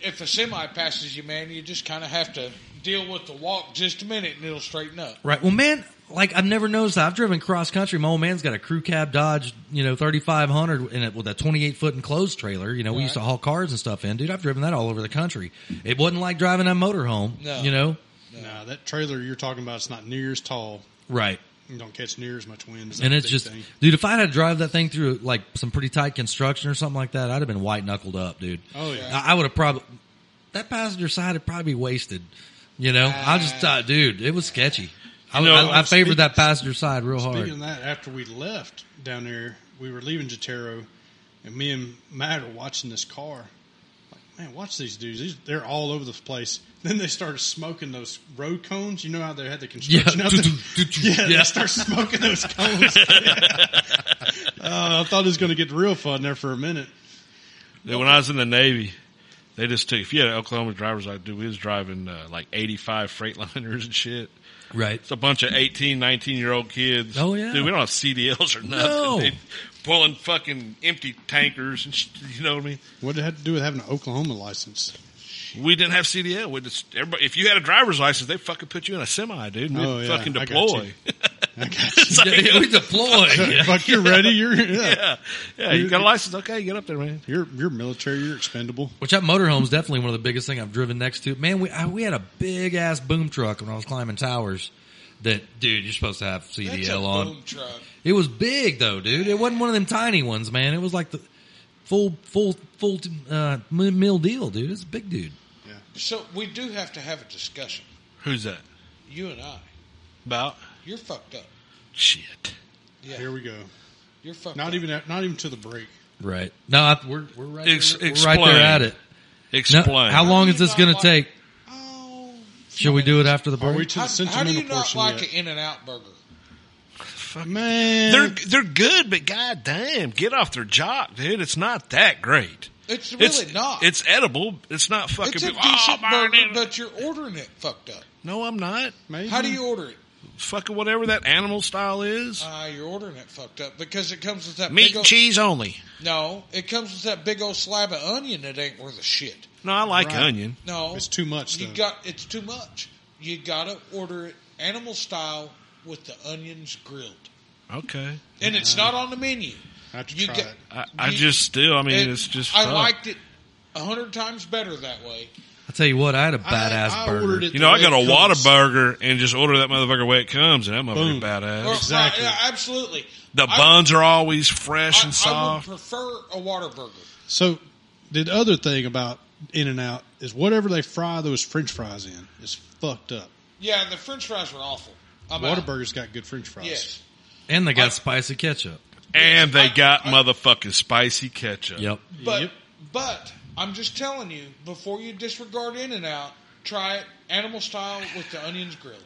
[SPEAKER 2] if a semi passes you, man, you just kind of have to deal with the walk just a minute, and it'll straighten up.
[SPEAKER 1] Right. Well, man, like I've never noticed that. I've driven cross country. My old man's got a crew cab Dodge, you know, 3500 in it with a 28 foot enclosed trailer. You know, we used to haul cars and stuff in. Dude, I've driven that all over the country. It wasn't like driving a motorhome,
[SPEAKER 2] No.
[SPEAKER 1] you know?
[SPEAKER 3] Nah, that trailer you're talking about, it's not near as tall.
[SPEAKER 1] Right.
[SPEAKER 3] You don't catch near as much wind. as
[SPEAKER 1] And
[SPEAKER 3] that
[SPEAKER 1] it's
[SPEAKER 3] big
[SPEAKER 1] just,
[SPEAKER 3] thing.
[SPEAKER 1] dude, if I had to drive that thing through like some pretty tight construction or something like that, I'd have been white knuckled up, dude.
[SPEAKER 3] Oh, yeah.
[SPEAKER 1] I, I would have probably, that passenger side would probably be wasted. You know, I
[SPEAKER 3] Ah.
[SPEAKER 1] just, uh, dude, it was sketchy. I,
[SPEAKER 4] You know,
[SPEAKER 1] I, I favored
[SPEAKER 3] speaking-
[SPEAKER 1] that passenger side real hard.
[SPEAKER 3] Speaking of that, after we left down there, we were leaving Jotero, and me and Matt are watching this car. Like, man, watch these dudes. These, they're all over the place. Then they started smoking those road cones. You know how they had the construction
[SPEAKER 1] Yeah.
[SPEAKER 3] out there?
[SPEAKER 1] Yeah.
[SPEAKER 3] yeah, they start smoking those cones. Uh, I thought it was going to get real fun there for a minute.
[SPEAKER 4] When I was in the Navy, they just took, if you had an Oklahoma driver's like dude, we was driving uh, like 85 Freightliners and shit.
[SPEAKER 1] right.
[SPEAKER 4] It's a bunch of 18, 19 year old kids.
[SPEAKER 1] Oh, yeah.
[SPEAKER 4] Dude, we don't have CDLs or nothing.
[SPEAKER 1] No.
[SPEAKER 4] They pulling fucking empty tankers and sh- you know what I mean?
[SPEAKER 3] What did it have to do with having an Oklahoma license?
[SPEAKER 4] We didn't have CDL. We just, everybody, if you had a driver's license, they fucking put you in a semi, dude. and We'd
[SPEAKER 3] Oh, yeah.
[SPEAKER 4] fucking
[SPEAKER 3] I got you.
[SPEAKER 4] deploy. It's like,
[SPEAKER 1] Yeah, we deployed.
[SPEAKER 3] Fuck, you're ready. You're yeah.
[SPEAKER 4] yeah, yeah, you got a license. Okay, get up there, man.
[SPEAKER 3] You're you're military. You're expendable.
[SPEAKER 1] Which that motorhome's definitely one of the biggest thing I've driven next to. Man, we I, we had a big ass boom truck when I was climbing towers. That dude, you're supposed to have
[SPEAKER 2] That's
[SPEAKER 1] CDL
[SPEAKER 2] a
[SPEAKER 1] on.
[SPEAKER 2] boom truck.
[SPEAKER 1] It was big though, dude. It wasn't one of them tiny ones, man. It was like the full, full, full uh, mi- mill deal, dude. It's a big dude.
[SPEAKER 2] So we do have to have a discussion.
[SPEAKER 4] Who's that?
[SPEAKER 2] You and I.
[SPEAKER 4] About
[SPEAKER 2] You're fucked up.
[SPEAKER 4] shit.
[SPEAKER 2] Yeah.
[SPEAKER 3] Here we go.
[SPEAKER 2] You're fucked
[SPEAKER 3] Not
[SPEAKER 2] up.
[SPEAKER 3] even at, not even to the break.
[SPEAKER 1] Right. No, I, we're we're right,
[SPEAKER 4] Ex-
[SPEAKER 1] there, we're right there at it. No,
[SPEAKER 4] Explain.
[SPEAKER 1] how long is this going to take?
[SPEAKER 2] Oh.
[SPEAKER 1] Should we do it after the
[SPEAKER 3] Are we
[SPEAKER 1] break?
[SPEAKER 3] to the
[SPEAKER 2] How, how do
[SPEAKER 3] sentimental
[SPEAKER 2] you not
[SPEAKER 3] portion
[SPEAKER 2] like
[SPEAKER 3] yet?
[SPEAKER 2] an In-N-Out burger?
[SPEAKER 3] Man,
[SPEAKER 4] They're they're good, but god damn, get off their jock, dude. It's not that great.
[SPEAKER 2] It's really not.
[SPEAKER 4] It's edible. It's not fucking.
[SPEAKER 2] It's a
[SPEAKER 4] Oh,
[SPEAKER 2] decent
[SPEAKER 4] my
[SPEAKER 2] burger,
[SPEAKER 4] God.
[SPEAKER 2] but you're ordering it fucked up.
[SPEAKER 4] no, I'm not.
[SPEAKER 3] Maybe.
[SPEAKER 2] How do you order it?
[SPEAKER 4] Fucking whatever that animal style is.
[SPEAKER 2] Ah, you're ordering it fucked up because it comes with that
[SPEAKER 4] Meat
[SPEAKER 2] big
[SPEAKER 4] and
[SPEAKER 2] old,
[SPEAKER 4] cheese only.
[SPEAKER 2] No, it comes with that big old slab of onion that ain't worth a shit.
[SPEAKER 4] No, I like
[SPEAKER 3] Right.
[SPEAKER 4] onion.
[SPEAKER 2] No,
[SPEAKER 3] It's too much,
[SPEAKER 2] You
[SPEAKER 3] though.
[SPEAKER 2] got it's too much. You gotta order it animal style with the onions grilled,
[SPEAKER 4] Okay.
[SPEAKER 2] and it's not on the menu.
[SPEAKER 3] I have to
[SPEAKER 2] You
[SPEAKER 3] try
[SPEAKER 2] get-
[SPEAKER 3] it.
[SPEAKER 4] I, I
[SPEAKER 2] You-
[SPEAKER 4] just still, I mean,
[SPEAKER 2] It-
[SPEAKER 4] it's just.
[SPEAKER 2] I
[SPEAKER 4] fuck.
[SPEAKER 2] liked it a hundred times better that way.
[SPEAKER 1] I tell you what, I had a
[SPEAKER 3] I-
[SPEAKER 1] badass
[SPEAKER 3] I
[SPEAKER 1] burger.
[SPEAKER 3] ordered it
[SPEAKER 4] You
[SPEAKER 3] the
[SPEAKER 4] know, I
[SPEAKER 3] way
[SPEAKER 4] got
[SPEAKER 3] it
[SPEAKER 4] a water
[SPEAKER 3] comes.
[SPEAKER 4] burger and just order that motherfucker way it comes, and that motherfucker
[SPEAKER 3] Boom.
[SPEAKER 2] Or-
[SPEAKER 4] badass.
[SPEAKER 3] Exactly.
[SPEAKER 2] right, yeah, absolutely.
[SPEAKER 4] The
[SPEAKER 2] I-
[SPEAKER 4] buns are always
[SPEAKER 2] I,
[SPEAKER 4] fresh
[SPEAKER 2] I
[SPEAKER 4] and soft.
[SPEAKER 2] would prefer a water burger.
[SPEAKER 3] So the other thing about In and Out is whatever they fry those French fries in is fucked up.
[SPEAKER 2] Yeah, the French fries were awful. I'm out.
[SPEAKER 3] Whataburger's got good French fries.
[SPEAKER 2] Yes.
[SPEAKER 1] and they got spicy ketchup.
[SPEAKER 4] and they
[SPEAKER 2] I-
[SPEAKER 4] got
[SPEAKER 2] I-
[SPEAKER 4] motherfucking spicy ketchup.
[SPEAKER 1] Yep.
[SPEAKER 2] But
[SPEAKER 3] Yep.
[SPEAKER 2] but I'm just telling you, before you disregard In and Out, try it animal style with the onions grilled.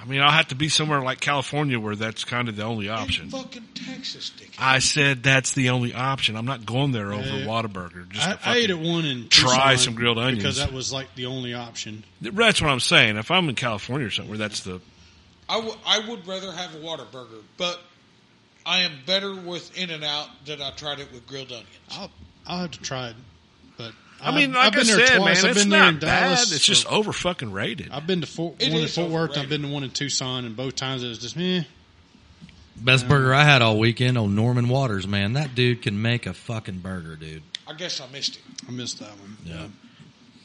[SPEAKER 4] I mean, I'll have to be somewhere like California where that's kind of the only
[SPEAKER 2] In
[SPEAKER 4] option.
[SPEAKER 2] fucking Texas, dick.
[SPEAKER 4] I said that's the only option. I'm not going there over
[SPEAKER 3] Yeah.
[SPEAKER 4] Whataburger. Just
[SPEAKER 3] I,
[SPEAKER 4] to
[SPEAKER 3] I ate at
[SPEAKER 4] fucking-
[SPEAKER 3] one and
[SPEAKER 4] try some grilled onions.
[SPEAKER 3] because that was like the only option.
[SPEAKER 4] That's what I'm saying. If I'm in California or something where that's the
[SPEAKER 2] I, w- I would rather have a water burger, but I am better with In and Out than I tried it with grilled onions.
[SPEAKER 3] I'll I'll have to try it, but
[SPEAKER 4] I
[SPEAKER 3] I've-
[SPEAKER 4] mean,
[SPEAKER 3] I've
[SPEAKER 4] like I
[SPEAKER 3] been there
[SPEAKER 4] said,
[SPEAKER 3] twice.
[SPEAKER 4] man,
[SPEAKER 3] I've
[SPEAKER 4] it's
[SPEAKER 3] been there in
[SPEAKER 4] not bad.
[SPEAKER 3] Dallas.
[SPEAKER 4] it's just over fucking rated.
[SPEAKER 3] I've been to Fort,
[SPEAKER 2] It
[SPEAKER 3] one in
[SPEAKER 2] is
[SPEAKER 3] Fort Worth. I've
[SPEAKER 2] overrated.
[SPEAKER 3] been to one in Tucson, and both times it was just meh.
[SPEAKER 1] Best burger I had all weekend. Oh, Norman Waters, man, that dude can make a fucking burger, dude.
[SPEAKER 2] I guess I missed it.
[SPEAKER 3] I missed that one.
[SPEAKER 1] Yeah.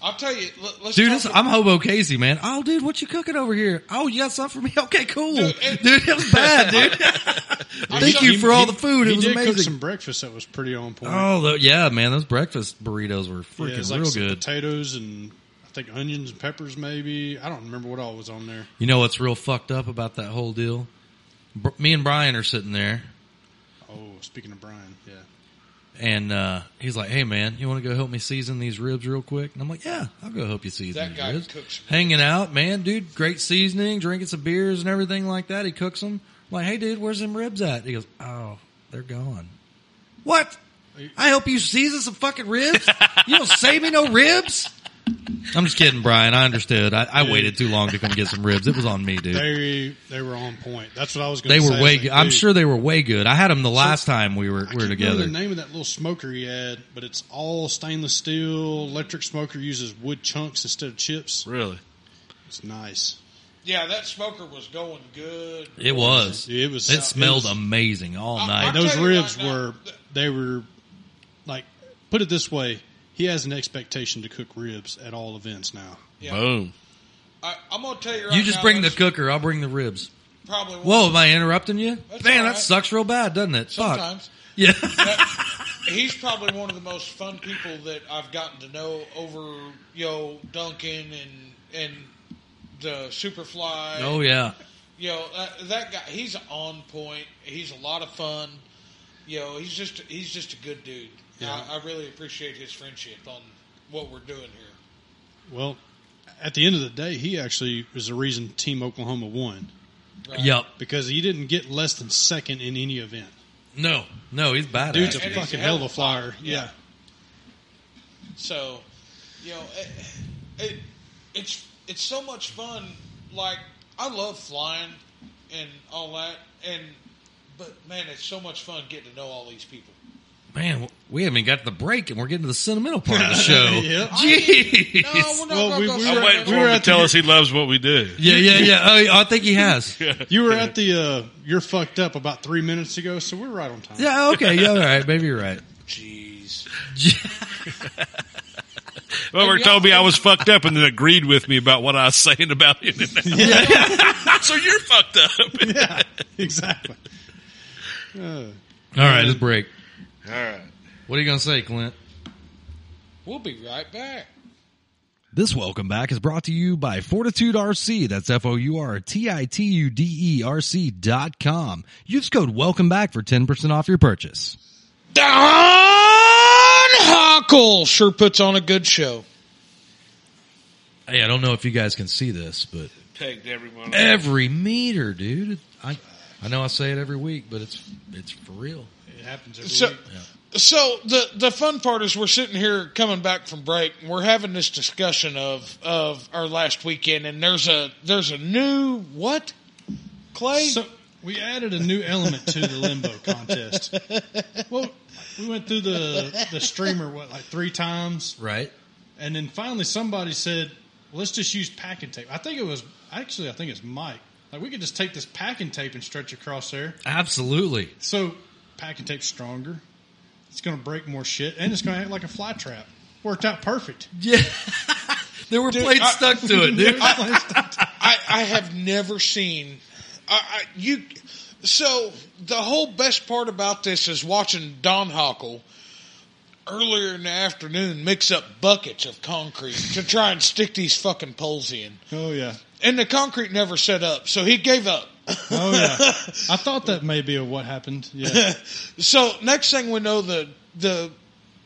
[SPEAKER 2] I'll tell you. Let, let's
[SPEAKER 1] Dude,
[SPEAKER 2] talk
[SPEAKER 1] it's,
[SPEAKER 2] about-
[SPEAKER 1] I'm Hobo Casey, man. Oh, dude, what you cooking over here? Oh, you got something for me? Okay, cool. Dude,
[SPEAKER 2] Dude, it-
[SPEAKER 1] it was bad, dude. Thank you for all the food.
[SPEAKER 3] He
[SPEAKER 1] It was
[SPEAKER 3] did
[SPEAKER 1] amazing.
[SPEAKER 3] cook some breakfast that was pretty on point.
[SPEAKER 1] Oh, tho- yeah, man. Those breakfast burritos were
[SPEAKER 3] Yeah,
[SPEAKER 1] freaking
[SPEAKER 3] it was like
[SPEAKER 1] real
[SPEAKER 3] some
[SPEAKER 1] good.
[SPEAKER 3] potatoes and I think onions and peppers, maybe. I don't remember what all was on there.
[SPEAKER 1] You know what's real fucked up about that whole deal? Br- me and Brian are sitting there,
[SPEAKER 3] Oh, speaking of Brian, yeah.
[SPEAKER 1] and uh, he's like, "Hey, man, you want to go help me season these ribs real quick?" And I'm like, "Yeah, I'll go help you season
[SPEAKER 2] That
[SPEAKER 1] these
[SPEAKER 2] guy
[SPEAKER 1] ribs."
[SPEAKER 2] cooks ribs.
[SPEAKER 1] Hanging out, man, dude. Great seasoning, drinking some beers and everything like that. He cooks them. I'm like, "Hey, dude, where's them ribs at?" He goes, "Oh, they're gone." What? I help you season some fucking ribs. you don't save me no ribs. I'm just kidding, Brian. I understood. I, I waited too long to come get some ribs. It was on me, dude.
[SPEAKER 3] They they were on point. That's what I was
[SPEAKER 1] They
[SPEAKER 3] going to say.
[SPEAKER 1] were way.
[SPEAKER 3] Like,
[SPEAKER 1] good. I'm
[SPEAKER 3] dude,
[SPEAKER 1] sure they were way good. I had them the last time we were we
[SPEAKER 3] I
[SPEAKER 1] were
[SPEAKER 3] can't remember
[SPEAKER 1] together.
[SPEAKER 3] the name of that little smoker he had, but it's all stainless steel. Electric smoker uses wood chunks instead of chips.
[SPEAKER 4] really?
[SPEAKER 3] It's nice.
[SPEAKER 2] yeah, that smoker was going good.
[SPEAKER 1] It was.
[SPEAKER 3] It was.
[SPEAKER 1] It smelled
[SPEAKER 3] was-
[SPEAKER 1] amazing all
[SPEAKER 2] I-
[SPEAKER 1] night.
[SPEAKER 2] I-
[SPEAKER 3] Those
[SPEAKER 2] tell you
[SPEAKER 3] ribs
[SPEAKER 2] right now,
[SPEAKER 3] were.
[SPEAKER 2] th-
[SPEAKER 3] They were. Like, put it this way, he has an expectation to cook ribs at all events now.
[SPEAKER 2] Yeah.
[SPEAKER 4] Boom.
[SPEAKER 2] I, I'm gonna tell you right
[SPEAKER 1] you just
[SPEAKER 2] now,
[SPEAKER 1] bring the
[SPEAKER 2] that's
[SPEAKER 1] cooker. I'll bring the ribs.
[SPEAKER 2] probably one-
[SPEAKER 1] Whoa, am I interrupting you?
[SPEAKER 2] That's
[SPEAKER 1] Man,
[SPEAKER 2] all
[SPEAKER 1] that
[SPEAKER 2] right.
[SPEAKER 1] sucks real bad, doesn't it? Fuck.
[SPEAKER 2] sometimes.
[SPEAKER 1] Yeah.
[SPEAKER 2] he's probably one of the most fun people that I've gotten to know over yo Duncan and and the Superfly.
[SPEAKER 1] oh yeah.
[SPEAKER 2] Yo, uh, that guy, he's on point. He's a lot of fun. Yo, he's just he's just a good dude.
[SPEAKER 3] Yeah.
[SPEAKER 2] I, I really appreciate his friendship on what we're doing here.
[SPEAKER 3] Well, at the end of the day, he actually was the reason Team Oklahoma won
[SPEAKER 2] Right?
[SPEAKER 1] Yep.
[SPEAKER 3] because he didn't get less than second in any event.
[SPEAKER 1] No. No, he's badass.
[SPEAKER 3] Dude's a
[SPEAKER 2] And he's
[SPEAKER 3] fucking hell of a flyer. Yeah.
[SPEAKER 2] So, you know, it, it, it's it's so much fun. Like I love flying and all that, and but man, it's so much fun getting to know all these people.
[SPEAKER 1] Man, We haven't got the break, and we're getting to the sentimental part of the show.
[SPEAKER 3] Yep.
[SPEAKER 1] Jeez.
[SPEAKER 2] No, we're not
[SPEAKER 3] Well,
[SPEAKER 2] gonna
[SPEAKER 3] we-
[SPEAKER 2] go
[SPEAKER 3] we
[SPEAKER 2] straight
[SPEAKER 3] were-
[SPEAKER 4] I'm waiting
[SPEAKER 2] to
[SPEAKER 4] for
[SPEAKER 3] we were
[SPEAKER 4] him to
[SPEAKER 3] at the-
[SPEAKER 4] tell us what we do.
[SPEAKER 1] yeah, yeah, yeah. Oh, I think he has. Yeah.
[SPEAKER 3] You were at the uh, you're fucked up about three minutes ago, so we're right on time.
[SPEAKER 1] Okay. Yeah. All right. Maybe you're right.
[SPEAKER 2] Jeez.
[SPEAKER 4] Whoever
[SPEAKER 2] Maybe
[SPEAKER 4] told
[SPEAKER 2] I'll-
[SPEAKER 4] me I was fucked up and then agreed with me about what I was saying about it. so you're fucked up.
[SPEAKER 3] Yeah, exactly.
[SPEAKER 1] All
[SPEAKER 3] Uh,
[SPEAKER 1] right. Let's break.
[SPEAKER 4] All right.
[SPEAKER 1] What are you gonna say, Clint?
[SPEAKER 2] We'll be right back.
[SPEAKER 1] This welcome back is brought to you by Fortitude RC. That's F O U R T I T U D E R C dot com. Use code welcome back for 10% off your purchase.
[SPEAKER 2] Don Hockle sure puts on a good show.
[SPEAKER 1] Hey, I don't know if you guys can see this, but
[SPEAKER 4] Pegged everyone.
[SPEAKER 1] every meter, dude. I, I know I say it every week, but it's, it's for real.
[SPEAKER 3] it happens every
[SPEAKER 2] So,
[SPEAKER 3] week.
[SPEAKER 2] so the the fun part is we're sitting here coming back from break. And we're having this discussion of of our last weekend, and there's a there's a new what Clay.
[SPEAKER 3] So we added a new element to the limbo contest. Well, we went through the the streamer what like three times,
[SPEAKER 1] Right?
[SPEAKER 3] and then finally somebody said, "Let's just use packing tape." I think it was actually I think it's Mike. Like we could just take this packing tape and stretch across there.
[SPEAKER 1] Absolutely.
[SPEAKER 3] So packing tape's stronger. It's going to break more shit, and it's going to act like a fly trap. Worked out perfect.
[SPEAKER 1] Yeah. there were plates
[SPEAKER 2] I-
[SPEAKER 1] stuck to it, dude.
[SPEAKER 2] I, I have never seen I, I, you. So the whole best part about this is watching Don Hockle earlier in the afternoon mix up buckets of concrete to try and stick these fucking poles in,
[SPEAKER 3] oh yeah.
[SPEAKER 2] and the concrete never set up, so he gave up.
[SPEAKER 3] Oh yeah. I thought that may be what happened. Yeah.
[SPEAKER 2] So next thing we know, the the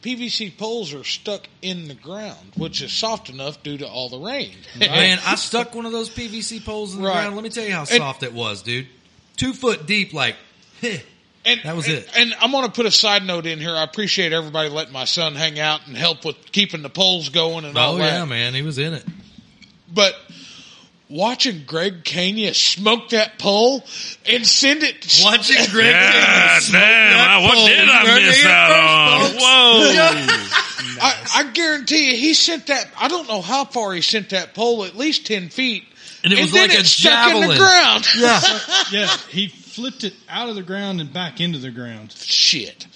[SPEAKER 2] PVC poles are stuck in the ground, which is soft enough due to all the rain.
[SPEAKER 1] Man, I stuck one of those PVC poles in the
[SPEAKER 2] Right.
[SPEAKER 1] ground. Let me tell you how soft it was, dude. Two foot deep, like, heh.
[SPEAKER 2] And,
[SPEAKER 1] That was
[SPEAKER 2] and-
[SPEAKER 1] it.
[SPEAKER 2] And I'm going to put a side note in here. I appreciate everybody letting my son hang out and help with keeping the polls going and all
[SPEAKER 1] Oh,
[SPEAKER 2] that.
[SPEAKER 1] yeah, man. He was in it.
[SPEAKER 2] But watching Greg Kenya smoke that pole and send it,
[SPEAKER 1] Watching Greg
[SPEAKER 4] God damn, I, what did I miss out on? Whoa.
[SPEAKER 2] I, I guarantee you, he sent that. I don't know how far he sent that pole, at least ten feet.
[SPEAKER 1] And it was
[SPEAKER 2] then
[SPEAKER 1] like a
[SPEAKER 2] it's stuck in the
[SPEAKER 1] javelin.
[SPEAKER 2] ground.
[SPEAKER 1] Yeah.
[SPEAKER 3] yeah. He flipped it out of the ground and back into the ground.
[SPEAKER 2] Shit,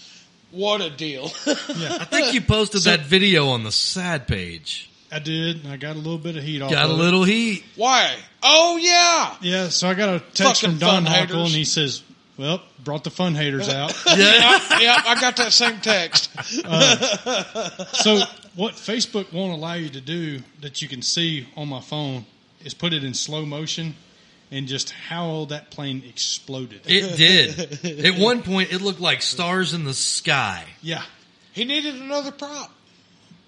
[SPEAKER 2] what a deal!
[SPEAKER 1] I think you posted that video on the sad page.
[SPEAKER 3] I did. and I got a little bit of heat off.
[SPEAKER 1] Got a
[SPEAKER 3] of it.
[SPEAKER 1] little heat.
[SPEAKER 2] Why? Oh yeah,
[SPEAKER 3] Yeah. So I got a text
[SPEAKER 2] Fucking
[SPEAKER 3] from Don
[SPEAKER 2] fun
[SPEAKER 3] Hockle,
[SPEAKER 2] haters.
[SPEAKER 3] and he says, "Well, brought the fun haters out."
[SPEAKER 1] Yeah.
[SPEAKER 2] yeah. I got that same text.
[SPEAKER 3] so what Facebook won't allow you to do that you can see on my phone is put it in slow motion and just how that plane exploded.
[SPEAKER 1] It did. At one point, it looked like stars in the sky.
[SPEAKER 3] yeah.
[SPEAKER 2] He needed another prop.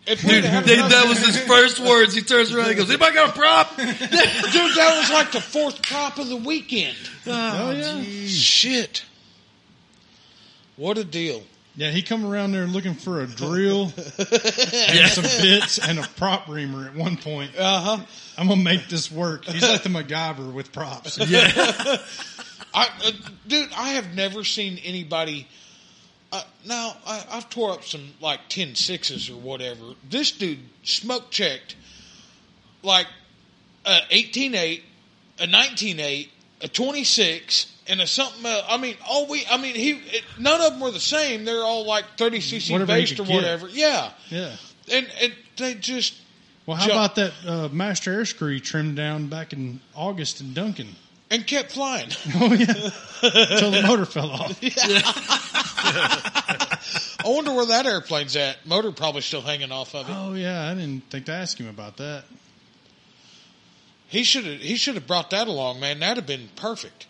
[SPEAKER 2] If
[SPEAKER 1] Dude,
[SPEAKER 2] we'd have
[SPEAKER 1] they-
[SPEAKER 2] another-
[SPEAKER 1] that was his first words. He turns around and goes, anybody got a prop?
[SPEAKER 2] dude. That was like the fourth prop of the weekend.
[SPEAKER 1] Oh,
[SPEAKER 3] yeah.
[SPEAKER 2] Shit, what a deal!
[SPEAKER 3] Yeah, he come around there looking for a drill and some bits and a prop reamer at one point.
[SPEAKER 2] Uh
[SPEAKER 1] Uh-huh.
[SPEAKER 2] huh.
[SPEAKER 3] I'm gonna make this work. He's like the MacGyver with props. Yeah,
[SPEAKER 2] I, uh, dude, I have never seen anybody. Uh, now I, I've tore up some like 10 sixes or whatever. This dude smoke checked like a eighteen eight, a nineteen eight, a twenty six, and a something. Else. I mean, all we. I mean, he. It, none of them were the same. They're all like thirty cc
[SPEAKER 3] Whatever he
[SPEAKER 2] based or
[SPEAKER 3] could get.
[SPEAKER 2] whatever. Yeah,
[SPEAKER 3] yeah.
[SPEAKER 2] and and they just
[SPEAKER 3] Well, how
[SPEAKER 2] Joe-
[SPEAKER 3] about that uh, master air screw you trimmed down back in August in Duncan?
[SPEAKER 2] and kept flying.
[SPEAKER 3] Oh yeah, until the motor fell off.
[SPEAKER 2] I wonder where that airplane's at. Motor probably still hanging off of it.
[SPEAKER 3] Oh yeah, I didn't think to ask him about that.
[SPEAKER 2] He should have. He should have brought that along, man. That'd have been perfect.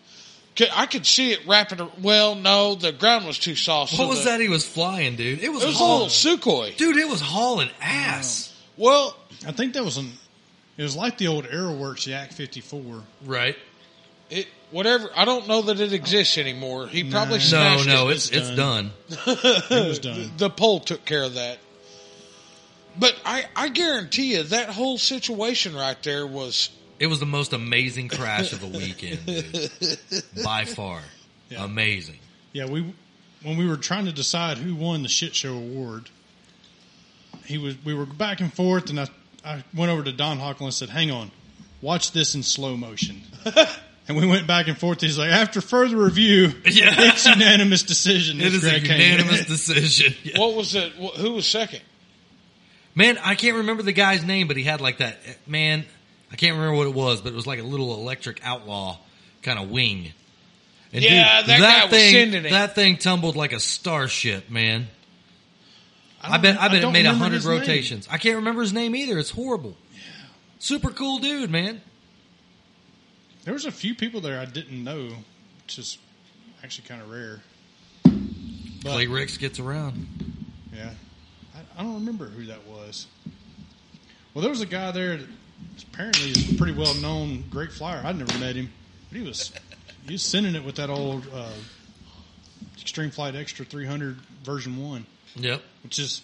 [SPEAKER 2] C- I could see it wrapping. a- Well, no, the ground was too soft. so
[SPEAKER 1] What was
[SPEAKER 2] the-
[SPEAKER 1] that he was flying, dude? It was,
[SPEAKER 2] It was a
[SPEAKER 1] hauling.
[SPEAKER 2] little Sukhoi.
[SPEAKER 1] Dude, it was hauling ass.
[SPEAKER 2] Well,
[SPEAKER 3] I think that was an. It was like the old Aeroworks Yak 54.
[SPEAKER 1] Right?
[SPEAKER 2] it whatever. I don't know that it exists anymore. He probably
[SPEAKER 1] No,
[SPEAKER 2] smashed
[SPEAKER 1] no,
[SPEAKER 2] it.
[SPEAKER 1] it's it's done.
[SPEAKER 3] It was done.
[SPEAKER 2] The pole took care of that. But I, I guarantee you that whole situation right there was
[SPEAKER 1] It was the most amazing crash of the weekend, dude. by far. Amazing.
[SPEAKER 3] Yeah, we when we were trying to decide who won the shit show award, he was we were back and forth, and I I went over to Don Hockle and said, "Hang on, watch this in slow motion." and we went back and forth. He's like, "After further review,
[SPEAKER 1] Yeah.
[SPEAKER 3] it's unanimous decision."
[SPEAKER 1] It is
[SPEAKER 3] This
[SPEAKER 1] a
[SPEAKER 3] Greg Kane."
[SPEAKER 1] unanimous decision. Yeah.
[SPEAKER 2] What was it? wh- Who was second?
[SPEAKER 1] Man, I can't remember the guy's name, but he had like that. Man, I can't remember what it was, but it was like a little electric outlaw kind of wing. And
[SPEAKER 2] Yeah, that guy was
[SPEAKER 1] thing,
[SPEAKER 2] sending it.
[SPEAKER 1] That thing tumbled like a starship, man.
[SPEAKER 3] don't-
[SPEAKER 1] I, bet. I bet it
[SPEAKER 3] don't
[SPEAKER 1] made a
[SPEAKER 3] remember
[SPEAKER 1] hundred
[SPEAKER 3] his name.
[SPEAKER 1] rotations. I can't remember his name either. It's horrible. Super cool dude, man.
[SPEAKER 3] There was a few people there I didn't know, which is actually kind of rare. But,
[SPEAKER 1] Clay Ricks gets around.
[SPEAKER 3] Yeah. I, I don't remember who that was. Well, there was a guy there that apparently is a pretty well known great flyer. I'd never met him, but he was he was sending it with that old uh, Extreme Flight Extra 300 version one,
[SPEAKER 1] Yep.
[SPEAKER 3] which is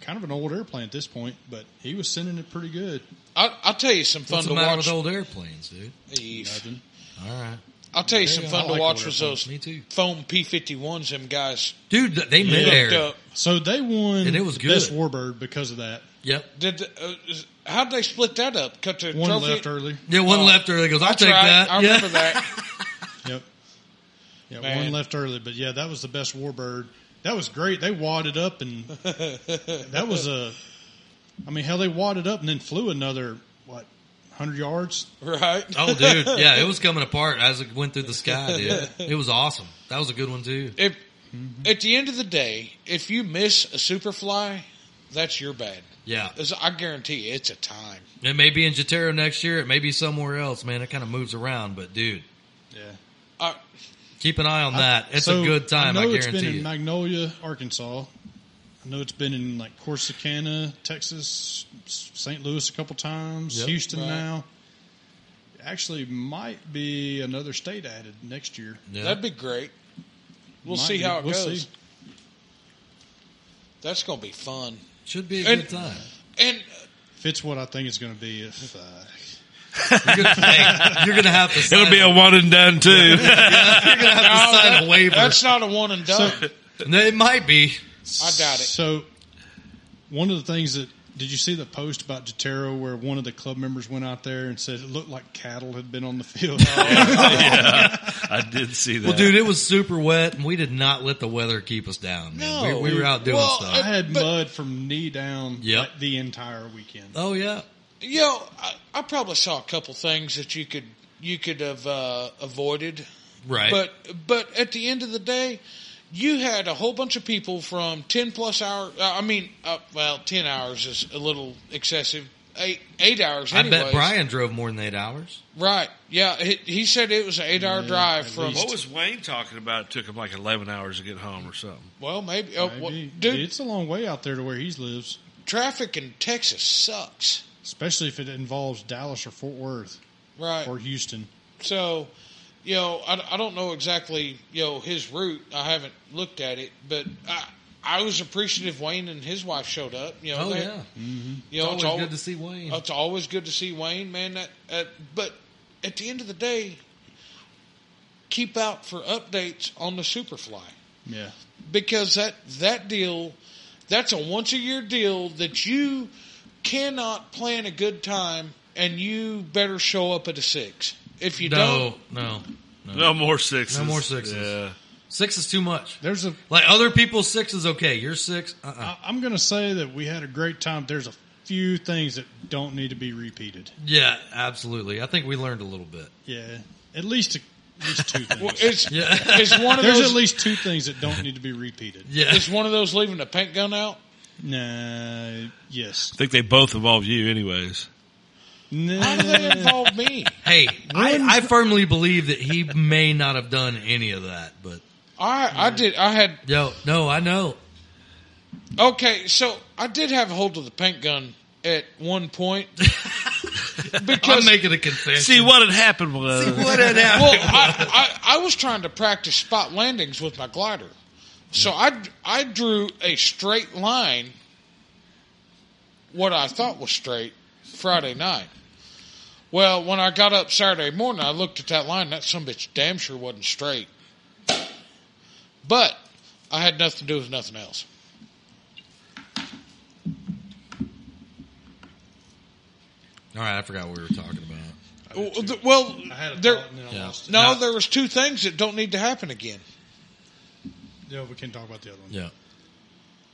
[SPEAKER 3] kind of an old airplane at this point, but he was sending it pretty good.
[SPEAKER 2] I, I'll tell you some fun
[SPEAKER 1] What's
[SPEAKER 2] to
[SPEAKER 1] the matter
[SPEAKER 2] watch.
[SPEAKER 1] with old airplanes, dude?
[SPEAKER 2] Eve.
[SPEAKER 3] Nothing.
[SPEAKER 1] All right,
[SPEAKER 2] I'll tell you
[SPEAKER 3] Yeah,
[SPEAKER 2] some
[SPEAKER 3] I
[SPEAKER 2] fun
[SPEAKER 3] like
[SPEAKER 2] to watch
[SPEAKER 3] older
[SPEAKER 2] was
[SPEAKER 3] phones.
[SPEAKER 2] those
[SPEAKER 1] me too,
[SPEAKER 2] foam P fifty ones. Them guys
[SPEAKER 1] dude. th- They mid
[SPEAKER 2] hooked
[SPEAKER 1] air.
[SPEAKER 2] up.
[SPEAKER 3] So they won
[SPEAKER 1] And it was
[SPEAKER 3] the best
[SPEAKER 1] good.
[SPEAKER 3] warbird because of that.
[SPEAKER 1] Yep.
[SPEAKER 2] Did the, uh, is- how'd they split that up? Cut the
[SPEAKER 3] One
[SPEAKER 2] trophy?
[SPEAKER 3] left early.
[SPEAKER 1] Yeah, one
[SPEAKER 2] Oh,
[SPEAKER 1] left early goes. I'll
[SPEAKER 2] That's
[SPEAKER 1] take
[SPEAKER 2] right.
[SPEAKER 1] that.
[SPEAKER 2] I
[SPEAKER 1] Yeah.
[SPEAKER 2] remember that.
[SPEAKER 3] Yep. Yeah,
[SPEAKER 2] Man.
[SPEAKER 3] one left early, but yeah, that was the best warbird. That was great. They wadded up and that was a I mean, hell they wadded up and then flew another what, hundred yards?
[SPEAKER 2] Right.
[SPEAKER 1] Oh, dude, yeah, it was coming apart as it went through the sky, dude. It was awesome. That was a good one too.
[SPEAKER 2] If at the end of the day, if you miss a superfly, that's your bad.
[SPEAKER 1] Yeah,
[SPEAKER 2] 'Cause I guarantee you, it's a time.
[SPEAKER 1] it may be in Jatero next year. It may be somewhere else, man. It kind of moves around, but dude,
[SPEAKER 3] Yeah.
[SPEAKER 2] I,
[SPEAKER 1] keep an eye on that. It's
[SPEAKER 3] So,
[SPEAKER 1] a good time. I,
[SPEAKER 3] know it's been
[SPEAKER 1] guarantee
[SPEAKER 3] in
[SPEAKER 1] you.
[SPEAKER 3] Magnolia, Arkansas. I know it's been in like Corsicana, Texas, S- St. Louis a couple times,
[SPEAKER 1] Yep.
[SPEAKER 3] Houston
[SPEAKER 2] Right.
[SPEAKER 3] now. Actually, might be another state added next year.
[SPEAKER 1] Yeah.
[SPEAKER 2] That'd be great. We'll
[SPEAKER 3] Might
[SPEAKER 2] see
[SPEAKER 3] be.
[SPEAKER 2] how it
[SPEAKER 3] We'll
[SPEAKER 2] goes.
[SPEAKER 3] see.
[SPEAKER 2] That's gonna be fun.
[SPEAKER 1] Should be a
[SPEAKER 2] and-
[SPEAKER 1] good time.
[SPEAKER 2] And
[SPEAKER 3] Fits what I think it's going to be if uh,
[SPEAKER 1] You're gonna, hey, you're gonna have to. Sign,
[SPEAKER 4] It'll be a one and done too.
[SPEAKER 1] You're gonna have to
[SPEAKER 2] No,
[SPEAKER 1] sign
[SPEAKER 2] that-
[SPEAKER 1] a waiver.
[SPEAKER 2] that's not a one and done.
[SPEAKER 1] No, it might be.
[SPEAKER 2] I doubt it.
[SPEAKER 3] So, one of the things that did you see the post about Jotaro where one of the club members went out there and said it looked like cattle had been on the field?
[SPEAKER 4] I did see that.
[SPEAKER 1] Well, dude, it was super wet, and we did not let the weather keep us down. Man.
[SPEAKER 2] No.
[SPEAKER 1] we, we were out doing
[SPEAKER 2] Well,
[SPEAKER 1] stuff.
[SPEAKER 3] I had
[SPEAKER 2] But-
[SPEAKER 3] mud from knee down
[SPEAKER 1] Yep.
[SPEAKER 3] like, the entire weekend.
[SPEAKER 1] oh yeah,
[SPEAKER 2] You know, I, I probably saw a couple things that you could you could have uh, avoided.
[SPEAKER 1] right.
[SPEAKER 2] But but at the end of the day, you had a whole bunch of people from ten plus hour. Uh, I mean, uh, well, ten hours is a little excessive. Eight eight hours.
[SPEAKER 1] I
[SPEAKER 2] Anyways.
[SPEAKER 1] bet Brian drove more than eight hours.
[SPEAKER 2] Right? Yeah. He, he said it was an eight hour drive
[SPEAKER 3] at
[SPEAKER 2] from.
[SPEAKER 3] least.
[SPEAKER 4] what was Wayne talking about? It took him like eleven hours to get home or something.
[SPEAKER 2] Well, maybe. Oh, well,
[SPEAKER 3] Maybe.
[SPEAKER 2] dude,
[SPEAKER 3] it's a long way out there to where he lives,
[SPEAKER 2] traffic in Texas sucks.
[SPEAKER 3] especially if it involves Dallas or Fort Worth
[SPEAKER 2] Right.
[SPEAKER 3] or Houston.
[SPEAKER 2] So, you know, I, I don't know exactly, you know, his route. I haven't looked at it, but I, I was appreciative Wayne and his wife showed up. You know,
[SPEAKER 1] Oh
[SPEAKER 2] they-
[SPEAKER 1] yeah,
[SPEAKER 2] you know,
[SPEAKER 1] always
[SPEAKER 2] it's always,
[SPEAKER 1] good to see Wayne.
[SPEAKER 2] Oh, it's always good to see Wayne, man. That, uh, but at the end of the day, keep out for updates on the Superfly
[SPEAKER 3] Yeah.
[SPEAKER 2] because that that deal, that's a once a year deal that you cannot plan a good time, and you better show up at a six. If you don't,
[SPEAKER 1] no, no, no,
[SPEAKER 4] No more sixes.
[SPEAKER 1] No more sixes.
[SPEAKER 4] Yeah.
[SPEAKER 1] Six is too much.
[SPEAKER 3] There's a.
[SPEAKER 1] Like other people's six is okay. Your six, uh, uh
[SPEAKER 3] I, I'm going to say that we had a great time. There's a few things that don't need to be repeated.
[SPEAKER 1] yeah, absolutely. I think we learned a little bit.
[SPEAKER 3] Yeah. At least, at least two things.
[SPEAKER 2] Well, it's,
[SPEAKER 1] Yeah.
[SPEAKER 2] it's one of
[SPEAKER 3] There's
[SPEAKER 2] those.
[SPEAKER 3] at least two things that don't need to be repeated.
[SPEAKER 1] Yeah,
[SPEAKER 2] it's one of those leaving the paint gun out.
[SPEAKER 3] Nah, yes.
[SPEAKER 4] I think they both involve you, anyways.
[SPEAKER 2] How do they
[SPEAKER 3] Nah.
[SPEAKER 2] involve me?
[SPEAKER 1] hey, I, I firmly believe that he may not have done any of that, but
[SPEAKER 2] I I did. I had
[SPEAKER 1] yo, no, I know.
[SPEAKER 2] okay. So I did have a hold of the paint gun at one point
[SPEAKER 1] I'm
[SPEAKER 2] because
[SPEAKER 1] making a confession.
[SPEAKER 4] See what had happened was
[SPEAKER 1] what had happened?
[SPEAKER 2] well, I, I I was trying to practice spot landings with my glider, so I I drew a straight line. What I thought was straight Friday night. Well, when I got up Saturday morning, I looked at that line. That some bitch damn sure wasn't straight. But I had nothing to do with nothing else.
[SPEAKER 1] All right, I forgot what we were talking about.
[SPEAKER 2] Well, th- well,
[SPEAKER 3] I had a
[SPEAKER 2] there,
[SPEAKER 3] thought and then I
[SPEAKER 1] Yeah.
[SPEAKER 3] lost it.
[SPEAKER 2] no,
[SPEAKER 1] No.
[SPEAKER 2] there was two things that don't need to happen again.
[SPEAKER 3] Yeah, we can talk about the other one.
[SPEAKER 1] Yeah.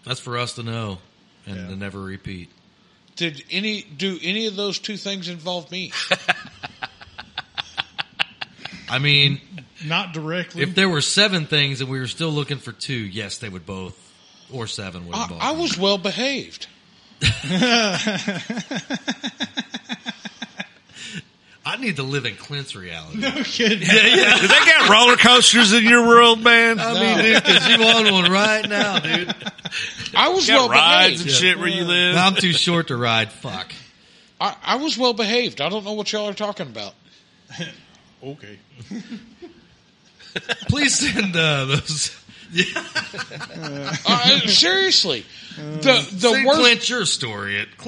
[SPEAKER 1] That's for us to know and
[SPEAKER 3] Yeah.
[SPEAKER 1] to never repeat.
[SPEAKER 2] Did any do any of those two things involve me?
[SPEAKER 1] I mean,
[SPEAKER 3] Not directly.
[SPEAKER 1] if there were seven things and we were still looking for two, yes, they would both, or seven would
[SPEAKER 2] I,
[SPEAKER 1] involve.
[SPEAKER 2] I
[SPEAKER 1] me.
[SPEAKER 2] was well behaved.
[SPEAKER 1] I need to live in Clint's reality.
[SPEAKER 3] no kidding.
[SPEAKER 4] They got roller coasters in your world, man.
[SPEAKER 1] I mean, dude, because you want one right now, dude.
[SPEAKER 2] I was well
[SPEAKER 4] got rides and
[SPEAKER 2] behaved.
[SPEAKER 4] shit where you live.
[SPEAKER 1] No, I'm too short to ride. Fuck.
[SPEAKER 2] I, I was well behaved. I don't know what y'all are talking about.
[SPEAKER 3] Okay.
[SPEAKER 1] Please send uh, those. Yeah,
[SPEAKER 2] Uh, seriously,
[SPEAKER 3] Uh,
[SPEAKER 2] the the
[SPEAKER 1] send
[SPEAKER 2] worst
[SPEAKER 1] Clint your story at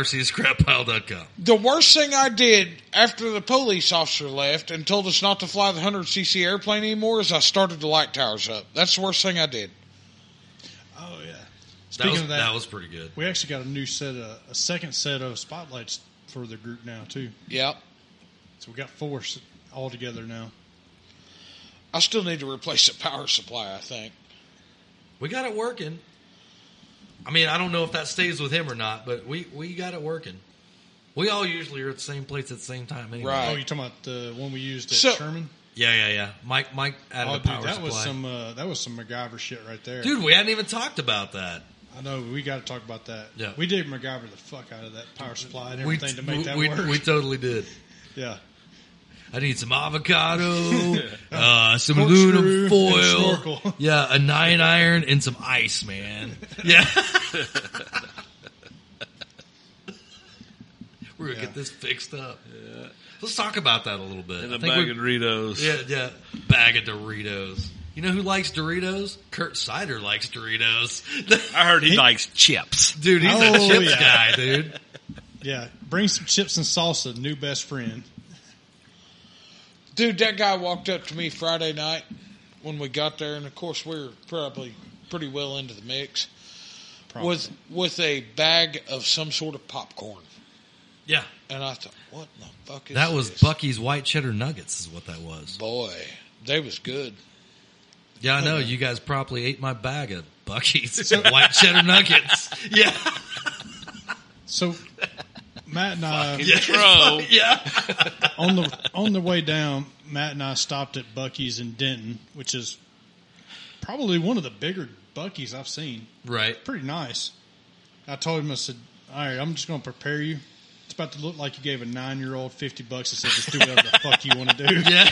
[SPEAKER 1] clint.tro.rcscrappile.com.
[SPEAKER 2] the worst thing I did after the police officer left and told us not to fly the 100cc airplane anymore is I started the light towers up. That's the worst thing I did.
[SPEAKER 3] Oh yeah.
[SPEAKER 1] That
[SPEAKER 3] Speaking
[SPEAKER 1] was,
[SPEAKER 3] of
[SPEAKER 1] that,
[SPEAKER 3] that,
[SPEAKER 1] was pretty good.
[SPEAKER 3] we actually got a new set of a second set of spotlights for the group now too.
[SPEAKER 2] Yep.
[SPEAKER 3] So we got four s- all together now.
[SPEAKER 2] I still need to replace the power supply, I think.
[SPEAKER 1] We got it working. I mean, I don't know if that stays with him or not, but we, we got it working. We all usually are at the same place at the same time anyway.
[SPEAKER 2] Right.
[SPEAKER 3] Oh, you're talking about the one we used at
[SPEAKER 2] So-
[SPEAKER 3] Sherman?
[SPEAKER 1] Yeah, yeah, yeah. Mike Mike added
[SPEAKER 3] Oh,
[SPEAKER 1] a
[SPEAKER 3] dude,
[SPEAKER 1] power
[SPEAKER 3] that
[SPEAKER 1] supply.
[SPEAKER 3] was some uh, that was some MacGyver shit right there.
[SPEAKER 1] Dude, we hadn't even talked about that.
[SPEAKER 3] I know we got to talk about that.
[SPEAKER 1] Yeah.
[SPEAKER 3] we did MacGyver the fuck out of that power supply and
[SPEAKER 1] we,
[SPEAKER 3] everything to make
[SPEAKER 1] we,
[SPEAKER 3] that
[SPEAKER 1] we,
[SPEAKER 3] work.
[SPEAKER 1] we totally did.
[SPEAKER 3] yeah,
[SPEAKER 1] I need some avocado, uh, some
[SPEAKER 3] Corkscrew
[SPEAKER 1] aluminum
[SPEAKER 3] and
[SPEAKER 1] foil,
[SPEAKER 3] snorkel.
[SPEAKER 1] yeah, a nine iron, and some ice, man. Yeah, we're gonna get this fixed up. Let's talk about that a little bit.
[SPEAKER 4] and
[SPEAKER 1] I
[SPEAKER 4] a
[SPEAKER 1] think
[SPEAKER 4] bag
[SPEAKER 1] we-
[SPEAKER 4] of Doritos.
[SPEAKER 1] yeah, yeah, bag of Doritos. You know who likes Doritos? Kurt Sider likes Doritos.
[SPEAKER 4] I heard he, likes chips.
[SPEAKER 1] dude, he's
[SPEAKER 3] Oh,
[SPEAKER 1] a chips
[SPEAKER 3] yeah.
[SPEAKER 1] guy, dude.
[SPEAKER 3] yeah. Bring some chips and salsa, new best friend.
[SPEAKER 2] Dude, that guy walked up to me Friday night when we got there, and of course we were probably pretty well into the mix
[SPEAKER 3] Probably.
[SPEAKER 2] with with a bag of some sort of popcorn,
[SPEAKER 1] Yeah,
[SPEAKER 2] and I thought, what in the fuck is
[SPEAKER 1] that was
[SPEAKER 2] this?
[SPEAKER 1] Bucky's white cheddar nuggets, is what that was.
[SPEAKER 2] boy? They was good.
[SPEAKER 1] Yeah, I know. You guys probably ate my bag of Bucky's white cheddar nuggets. Yeah.
[SPEAKER 3] so Matt and I
[SPEAKER 4] Yeah.
[SPEAKER 1] Oh.
[SPEAKER 4] Bro.
[SPEAKER 1] Yeah.
[SPEAKER 3] on the on the way down, Matt and I stopped at Bucky's in Denton, which is probably one of the bigger Bucky's I've seen.
[SPEAKER 1] Right.
[SPEAKER 3] Pretty nice. I told him I said, "All right, I'm just going to prepare you. It's about to look like you gave a nine year old fifty bucks and said just do whatever the fuck you want to do."
[SPEAKER 1] Yeah.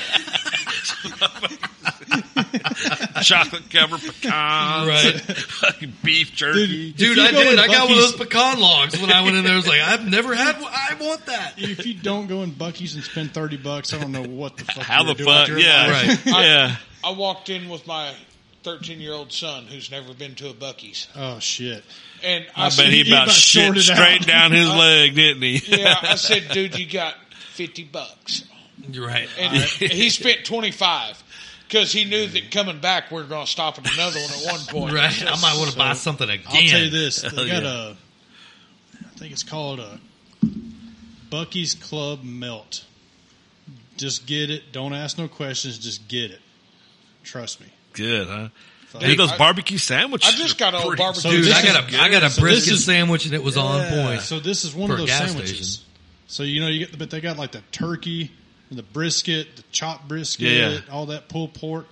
[SPEAKER 4] Chocolate covered pecans.
[SPEAKER 1] Right.
[SPEAKER 4] Fucking beef jerky.
[SPEAKER 3] Dude,
[SPEAKER 1] Dude,
[SPEAKER 3] if you
[SPEAKER 1] I
[SPEAKER 3] go
[SPEAKER 1] did.
[SPEAKER 3] in
[SPEAKER 1] I got one of
[SPEAKER 3] Buc-ee's-
[SPEAKER 1] those pecan logs when I went in there. I was like, I've never had one. I want that.
[SPEAKER 3] If you don't go in Bucky's and spend thirty bucks, I don't know what the fuck.
[SPEAKER 4] How
[SPEAKER 3] you were
[SPEAKER 4] the
[SPEAKER 3] doing with
[SPEAKER 4] fuck?
[SPEAKER 3] your
[SPEAKER 4] Yeah.
[SPEAKER 3] life.
[SPEAKER 1] Right.
[SPEAKER 4] Yeah.
[SPEAKER 2] I walked in with my 13 year old son who's never been to a Bucky's.
[SPEAKER 3] Oh shit.
[SPEAKER 2] And I,
[SPEAKER 4] I bet
[SPEAKER 2] said,
[SPEAKER 4] he
[SPEAKER 3] You
[SPEAKER 4] about
[SPEAKER 3] about
[SPEAKER 4] shit
[SPEAKER 3] sorted
[SPEAKER 4] straight
[SPEAKER 3] out.
[SPEAKER 4] down his leg, didn't he?
[SPEAKER 2] Yeah, I said, dude, you got 50 bucks.
[SPEAKER 1] You're right.
[SPEAKER 2] And he spent 25 because he knew that coming back, we were going to stop at another one at one point.
[SPEAKER 1] Right. I might want to buy something again.
[SPEAKER 3] I'll tell you this: they
[SPEAKER 4] Hell
[SPEAKER 3] got
[SPEAKER 4] yeah.
[SPEAKER 3] a, I think it's called a Bucky's Club Melt. Just get it. Don't ask no questions. Just get it. Trust me.
[SPEAKER 4] Good, huh?
[SPEAKER 3] Hey,
[SPEAKER 4] Dude, those
[SPEAKER 2] I-
[SPEAKER 4] barbecue sandwiches.
[SPEAKER 2] I just
[SPEAKER 4] are
[SPEAKER 2] got an old
[SPEAKER 4] pretty-
[SPEAKER 2] barbecue.
[SPEAKER 3] So
[SPEAKER 1] Dude,
[SPEAKER 3] this
[SPEAKER 1] I
[SPEAKER 3] is
[SPEAKER 1] got a I got a
[SPEAKER 3] So this
[SPEAKER 1] brisket
[SPEAKER 3] is-
[SPEAKER 1] sandwich and it was on point.
[SPEAKER 3] So this is one
[SPEAKER 1] For
[SPEAKER 3] of
[SPEAKER 1] a
[SPEAKER 3] those
[SPEAKER 1] gas
[SPEAKER 3] sandwiches.
[SPEAKER 1] station.
[SPEAKER 3] So you know you get, the, but they got like the turkey, and the brisket, the chopped brisket,
[SPEAKER 4] Yeah.
[SPEAKER 3] all that pulled pork.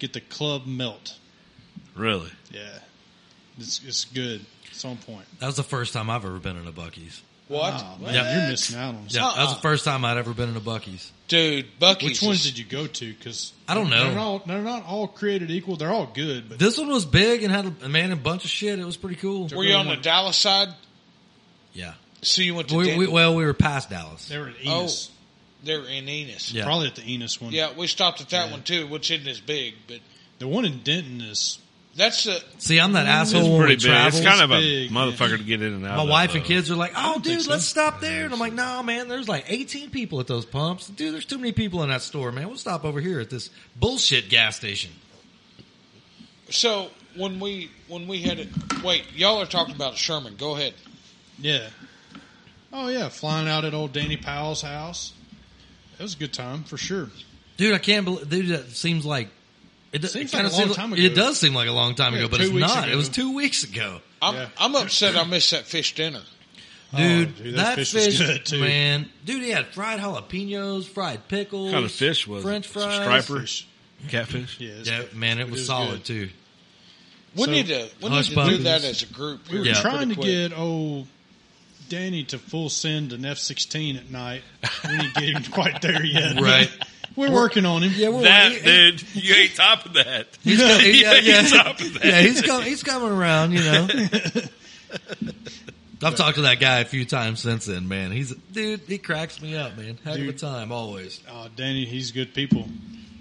[SPEAKER 3] Get the Club Melt.
[SPEAKER 4] Really?
[SPEAKER 3] Yeah, it's it's good. It's on point.
[SPEAKER 1] that was the first time I've ever been in a Bucky's.
[SPEAKER 2] What?
[SPEAKER 3] Oh, man,
[SPEAKER 1] Yeah.
[SPEAKER 3] you're missing out on.
[SPEAKER 1] Yeah,
[SPEAKER 3] something.
[SPEAKER 1] that was the first time I'd ever been in a Bucky's.
[SPEAKER 2] Dude, Bucky's.
[SPEAKER 3] Which ones did you go to? Because
[SPEAKER 1] I don't know.
[SPEAKER 3] They're not, they're not all created equal. They're all good, but
[SPEAKER 1] This one was big and had a man a bunch of shit. It was pretty cool.
[SPEAKER 2] Were you on the Dallas side?
[SPEAKER 1] Yeah.
[SPEAKER 2] So you went to
[SPEAKER 1] We,
[SPEAKER 2] Den-
[SPEAKER 1] we, well, we were past Dallas.
[SPEAKER 3] they were at Enos.
[SPEAKER 2] they were in Enos.
[SPEAKER 1] Oh, Yeah.
[SPEAKER 3] Probably at the Enos one.
[SPEAKER 2] Yeah, we stopped at that one too, which isn't as big, but
[SPEAKER 3] The one in Denton is
[SPEAKER 2] that's the.
[SPEAKER 1] See, I'm that asshole when we
[SPEAKER 4] Pretty big.
[SPEAKER 1] travel.
[SPEAKER 4] It's kind of a
[SPEAKER 3] big,
[SPEAKER 4] motherfucker to get in and out.
[SPEAKER 1] My
[SPEAKER 4] of,
[SPEAKER 1] wife
[SPEAKER 4] though.
[SPEAKER 1] and kids are like, "Oh, dude,
[SPEAKER 3] so.
[SPEAKER 1] let's stop there." And I'm like, "Nah, man, there's like 18 people at those pumps. Dude, there's too many people in that store, man. We'll stop over here at this bullshit gas station."
[SPEAKER 2] So when we when we had it, wait, y'all are talking about Sherman. Go ahead.
[SPEAKER 3] Yeah. Oh yeah, flying out at old Danny Powell's house. That was a good time for sure.
[SPEAKER 1] Dude, I can't believe. Dude, that seems like it, does-
[SPEAKER 3] Seems
[SPEAKER 1] it kinda
[SPEAKER 3] like a long
[SPEAKER 1] seems
[SPEAKER 3] time
[SPEAKER 1] like-
[SPEAKER 3] ago.
[SPEAKER 1] It does seem like a long time
[SPEAKER 3] Yeah,
[SPEAKER 1] ago, but
[SPEAKER 3] two
[SPEAKER 1] it's
[SPEAKER 3] weeks
[SPEAKER 1] not.
[SPEAKER 3] ago.
[SPEAKER 1] It was two weeks ago.
[SPEAKER 2] I'm
[SPEAKER 3] Yeah.
[SPEAKER 2] I'm upset. I missed that fish dinner.
[SPEAKER 1] Dude,
[SPEAKER 3] Oh, dude,
[SPEAKER 1] that,
[SPEAKER 3] that fish was
[SPEAKER 1] fish,
[SPEAKER 3] good, too.
[SPEAKER 1] man. Dude, he had fried jalapenos, fried pickles.
[SPEAKER 4] What kind of fish was
[SPEAKER 1] French
[SPEAKER 4] it?
[SPEAKER 1] fries.
[SPEAKER 4] Striper, catfish.
[SPEAKER 3] Yeah, it's-
[SPEAKER 1] Yeah, man, it was
[SPEAKER 3] was
[SPEAKER 1] solid
[SPEAKER 3] good.
[SPEAKER 1] too.
[SPEAKER 2] We
[SPEAKER 3] So-
[SPEAKER 2] need to we need
[SPEAKER 1] Hush
[SPEAKER 2] to do
[SPEAKER 1] puppies.
[SPEAKER 2] that as a group.
[SPEAKER 3] we were
[SPEAKER 1] Yeah.
[SPEAKER 3] trying to
[SPEAKER 2] Pretty quick.
[SPEAKER 3] get old Danny to full send an F sixteen at night. We didn't get him quite there yet.
[SPEAKER 1] Right.
[SPEAKER 3] We're working on him.
[SPEAKER 1] we're
[SPEAKER 4] That dude, you ain't topping that.
[SPEAKER 1] He's com- yeah,
[SPEAKER 4] You ain't
[SPEAKER 1] yeah.
[SPEAKER 4] topping that.
[SPEAKER 1] yeah, he's com- he's coming around, you know. I've talked to that guy a few times since then, man. He's dude, he cracks me up, man. Heck of a
[SPEAKER 3] Dude.
[SPEAKER 1] time always.
[SPEAKER 3] Oh, Danny, he's good people.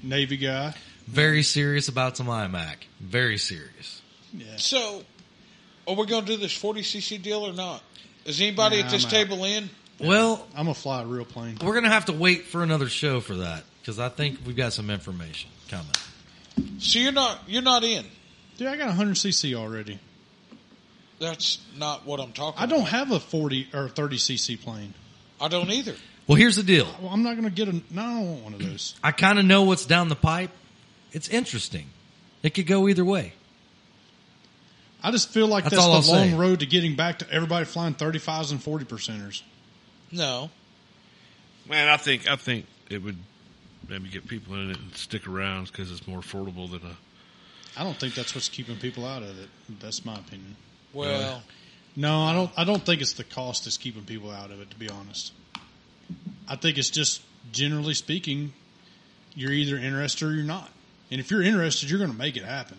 [SPEAKER 3] Navy guy.
[SPEAKER 1] Very serious about some iMac. Very serious.
[SPEAKER 3] Yeah.
[SPEAKER 2] So, are we going to do this 40cc deal or not? Is anybody
[SPEAKER 3] Nah,
[SPEAKER 2] at this
[SPEAKER 3] I'm out.
[SPEAKER 2] table in?
[SPEAKER 1] Well,
[SPEAKER 3] I'm gonna fly a real plane.
[SPEAKER 1] we're gonna have to wait for another show for that because I think we've got some information coming.
[SPEAKER 2] So you're not you're not in.
[SPEAKER 3] Dude, I got 100 cc already.
[SPEAKER 2] That's not what I'm talking.
[SPEAKER 3] I don't
[SPEAKER 2] About.
[SPEAKER 3] have a 40 or 30 cc plane.
[SPEAKER 2] I don't either.
[SPEAKER 1] Well, here's the deal.
[SPEAKER 3] Well, I'm not gonna get a. No, I don't want one of those.
[SPEAKER 1] I kind of know what's down the pipe. It's interesting. It could go either way.
[SPEAKER 3] I just feel like
[SPEAKER 1] That's
[SPEAKER 3] that's,
[SPEAKER 1] all
[SPEAKER 3] the
[SPEAKER 1] I'll
[SPEAKER 3] long
[SPEAKER 1] say.
[SPEAKER 3] road to getting back to everybody flying 35s and 40 percenters.
[SPEAKER 2] No.
[SPEAKER 4] Man, I think I think it would maybe get people in it and stick around because it's more affordable than a.
[SPEAKER 3] I don't think that's what's keeping people out of it. That's my opinion.
[SPEAKER 2] Well,
[SPEAKER 3] No, I don't. I don't think it's the cost that's keeping people out of it. To be honest, I think it's just generally speaking, you're either interested or you're not. And if you're interested, you're going to make it happen.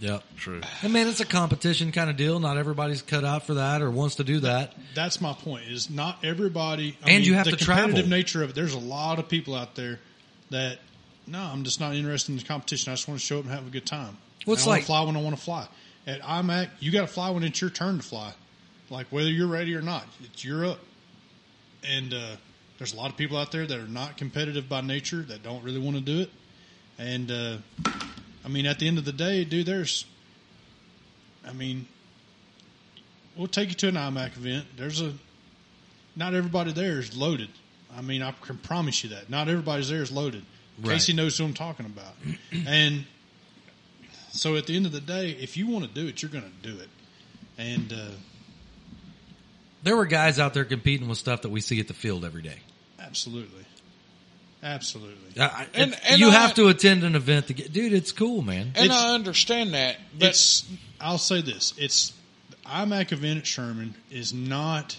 [SPEAKER 1] Yep.
[SPEAKER 4] True.
[SPEAKER 1] And man, it's a competition kind of deal. Not everybody's cut out for that or wants to do that.
[SPEAKER 3] That's my point. Is not everybody, I
[SPEAKER 1] And you have
[SPEAKER 3] the
[SPEAKER 1] to
[SPEAKER 3] competitive
[SPEAKER 1] travel.
[SPEAKER 3] nature of it. There's a lot of people out there that no, I'm just not interested in the competition. I just want to show up and have a good time.
[SPEAKER 1] Well, it's
[SPEAKER 3] And I wanna
[SPEAKER 1] like-
[SPEAKER 3] fly when I want to fly. At IMAC, you got to fly when it's your turn to fly, like whether you're ready or not. It's you're up, and uh, there's a lot of people out there that are not competitive by nature that don't really want to do it. And uh, I mean, at the end of the day, dude, there's, I mean, we'll take you to an IMAC event. There's a, not everybody there is loaded. I mean, I can promise you that. Not everybody's there is loaded.
[SPEAKER 1] Right.
[SPEAKER 3] Casey knows who I'm talking about. and so at the end of the day, if you want to do it, you're going to do it. And, uh,
[SPEAKER 1] There were guys out there competing with stuff that we see at the field every day.
[SPEAKER 3] absolutely. Absolutely.
[SPEAKER 1] I- I-
[SPEAKER 2] And-
[SPEAKER 1] it's-
[SPEAKER 2] and
[SPEAKER 1] you
[SPEAKER 2] I-
[SPEAKER 1] have to attend an event to get, dude. It's cool, man.
[SPEAKER 2] and
[SPEAKER 3] It's-
[SPEAKER 2] I understand that, but
[SPEAKER 3] it's I'll say this. It's the IMAC event at Sherman is not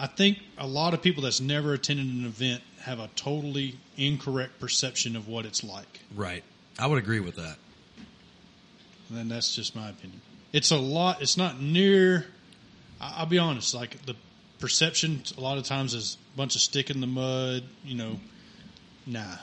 [SPEAKER 3] I think a lot of people that's never attended an event have a totally incorrect perception of what it's like.
[SPEAKER 1] Right. I would agree with that.
[SPEAKER 3] And that's just my opinion. It's a lot it's not near I- I'll be honest, like the perception a lot of times is a bunch of stick in the mud, you know. Nah.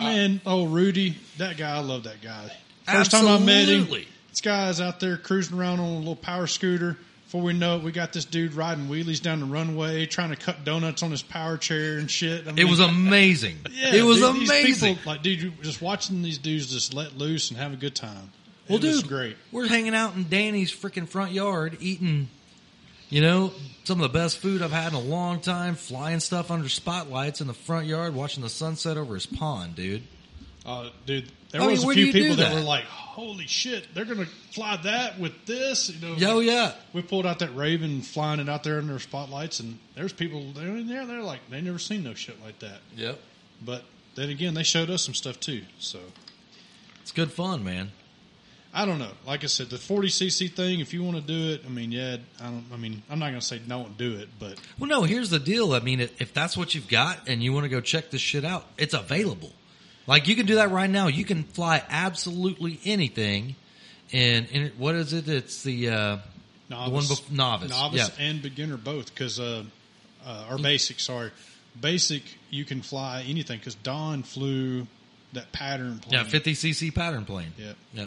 [SPEAKER 3] Man, oh Rudy, that guy, I love that guy. First time I met him,
[SPEAKER 1] Absolutely.
[SPEAKER 3] this guy's out there cruising around on a little power scooter. Before we know it, we got this dude riding wheelies down the runway, trying to cut donuts on his power chair and shit. I
[SPEAKER 1] It
[SPEAKER 3] mean,
[SPEAKER 1] was amazing.
[SPEAKER 3] yeah,
[SPEAKER 1] it was
[SPEAKER 3] dude, these
[SPEAKER 1] amazing.
[SPEAKER 3] people, like, dude, you- just watching these dudes just let loose and have a good time.
[SPEAKER 1] well,
[SPEAKER 3] it
[SPEAKER 1] dude,
[SPEAKER 3] was great.
[SPEAKER 1] We're hanging out in Danny's freaking front yard, eating, you know, some of the best food I've had in a long time. Flying stuff under spotlights in the front yard, watching the sunset over his pond, dude.
[SPEAKER 3] Uh, dude, there
[SPEAKER 1] I mean,
[SPEAKER 3] was a
[SPEAKER 1] where do
[SPEAKER 3] few
[SPEAKER 1] you do
[SPEAKER 3] people that?
[SPEAKER 1] that?
[SPEAKER 3] were like, "Holy shit, they're gonna fly that with this." You know,
[SPEAKER 1] Yo, yeah.
[SPEAKER 3] we pulled out that Raven flying it out there under spotlights, and there's people they're in there. They're like, they never seen no shit like that.
[SPEAKER 1] Yep.
[SPEAKER 3] But then again, they showed us some stuff too. So
[SPEAKER 1] It's good fun, man.
[SPEAKER 3] I don't know. Like I said, the 40cc thing, if you want to do it, I mean, yeah, I don't, I mean, I'm not going to say don't do it, but
[SPEAKER 1] Well, no, here's the deal. I mean, if if that's what you've got and you want to go check this shit out, it's available. Like you can do that right now. You can fly absolutely anything. And, and what is it? It's the uh, the one
[SPEAKER 3] novice,
[SPEAKER 1] bef- novice.
[SPEAKER 3] novice
[SPEAKER 1] yeah.
[SPEAKER 3] and beginner both because, uh, uh, or basic, sorry. Basic, you can fly anything because Don flew that pattern plane.
[SPEAKER 1] yeah, 50 cc pattern plane.
[SPEAKER 3] Yep.
[SPEAKER 1] Yeah.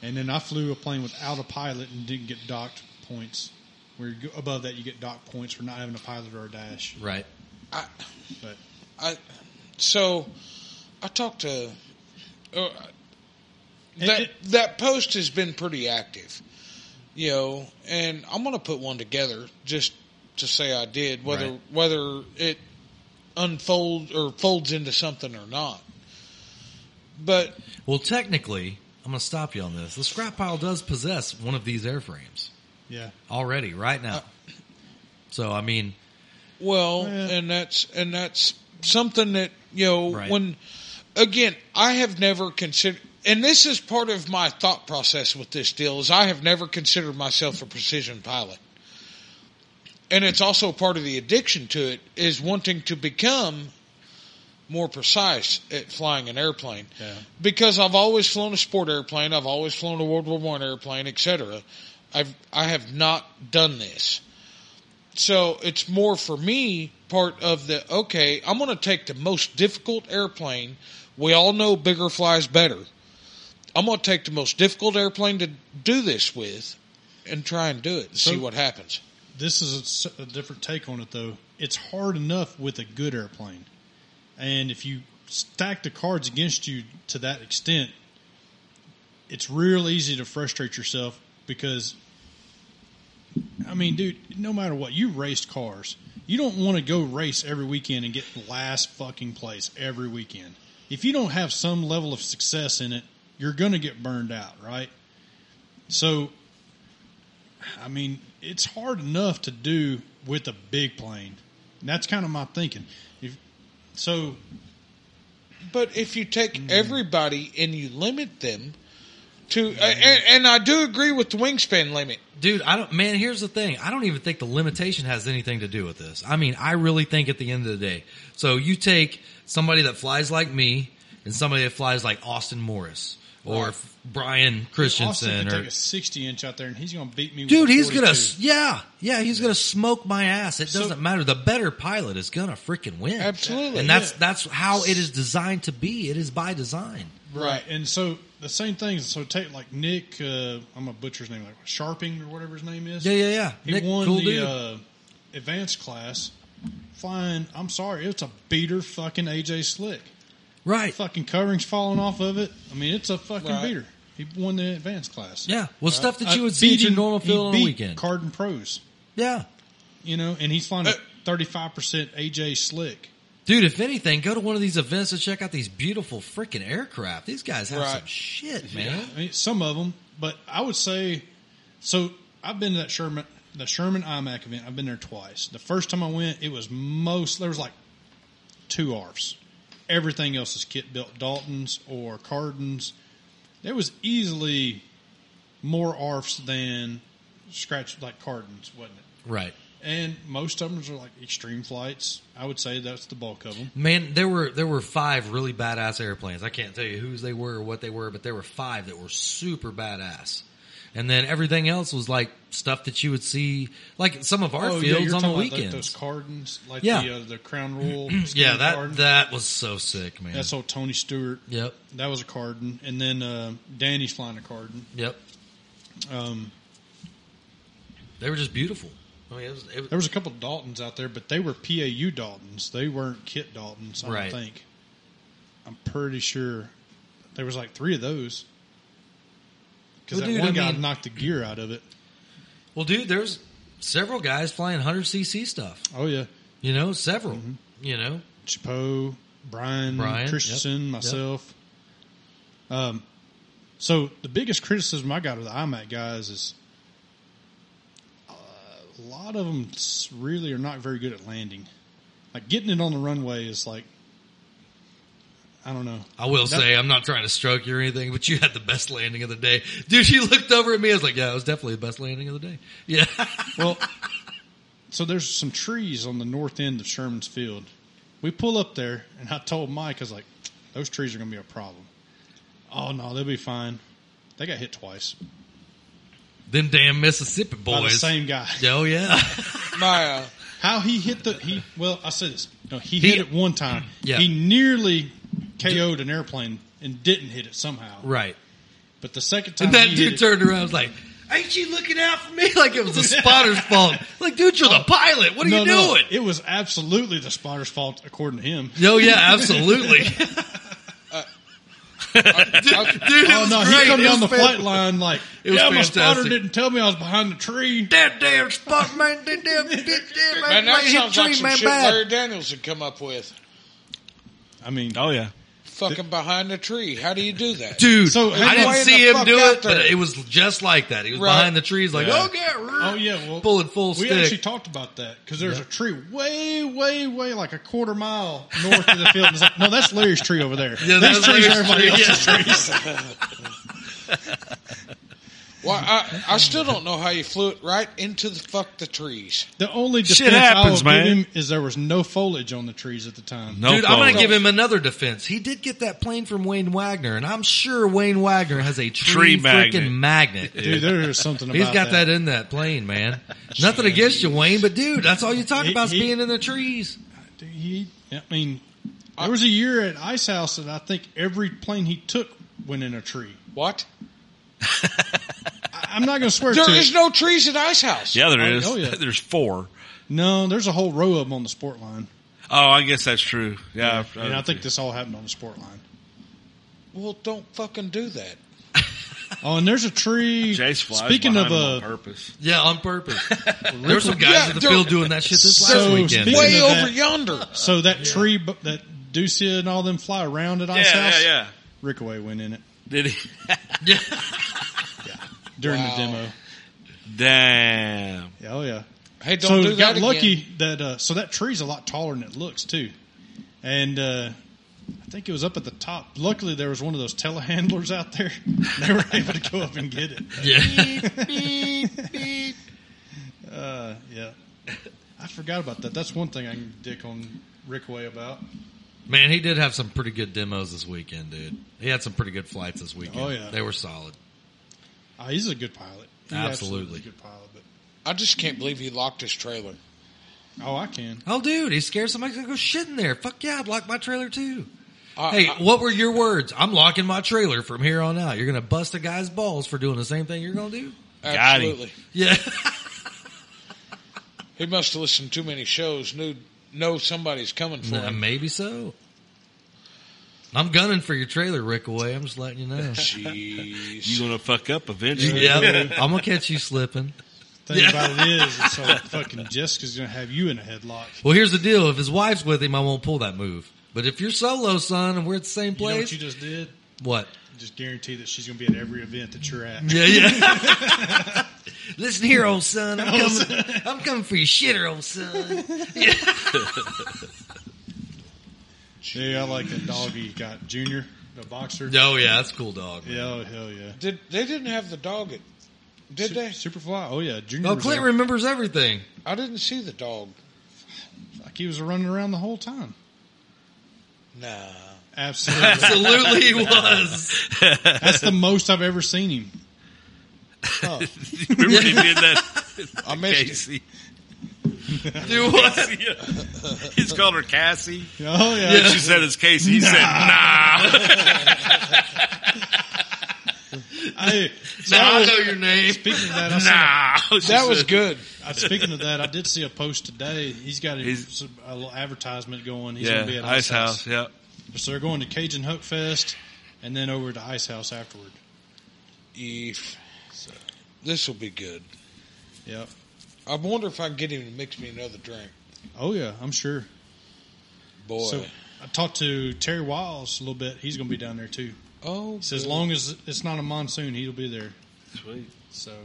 [SPEAKER 3] And then I flew a plane without a pilot and didn't get docked points. Where you go above that, you get docked points for not having a pilot or a dash.
[SPEAKER 1] Right.
[SPEAKER 2] I,
[SPEAKER 3] But
[SPEAKER 2] I so I talked to uh, that
[SPEAKER 3] it-
[SPEAKER 2] that post has been pretty active, you know, and I'm gonna put one together just to say I did, whether
[SPEAKER 1] Right.
[SPEAKER 2] whether it unfolds or folds into something or not. But
[SPEAKER 1] Well, technically, I'm going to stop you on this. The scrap pile does possess one of these airframes
[SPEAKER 3] Yeah.
[SPEAKER 1] already, right now. So, I mean,
[SPEAKER 2] well,
[SPEAKER 3] Yeah.
[SPEAKER 2] and that's and that's something that you know
[SPEAKER 1] Right.
[SPEAKER 2] when again I have never considered. And this is part of my thought process with this deal is I have never considered myself a precision pilot. and it's also part of the addiction to it is wanting to become more precise at flying an airplane
[SPEAKER 3] Yeah.
[SPEAKER 2] because I've always flown a sport airplane, I've always flown a World War One airplane, etc. I've I have not done this, so it's more for me part of the okay. I'm going to take the most difficult airplane. We all know bigger flies better. I'm going to take the most difficult airplane to do this with, and try and do it and see
[SPEAKER 3] So-
[SPEAKER 2] what happens.
[SPEAKER 3] this is a s- a, different take on it though. It's hard enough with a good airplane, and if you stack the cards against you to that extent, it's real easy to frustrate yourself because, I mean, dude, no matter what, you raced cars. You don't want to go race every weekend and get last fucking place every weekend. If you don't have some level of success in it, you're going to get burned out, right? So I mean, it's hard enough to do with a big plane. And that's kind of my thinking. If, so,
[SPEAKER 2] But if you take
[SPEAKER 3] Mm-hmm.
[SPEAKER 2] everybody and you limit them to,
[SPEAKER 3] Mm-hmm.
[SPEAKER 2] uh, and, and I do agree with the wingspan limit.
[SPEAKER 1] dude, I don't, man, here's the thing. I don't even think the limitation has anything to do with this. I mean, I really think at the end of the day. So you take somebody that flies like me and somebody that flies like Austin Morris or
[SPEAKER 3] Right.
[SPEAKER 1] f- Brian
[SPEAKER 3] Austin
[SPEAKER 1] Christensen
[SPEAKER 3] could
[SPEAKER 1] or
[SPEAKER 3] take a sixty-inch out there, and he's going to beat me.
[SPEAKER 1] Dude,
[SPEAKER 3] with a
[SPEAKER 1] he's
[SPEAKER 3] 42.
[SPEAKER 1] gonna yeah, yeah, he's gonna smoke my ass. It
[SPEAKER 3] So-
[SPEAKER 1] doesn't matter. The better pilot is gonna freaking win.
[SPEAKER 2] Absolutely.
[SPEAKER 1] and that's
[SPEAKER 3] Yeah.
[SPEAKER 1] that's how it is designed to be. It is by design.
[SPEAKER 3] right. And so the same thing. So take like Nick. Uh, I'm a butcher's name, like Sharping or whatever his name is.
[SPEAKER 1] Yeah, yeah, yeah.
[SPEAKER 3] He
[SPEAKER 1] Nick,
[SPEAKER 3] won
[SPEAKER 1] cool dude.
[SPEAKER 3] the uh, advanced class. Flying. I'm sorry, it's a beater. Fucking AJ Slick.
[SPEAKER 1] right.
[SPEAKER 3] Fucking coverings falling off of it. I mean, it's a fucking
[SPEAKER 2] Right.
[SPEAKER 3] beater. He won the advanced class.
[SPEAKER 1] Yeah. Well, stuff that you
[SPEAKER 3] Uh,
[SPEAKER 1] would see at your
[SPEAKER 3] beating-
[SPEAKER 1] normal
[SPEAKER 3] he
[SPEAKER 1] field on a
[SPEAKER 3] beat
[SPEAKER 1] weekend.
[SPEAKER 3] Cardin Pros,
[SPEAKER 1] yeah.
[SPEAKER 3] you know, and he's flying
[SPEAKER 2] Uh,
[SPEAKER 3] a thirty-five percent AJ Slick.
[SPEAKER 1] Dude, if anything, go to one of these events and check out these beautiful freaking aircraft. These guys have some
[SPEAKER 2] Right.
[SPEAKER 1] shit, man.
[SPEAKER 3] I mean, some of them, but I would say so. I've been to that Sherman, the Sherman IMAC event. I've been there twice. The first time I went, it was most there was like two ARFs. Everything else is kit built Daltons or Cardens. There was easily more ARFs than scratch like Cardens, wasn't it?
[SPEAKER 1] Right.
[SPEAKER 3] and most of them are like extreme flights. I would say that's the bulk of them.
[SPEAKER 1] Man, there were there were five really badass airplanes. I can't tell you whose they were or what they were, but there were five that were super badass. And then everything else was like stuff that you would see, like some of our
[SPEAKER 3] Oh, yeah,
[SPEAKER 1] fields on the
[SPEAKER 3] talking about like
[SPEAKER 1] weekends.
[SPEAKER 3] those Cardens, like
[SPEAKER 1] Yeah.
[SPEAKER 3] the uh, the Crown Rule.
[SPEAKER 1] yeah, that
[SPEAKER 3] Carden.
[SPEAKER 1] that was so sick, man.
[SPEAKER 3] that's old Tony Stewart.
[SPEAKER 1] yep,
[SPEAKER 3] That was a Carden, and then uh, Danny's flying a Carden.
[SPEAKER 1] yep.
[SPEAKER 3] Um,
[SPEAKER 1] They were just beautiful. I mean, it was, it was
[SPEAKER 3] there was a couple of Daltons out there, but they were PAU Daltons. They weren't Kit Daltons. I
[SPEAKER 1] Right.
[SPEAKER 3] don't think. I'm pretty sure there was like three of those. Because
[SPEAKER 1] Well,
[SPEAKER 3] that
[SPEAKER 1] dude,
[SPEAKER 3] one
[SPEAKER 1] I
[SPEAKER 3] guy
[SPEAKER 1] mean-
[SPEAKER 3] knocked the gear out of it.
[SPEAKER 1] well, dude. There's several guys flying 100cc stuff.
[SPEAKER 3] Oh yeah.
[SPEAKER 1] You know, several.
[SPEAKER 3] Mm-hmm.
[SPEAKER 1] You know,
[SPEAKER 3] Chapeau, Brian,
[SPEAKER 1] Brian, yep,
[SPEAKER 3] Christensen,
[SPEAKER 1] yep.
[SPEAKER 3] myself. Um, so the biggest criticism I got of the IMAC guys is uh, a lot of them really are not very good at landing. Like getting it on the runway is like, I don't know.
[SPEAKER 1] I will
[SPEAKER 3] That-
[SPEAKER 1] say, I'm not trying to stroke you or anything, but you had the best landing of the day. Dude, you looked over at me. I was like, yeah, it was definitely the best landing of the day. Yeah.
[SPEAKER 3] Well, so there's some trees on the north end of Sherman's Field. We pull up there, and I told Mike, I was like, those trees are going to be a problem. Oh, no, they'll be fine. They got hit twice
[SPEAKER 1] Them damn Mississippi
[SPEAKER 3] by the
[SPEAKER 1] boys.
[SPEAKER 3] same guy.
[SPEAKER 1] Oh, yeah.
[SPEAKER 2] My uh,
[SPEAKER 3] How he hit the he? Well, I said this. No, he,
[SPEAKER 1] He-
[SPEAKER 3] hit it one time.
[SPEAKER 1] Yeah.
[SPEAKER 3] He nearly KO'd an airplane and didn't hit it somehow.
[SPEAKER 1] right.
[SPEAKER 3] But the second time
[SPEAKER 1] And that
[SPEAKER 3] he hit
[SPEAKER 1] dude
[SPEAKER 3] it-
[SPEAKER 1] turned around and was like, ain't you looking out for me? Like it was a spotter's fault. Like, dude, you're the pilot. What are
[SPEAKER 3] Oh. no,
[SPEAKER 1] you
[SPEAKER 3] no,
[SPEAKER 1] doing?
[SPEAKER 3] it was absolutely the spotter's fault, according to him.
[SPEAKER 1] Oh, yeah, absolutely. Dude,
[SPEAKER 3] Uh, Oh no, he come down the flight
[SPEAKER 1] flight
[SPEAKER 3] line like
[SPEAKER 1] It was
[SPEAKER 3] yeah, my spotter
[SPEAKER 1] fantastic.
[SPEAKER 3] didn't tell me I was behind the tree.
[SPEAKER 1] That damn spot, man. That damn, that damn,
[SPEAKER 2] Man,
[SPEAKER 1] man.
[SPEAKER 2] that
[SPEAKER 1] hit
[SPEAKER 2] sounds like
[SPEAKER 1] tree,
[SPEAKER 2] some
[SPEAKER 1] man,
[SPEAKER 2] shit
[SPEAKER 1] bad.
[SPEAKER 2] Larry Daniels would come up with.
[SPEAKER 3] I mean,
[SPEAKER 4] Oh yeah.
[SPEAKER 2] Fucking behind the tree. How do you do that?
[SPEAKER 1] Dude,
[SPEAKER 3] So,
[SPEAKER 1] I didn't
[SPEAKER 2] way
[SPEAKER 1] see
[SPEAKER 2] the
[SPEAKER 1] him
[SPEAKER 2] fuck
[SPEAKER 1] do
[SPEAKER 2] out
[SPEAKER 1] it, but
[SPEAKER 2] there.
[SPEAKER 1] it was just like that. He was
[SPEAKER 2] Right.
[SPEAKER 1] behind the trees, like,
[SPEAKER 4] Yeah.
[SPEAKER 1] oh, yeah,
[SPEAKER 3] oh yeah, well,
[SPEAKER 1] pulling full
[SPEAKER 3] we
[SPEAKER 1] stick.
[SPEAKER 3] actually talked about that because there's a tree way, way, way like a quarter mile north of the field. And it's like, no, that's Larry's tree over there.
[SPEAKER 1] Yeah,
[SPEAKER 3] These
[SPEAKER 1] that's
[SPEAKER 3] trees
[SPEAKER 1] Larry's
[SPEAKER 3] are everybody
[SPEAKER 1] tree,
[SPEAKER 3] else's
[SPEAKER 1] yeah.
[SPEAKER 3] trees.
[SPEAKER 2] Well, I, I still don't know how you flew it right into the fuck the trees.
[SPEAKER 3] The only defense
[SPEAKER 4] Shit happens,
[SPEAKER 3] I will
[SPEAKER 4] man.
[SPEAKER 3] give him is there was no foliage on the trees at the time.
[SPEAKER 4] No
[SPEAKER 1] Dude, I'm going
[SPEAKER 4] problem.
[SPEAKER 1] to give him another defense. He did get that plane from Wayne Wagner, and I'm sure Wayne Wagner has a
[SPEAKER 4] Tree
[SPEAKER 1] tree,
[SPEAKER 4] magnet.
[SPEAKER 1] freaking magnet.
[SPEAKER 3] Dude, there's something about
[SPEAKER 1] He's got that. in that plane, man. Nothing against you, Wayne, but dude, that's all you talk
[SPEAKER 3] He-
[SPEAKER 1] about is
[SPEAKER 3] he-
[SPEAKER 1] being in the trees.
[SPEAKER 3] Dude, he, I mean, there was a year at Ice House that I think every plane he took went in a tree.
[SPEAKER 2] What?
[SPEAKER 3] I, I'm not going to swear
[SPEAKER 2] There
[SPEAKER 3] to
[SPEAKER 2] is
[SPEAKER 3] it.
[SPEAKER 2] no trees at Ice House.
[SPEAKER 4] Yeah, there
[SPEAKER 3] Oh,
[SPEAKER 4] is.
[SPEAKER 3] oh, yeah.
[SPEAKER 4] There's four.
[SPEAKER 3] No, there's a whole row of them on the sport line.
[SPEAKER 4] Oh, I guess that's true. Yeah.
[SPEAKER 3] And I think this all happened on the sport line.
[SPEAKER 2] Well, don't fucking do that.
[SPEAKER 3] Oh, and there's a tree.
[SPEAKER 4] Jace flies
[SPEAKER 3] speaking of uh,
[SPEAKER 4] on
[SPEAKER 3] a,
[SPEAKER 4] purpose.
[SPEAKER 1] Yeah, on purpose. There's some guys
[SPEAKER 2] Yeah,
[SPEAKER 1] at the
[SPEAKER 2] there-
[SPEAKER 1] field doing that shit this
[SPEAKER 3] So,
[SPEAKER 1] last weekend.
[SPEAKER 3] speaking-
[SPEAKER 2] Way
[SPEAKER 3] of
[SPEAKER 2] over
[SPEAKER 3] that-
[SPEAKER 2] yonder.
[SPEAKER 3] so that tree bu- that Ducia and all them fly around at
[SPEAKER 4] Yeah,
[SPEAKER 3] Ice
[SPEAKER 4] yeah,
[SPEAKER 3] House.
[SPEAKER 4] yeah.
[SPEAKER 3] Rickaway went in it
[SPEAKER 4] Did he?
[SPEAKER 1] Yeah.
[SPEAKER 3] during
[SPEAKER 2] Wow.
[SPEAKER 3] the demo.
[SPEAKER 4] Damn.
[SPEAKER 3] Yeah, oh yeah.
[SPEAKER 2] Hey, don't
[SPEAKER 3] so
[SPEAKER 2] do that
[SPEAKER 3] got
[SPEAKER 2] again.
[SPEAKER 3] lucky that uh, so that tree's a lot taller than it looks too, and uh, I think it was up at the top. Luckily, there was one of those telehandlers out there. They were able to go up and get it.
[SPEAKER 1] yeah.
[SPEAKER 3] Uh, yeah, I forgot about that. That's one thing I can dick on Rickaway about.
[SPEAKER 1] Man, he did have some pretty good demos this weekend, dude. He had some pretty good flights this weekend.
[SPEAKER 3] Oh, yeah.
[SPEAKER 1] They were solid.
[SPEAKER 3] Oh, he's a good pilot. He's
[SPEAKER 1] Absolutely.
[SPEAKER 3] a good pilot. But
[SPEAKER 2] I just can't believe he locked his trailer.
[SPEAKER 3] oh, I can.
[SPEAKER 1] Oh, dude, he scared somebody's going to go shit in there. Fuck yeah, I'd lock my trailer too.
[SPEAKER 3] Uh,
[SPEAKER 2] I,
[SPEAKER 1] Hey,
[SPEAKER 2] I-
[SPEAKER 1] what were your words? I'm locking my trailer from here on out. You're going to bust a guy's balls for doing the same thing you're going to do?
[SPEAKER 4] got him.
[SPEAKER 2] absolutely.
[SPEAKER 1] Yeah.
[SPEAKER 2] He must have listened to too many shows. Knew know somebody's coming for
[SPEAKER 1] Nah,
[SPEAKER 2] him.
[SPEAKER 1] maybe so. I'm gunning for your trailer, Rickaway. I'm just letting you know.
[SPEAKER 2] Jeez.
[SPEAKER 4] You gonna fuck up eventually?
[SPEAKER 1] yeah, I'm going to catch you slipping.
[SPEAKER 3] Thing
[SPEAKER 1] Yeah.
[SPEAKER 3] about it is, it's like fucking Jessica's gonna have you in a headlock.
[SPEAKER 1] Well, here's the deal. If his wife's with him, I won't pull that move. But if you're solo, son, and we're at the same
[SPEAKER 3] You know what
[SPEAKER 1] place,
[SPEAKER 3] you just did?
[SPEAKER 1] what?
[SPEAKER 3] Just guarantee that she's gonna be at every event that you're at.
[SPEAKER 1] Yeah, yeah. Listen here, old son. I'm coming. I'm coming for your shitter, old son.
[SPEAKER 3] Yeah, I like the dog he got, Junior, the boxer.
[SPEAKER 1] Oh yeah, that's a cool dog.
[SPEAKER 3] Yeah, oh, hell yeah.
[SPEAKER 2] Did they didn't have the dog? At, did
[SPEAKER 3] Su-
[SPEAKER 2] they?
[SPEAKER 3] Superfly. Oh yeah, Junior.
[SPEAKER 1] Oh,
[SPEAKER 3] was
[SPEAKER 1] Clint
[SPEAKER 3] there.
[SPEAKER 1] remembers everything.
[SPEAKER 2] I didn't see the dog.
[SPEAKER 3] like he was running around the whole time.
[SPEAKER 2] Nah.
[SPEAKER 3] Absolutely,
[SPEAKER 1] Absolutely, he was.
[SPEAKER 3] that's the most I've ever seen him.
[SPEAKER 4] Remember he did that,
[SPEAKER 2] I missed it.
[SPEAKER 4] Casey.
[SPEAKER 1] Do what?
[SPEAKER 4] He's called her Cassie.
[SPEAKER 3] Oh yeah,
[SPEAKER 1] Yeah.
[SPEAKER 4] She said it's Casey. He said nah.
[SPEAKER 3] I, so
[SPEAKER 1] Now
[SPEAKER 3] I
[SPEAKER 1] I
[SPEAKER 3] was-
[SPEAKER 1] know your name.
[SPEAKER 3] speaking of that, I saw,
[SPEAKER 4] Nah. She
[SPEAKER 2] That was
[SPEAKER 4] said-
[SPEAKER 2] good.
[SPEAKER 3] I, speaking of that, I did see a post today. He's got a,
[SPEAKER 4] He's-
[SPEAKER 3] some- a little advertisement going. He's
[SPEAKER 4] Yeah,
[SPEAKER 3] gonna be at
[SPEAKER 4] Ice House. Yeah.
[SPEAKER 3] So they're going to Cajun Hook Fest, and then over to Ice House afterward.
[SPEAKER 2] If this will be good.
[SPEAKER 3] Yep.
[SPEAKER 2] I wonder if I can get him to mix me another drink.
[SPEAKER 3] Oh yeah, I'm sure.
[SPEAKER 2] Boy.
[SPEAKER 3] So I talked to Terry Wiles a little bit. He's going to be down there too.
[SPEAKER 2] oh,
[SPEAKER 3] He said as
[SPEAKER 2] good.
[SPEAKER 3] long as it's not a monsoon, he'll be there.
[SPEAKER 4] Sweet.
[SPEAKER 3] So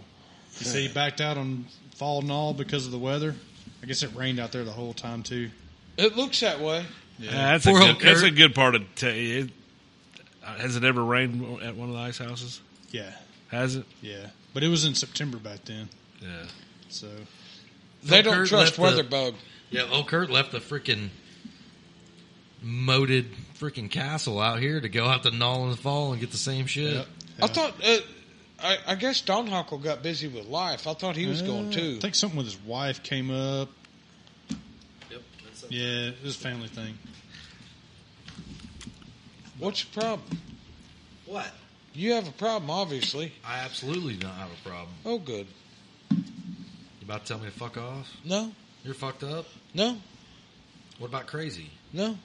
[SPEAKER 3] he said he backed out on fall and all because of the weather. I guess it rained out there the whole time too.
[SPEAKER 2] It looks that way.
[SPEAKER 4] Yeah, Uh, that's, a
[SPEAKER 1] Poor
[SPEAKER 4] good,
[SPEAKER 1] old
[SPEAKER 4] that's a
[SPEAKER 1] Kurt.
[SPEAKER 4] good part of t- it. uh, Has it ever rained at one of the ice houses?
[SPEAKER 3] Yeah,
[SPEAKER 4] Has it?
[SPEAKER 3] yeah. But it was in September back then,
[SPEAKER 4] Yeah.
[SPEAKER 3] so
[SPEAKER 2] They
[SPEAKER 1] Phil
[SPEAKER 2] don't
[SPEAKER 1] Kurt
[SPEAKER 2] trust
[SPEAKER 1] left
[SPEAKER 2] weather
[SPEAKER 1] the-
[SPEAKER 2] bug.
[SPEAKER 1] Yeah, old Kurt left a freaking moated freaking castle out here to go out to Null in the fall and get the same shit.
[SPEAKER 3] Yep.
[SPEAKER 2] I thought. Uh, I, I guess Don Hockle got busy with life. I thought he was going
[SPEAKER 3] I
[SPEAKER 2] too.
[SPEAKER 3] Uh, think something with his wife came up.
[SPEAKER 1] Yep, that's it.
[SPEAKER 3] Yeah, it was a family thing.
[SPEAKER 2] What's the problem?
[SPEAKER 1] What?
[SPEAKER 2] You have a problem, obviously.
[SPEAKER 1] I absolutely don't have a problem.
[SPEAKER 2] Oh, good.
[SPEAKER 1] You about to tell me to fuck off?
[SPEAKER 2] No,
[SPEAKER 1] You're fucked up.
[SPEAKER 2] no,
[SPEAKER 1] What about crazy?
[SPEAKER 2] no.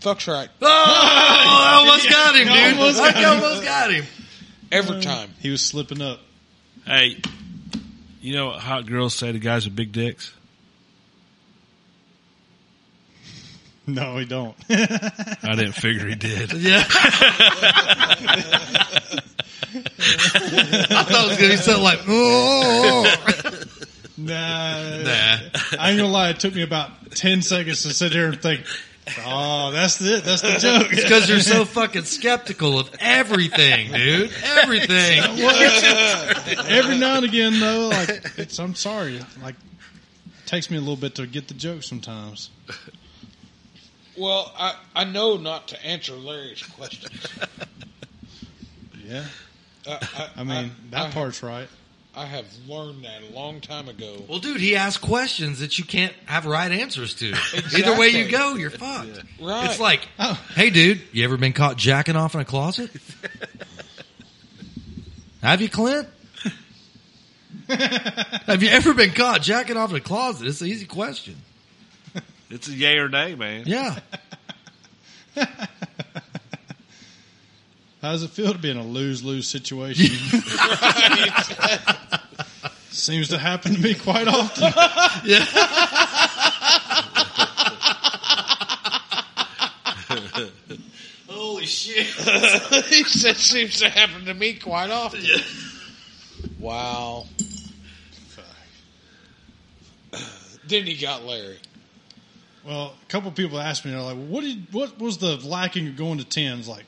[SPEAKER 2] Fuck's right.
[SPEAKER 1] Oh, I almost got him, dude.
[SPEAKER 3] Almost got
[SPEAKER 1] I almost got him.
[SPEAKER 2] Every time.
[SPEAKER 3] He was slipping up.
[SPEAKER 4] Hey, you know what hot girls say to guys with big dicks?
[SPEAKER 3] No, he don't.
[SPEAKER 4] I didn't figure he did.
[SPEAKER 1] Yeah. I thought it was going to be something like, oh.
[SPEAKER 3] nah.
[SPEAKER 1] Nah.
[SPEAKER 3] I ain't gonna lie, it took me about ten seconds to sit here and think, Oh, that's it, that's the joke.
[SPEAKER 1] Because you're so fucking skeptical of everything, dude. Everything.
[SPEAKER 3] Every now and again though, like it's I'm sorry. Like it takes me a little bit to get the joke sometimes.
[SPEAKER 2] Well, I, I know not to answer Larry's questions.
[SPEAKER 3] Yeah.
[SPEAKER 2] I, I,
[SPEAKER 3] I mean, that
[SPEAKER 2] I-
[SPEAKER 3] part's right.
[SPEAKER 2] I have learned that a long time ago.
[SPEAKER 1] Well, dude, he asked questions that you can't have right answers to. Either way you go, you're fucked.
[SPEAKER 2] Right.
[SPEAKER 1] It's like,
[SPEAKER 3] Oh.
[SPEAKER 1] hey, dude, you ever been caught jacking off in a closet? have you, Clint? have you ever been caught jacking off in a closet? It's an easy question.
[SPEAKER 4] It's a yay or nay, man.
[SPEAKER 1] Yeah.
[SPEAKER 3] How does it feel to be in a lose lose situation? Seems to happen to me quite often.
[SPEAKER 1] Holy shit.
[SPEAKER 2] he said, seems to happen to me quite often. Wow. then he got Larry.
[SPEAKER 3] Well, a couple people asked me, they're like, "What did? What was the lacking of going to tens like?"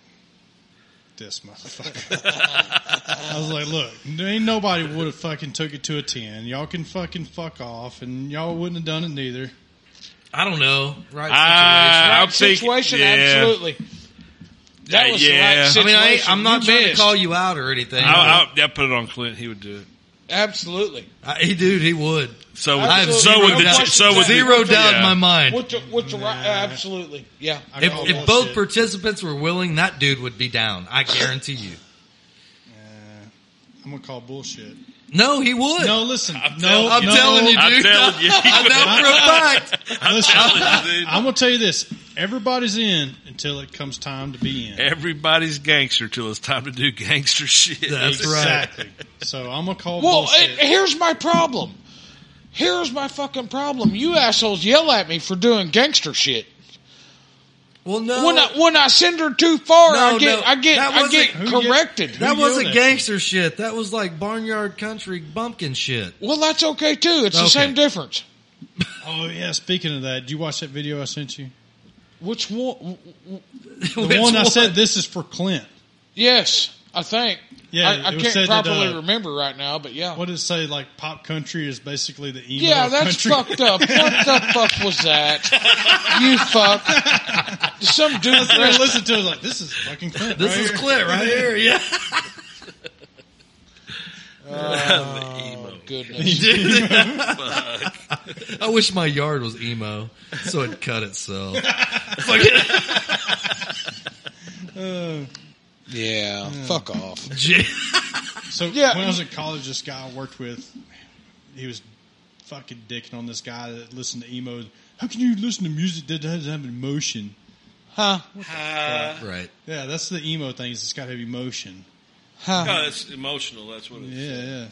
[SPEAKER 3] This motherfucker. I was like, "Look, ain't nobody would have fucking took it to a ten. Y'all can fucking fuck off, and y'all wouldn't have done it neither."
[SPEAKER 1] I don't know. Right.
[SPEAKER 4] Ah,
[SPEAKER 1] situation.
[SPEAKER 4] I'm thinking-
[SPEAKER 2] situation,
[SPEAKER 4] yeah.
[SPEAKER 2] absolutely. That
[SPEAKER 4] Yeah,
[SPEAKER 2] was the
[SPEAKER 4] yeah.
[SPEAKER 2] right
[SPEAKER 4] I
[SPEAKER 1] I mean,
[SPEAKER 2] situation.
[SPEAKER 1] I, ain't- I'm not
[SPEAKER 2] You
[SPEAKER 1] trying
[SPEAKER 2] missed.
[SPEAKER 1] to call you out or anything.
[SPEAKER 4] I, I, I put it on Clint. He would do it.
[SPEAKER 2] Absolutely.
[SPEAKER 1] I- he, dude, he would.
[SPEAKER 4] So
[SPEAKER 1] I have
[SPEAKER 4] would, so
[SPEAKER 1] zero
[SPEAKER 4] would the
[SPEAKER 1] doubt,
[SPEAKER 2] question.
[SPEAKER 4] so would the-
[SPEAKER 1] zero doubt in
[SPEAKER 4] yeah.
[SPEAKER 1] my mind.
[SPEAKER 2] What's the, what's the right?
[SPEAKER 3] Nah.
[SPEAKER 2] Absolutely. Yeah.
[SPEAKER 3] I
[SPEAKER 1] If,
[SPEAKER 3] call
[SPEAKER 1] if both
[SPEAKER 3] bullshit.
[SPEAKER 1] participants were willing, that dude would be down. I guarantee you.
[SPEAKER 3] Uh, I'm gonna call bullshit.
[SPEAKER 1] No, he would.
[SPEAKER 3] No, listen.
[SPEAKER 4] I'm
[SPEAKER 3] no,
[SPEAKER 4] telling
[SPEAKER 1] I'm
[SPEAKER 4] you.
[SPEAKER 3] no,
[SPEAKER 1] telling you,
[SPEAKER 4] I'm
[SPEAKER 1] dude.
[SPEAKER 4] telling you.
[SPEAKER 1] I know for a fact.
[SPEAKER 4] I'm
[SPEAKER 3] Listen.
[SPEAKER 4] telling you, dude.
[SPEAKER 3] I'm gonna tell you this: everybody's in until it comes time to be in.
[SPEAKER 4] Everybody's gangster till it's time to do gangster shit.
[SPEAKER 1] That's right.
[SPEAKER 3] exactly. So I'm gonna call
[SPEAKER 2] Well,
[SPEAKER 3] bullshit.
[SPEAKER 1] eh,
[SPEAKER 2] and here's my problem. Here's my fucking problem. You assholes yell at me for doing gangster shit.
[SPEAKER 1] Well, no.
[SPEAKER 2] When I when I send her too far,
[SPEAKER 1] No,
[SPEAKER 2] I get
[SPEAKER 1] no.
[SPEAKER 2] I get
[SPEAKER 1] That
[SPEAKER 2] I
[SPEAKER 1] wasn't-
[SPEAKER 2] get
[SPEAKER 3] who get-
[SPEAKER 2] corrected.
[SPEAKER 3] who-
[SPEAKER 1] that
[SPEAKER 3] yelled
[SPEAKER 1] wasn't
[SPEAKER 3] at
[SPEAKER 1] gangster shit. That was like barnyard country bumpkin shit.
[SPEAKER 2] well, that's okay too. It's the
[SPEAKER 1] Okay.
[SPEAKER 2] same difference.
[SPEAKER 3] oh yeah. Speaking of that, did you watch that video I sent you?
[SPEAKER 2] Which one?
[SPEAKER 3] The one I said this is for Clint.
[SPEAKER 2] Yes, I think.
[SPEAKER 3] Yeah,
[SPEAKER 2] I, I
[SPEAKER 3] it was
[SPEAKER 2] can't
[SPEAKER 3] said that,
[SPEAKER 2] properly
[SPEAKER 3] uh,
[SPEAKER 2] remember right now, but yeah.
[SPEAKER 3] What did it say? Like pop country is basically the emo
[SPEAKER 2] yeah, that's
[SPEAKER 3] country.
[SPEAKER 2] fucked up. What the fuck was that? You fuck. Some dude
[SPEAKER 3] I
[SPEAKER 2] dressed
[SPEAKER 3] listen to it like this is fucking Clint.
[SPEAKER 1] This
[SPEAKER 3] right
[SPEAKER 1] is
[SPEAKER 3] here.
[SPEAKER 1] Clint right here. Yeah.
[SPEAKER 2] Oh, goodness.
[SPEAKER 1] Dude. I wish my yard was emo, so it'd cut itself. Fucking
[SPEAKER 2] Yeah, fuck off.
[SPEAKER 1] J-
[SPEAKER 3] So
[SPEAKER 2] Yeah.
[SPEAKER 3] when I was in college, this guy I worked with, he was fucking dicking on this guy that listened to emo. How can you listen to music that doesn't have emotion?
[SPEAKER 2] Huh?
[SPEAKER 4] Uh,
[SPEAKER 1] right.
[SPEAKER 3] Yeah, that's the emo thing. Is it's got to have emotion.
[SPEAKER 2] Huh?
[SPEAKER 4] No, it's emotional. That's what it is.
[SPEAKER 3] Yeah, yeah.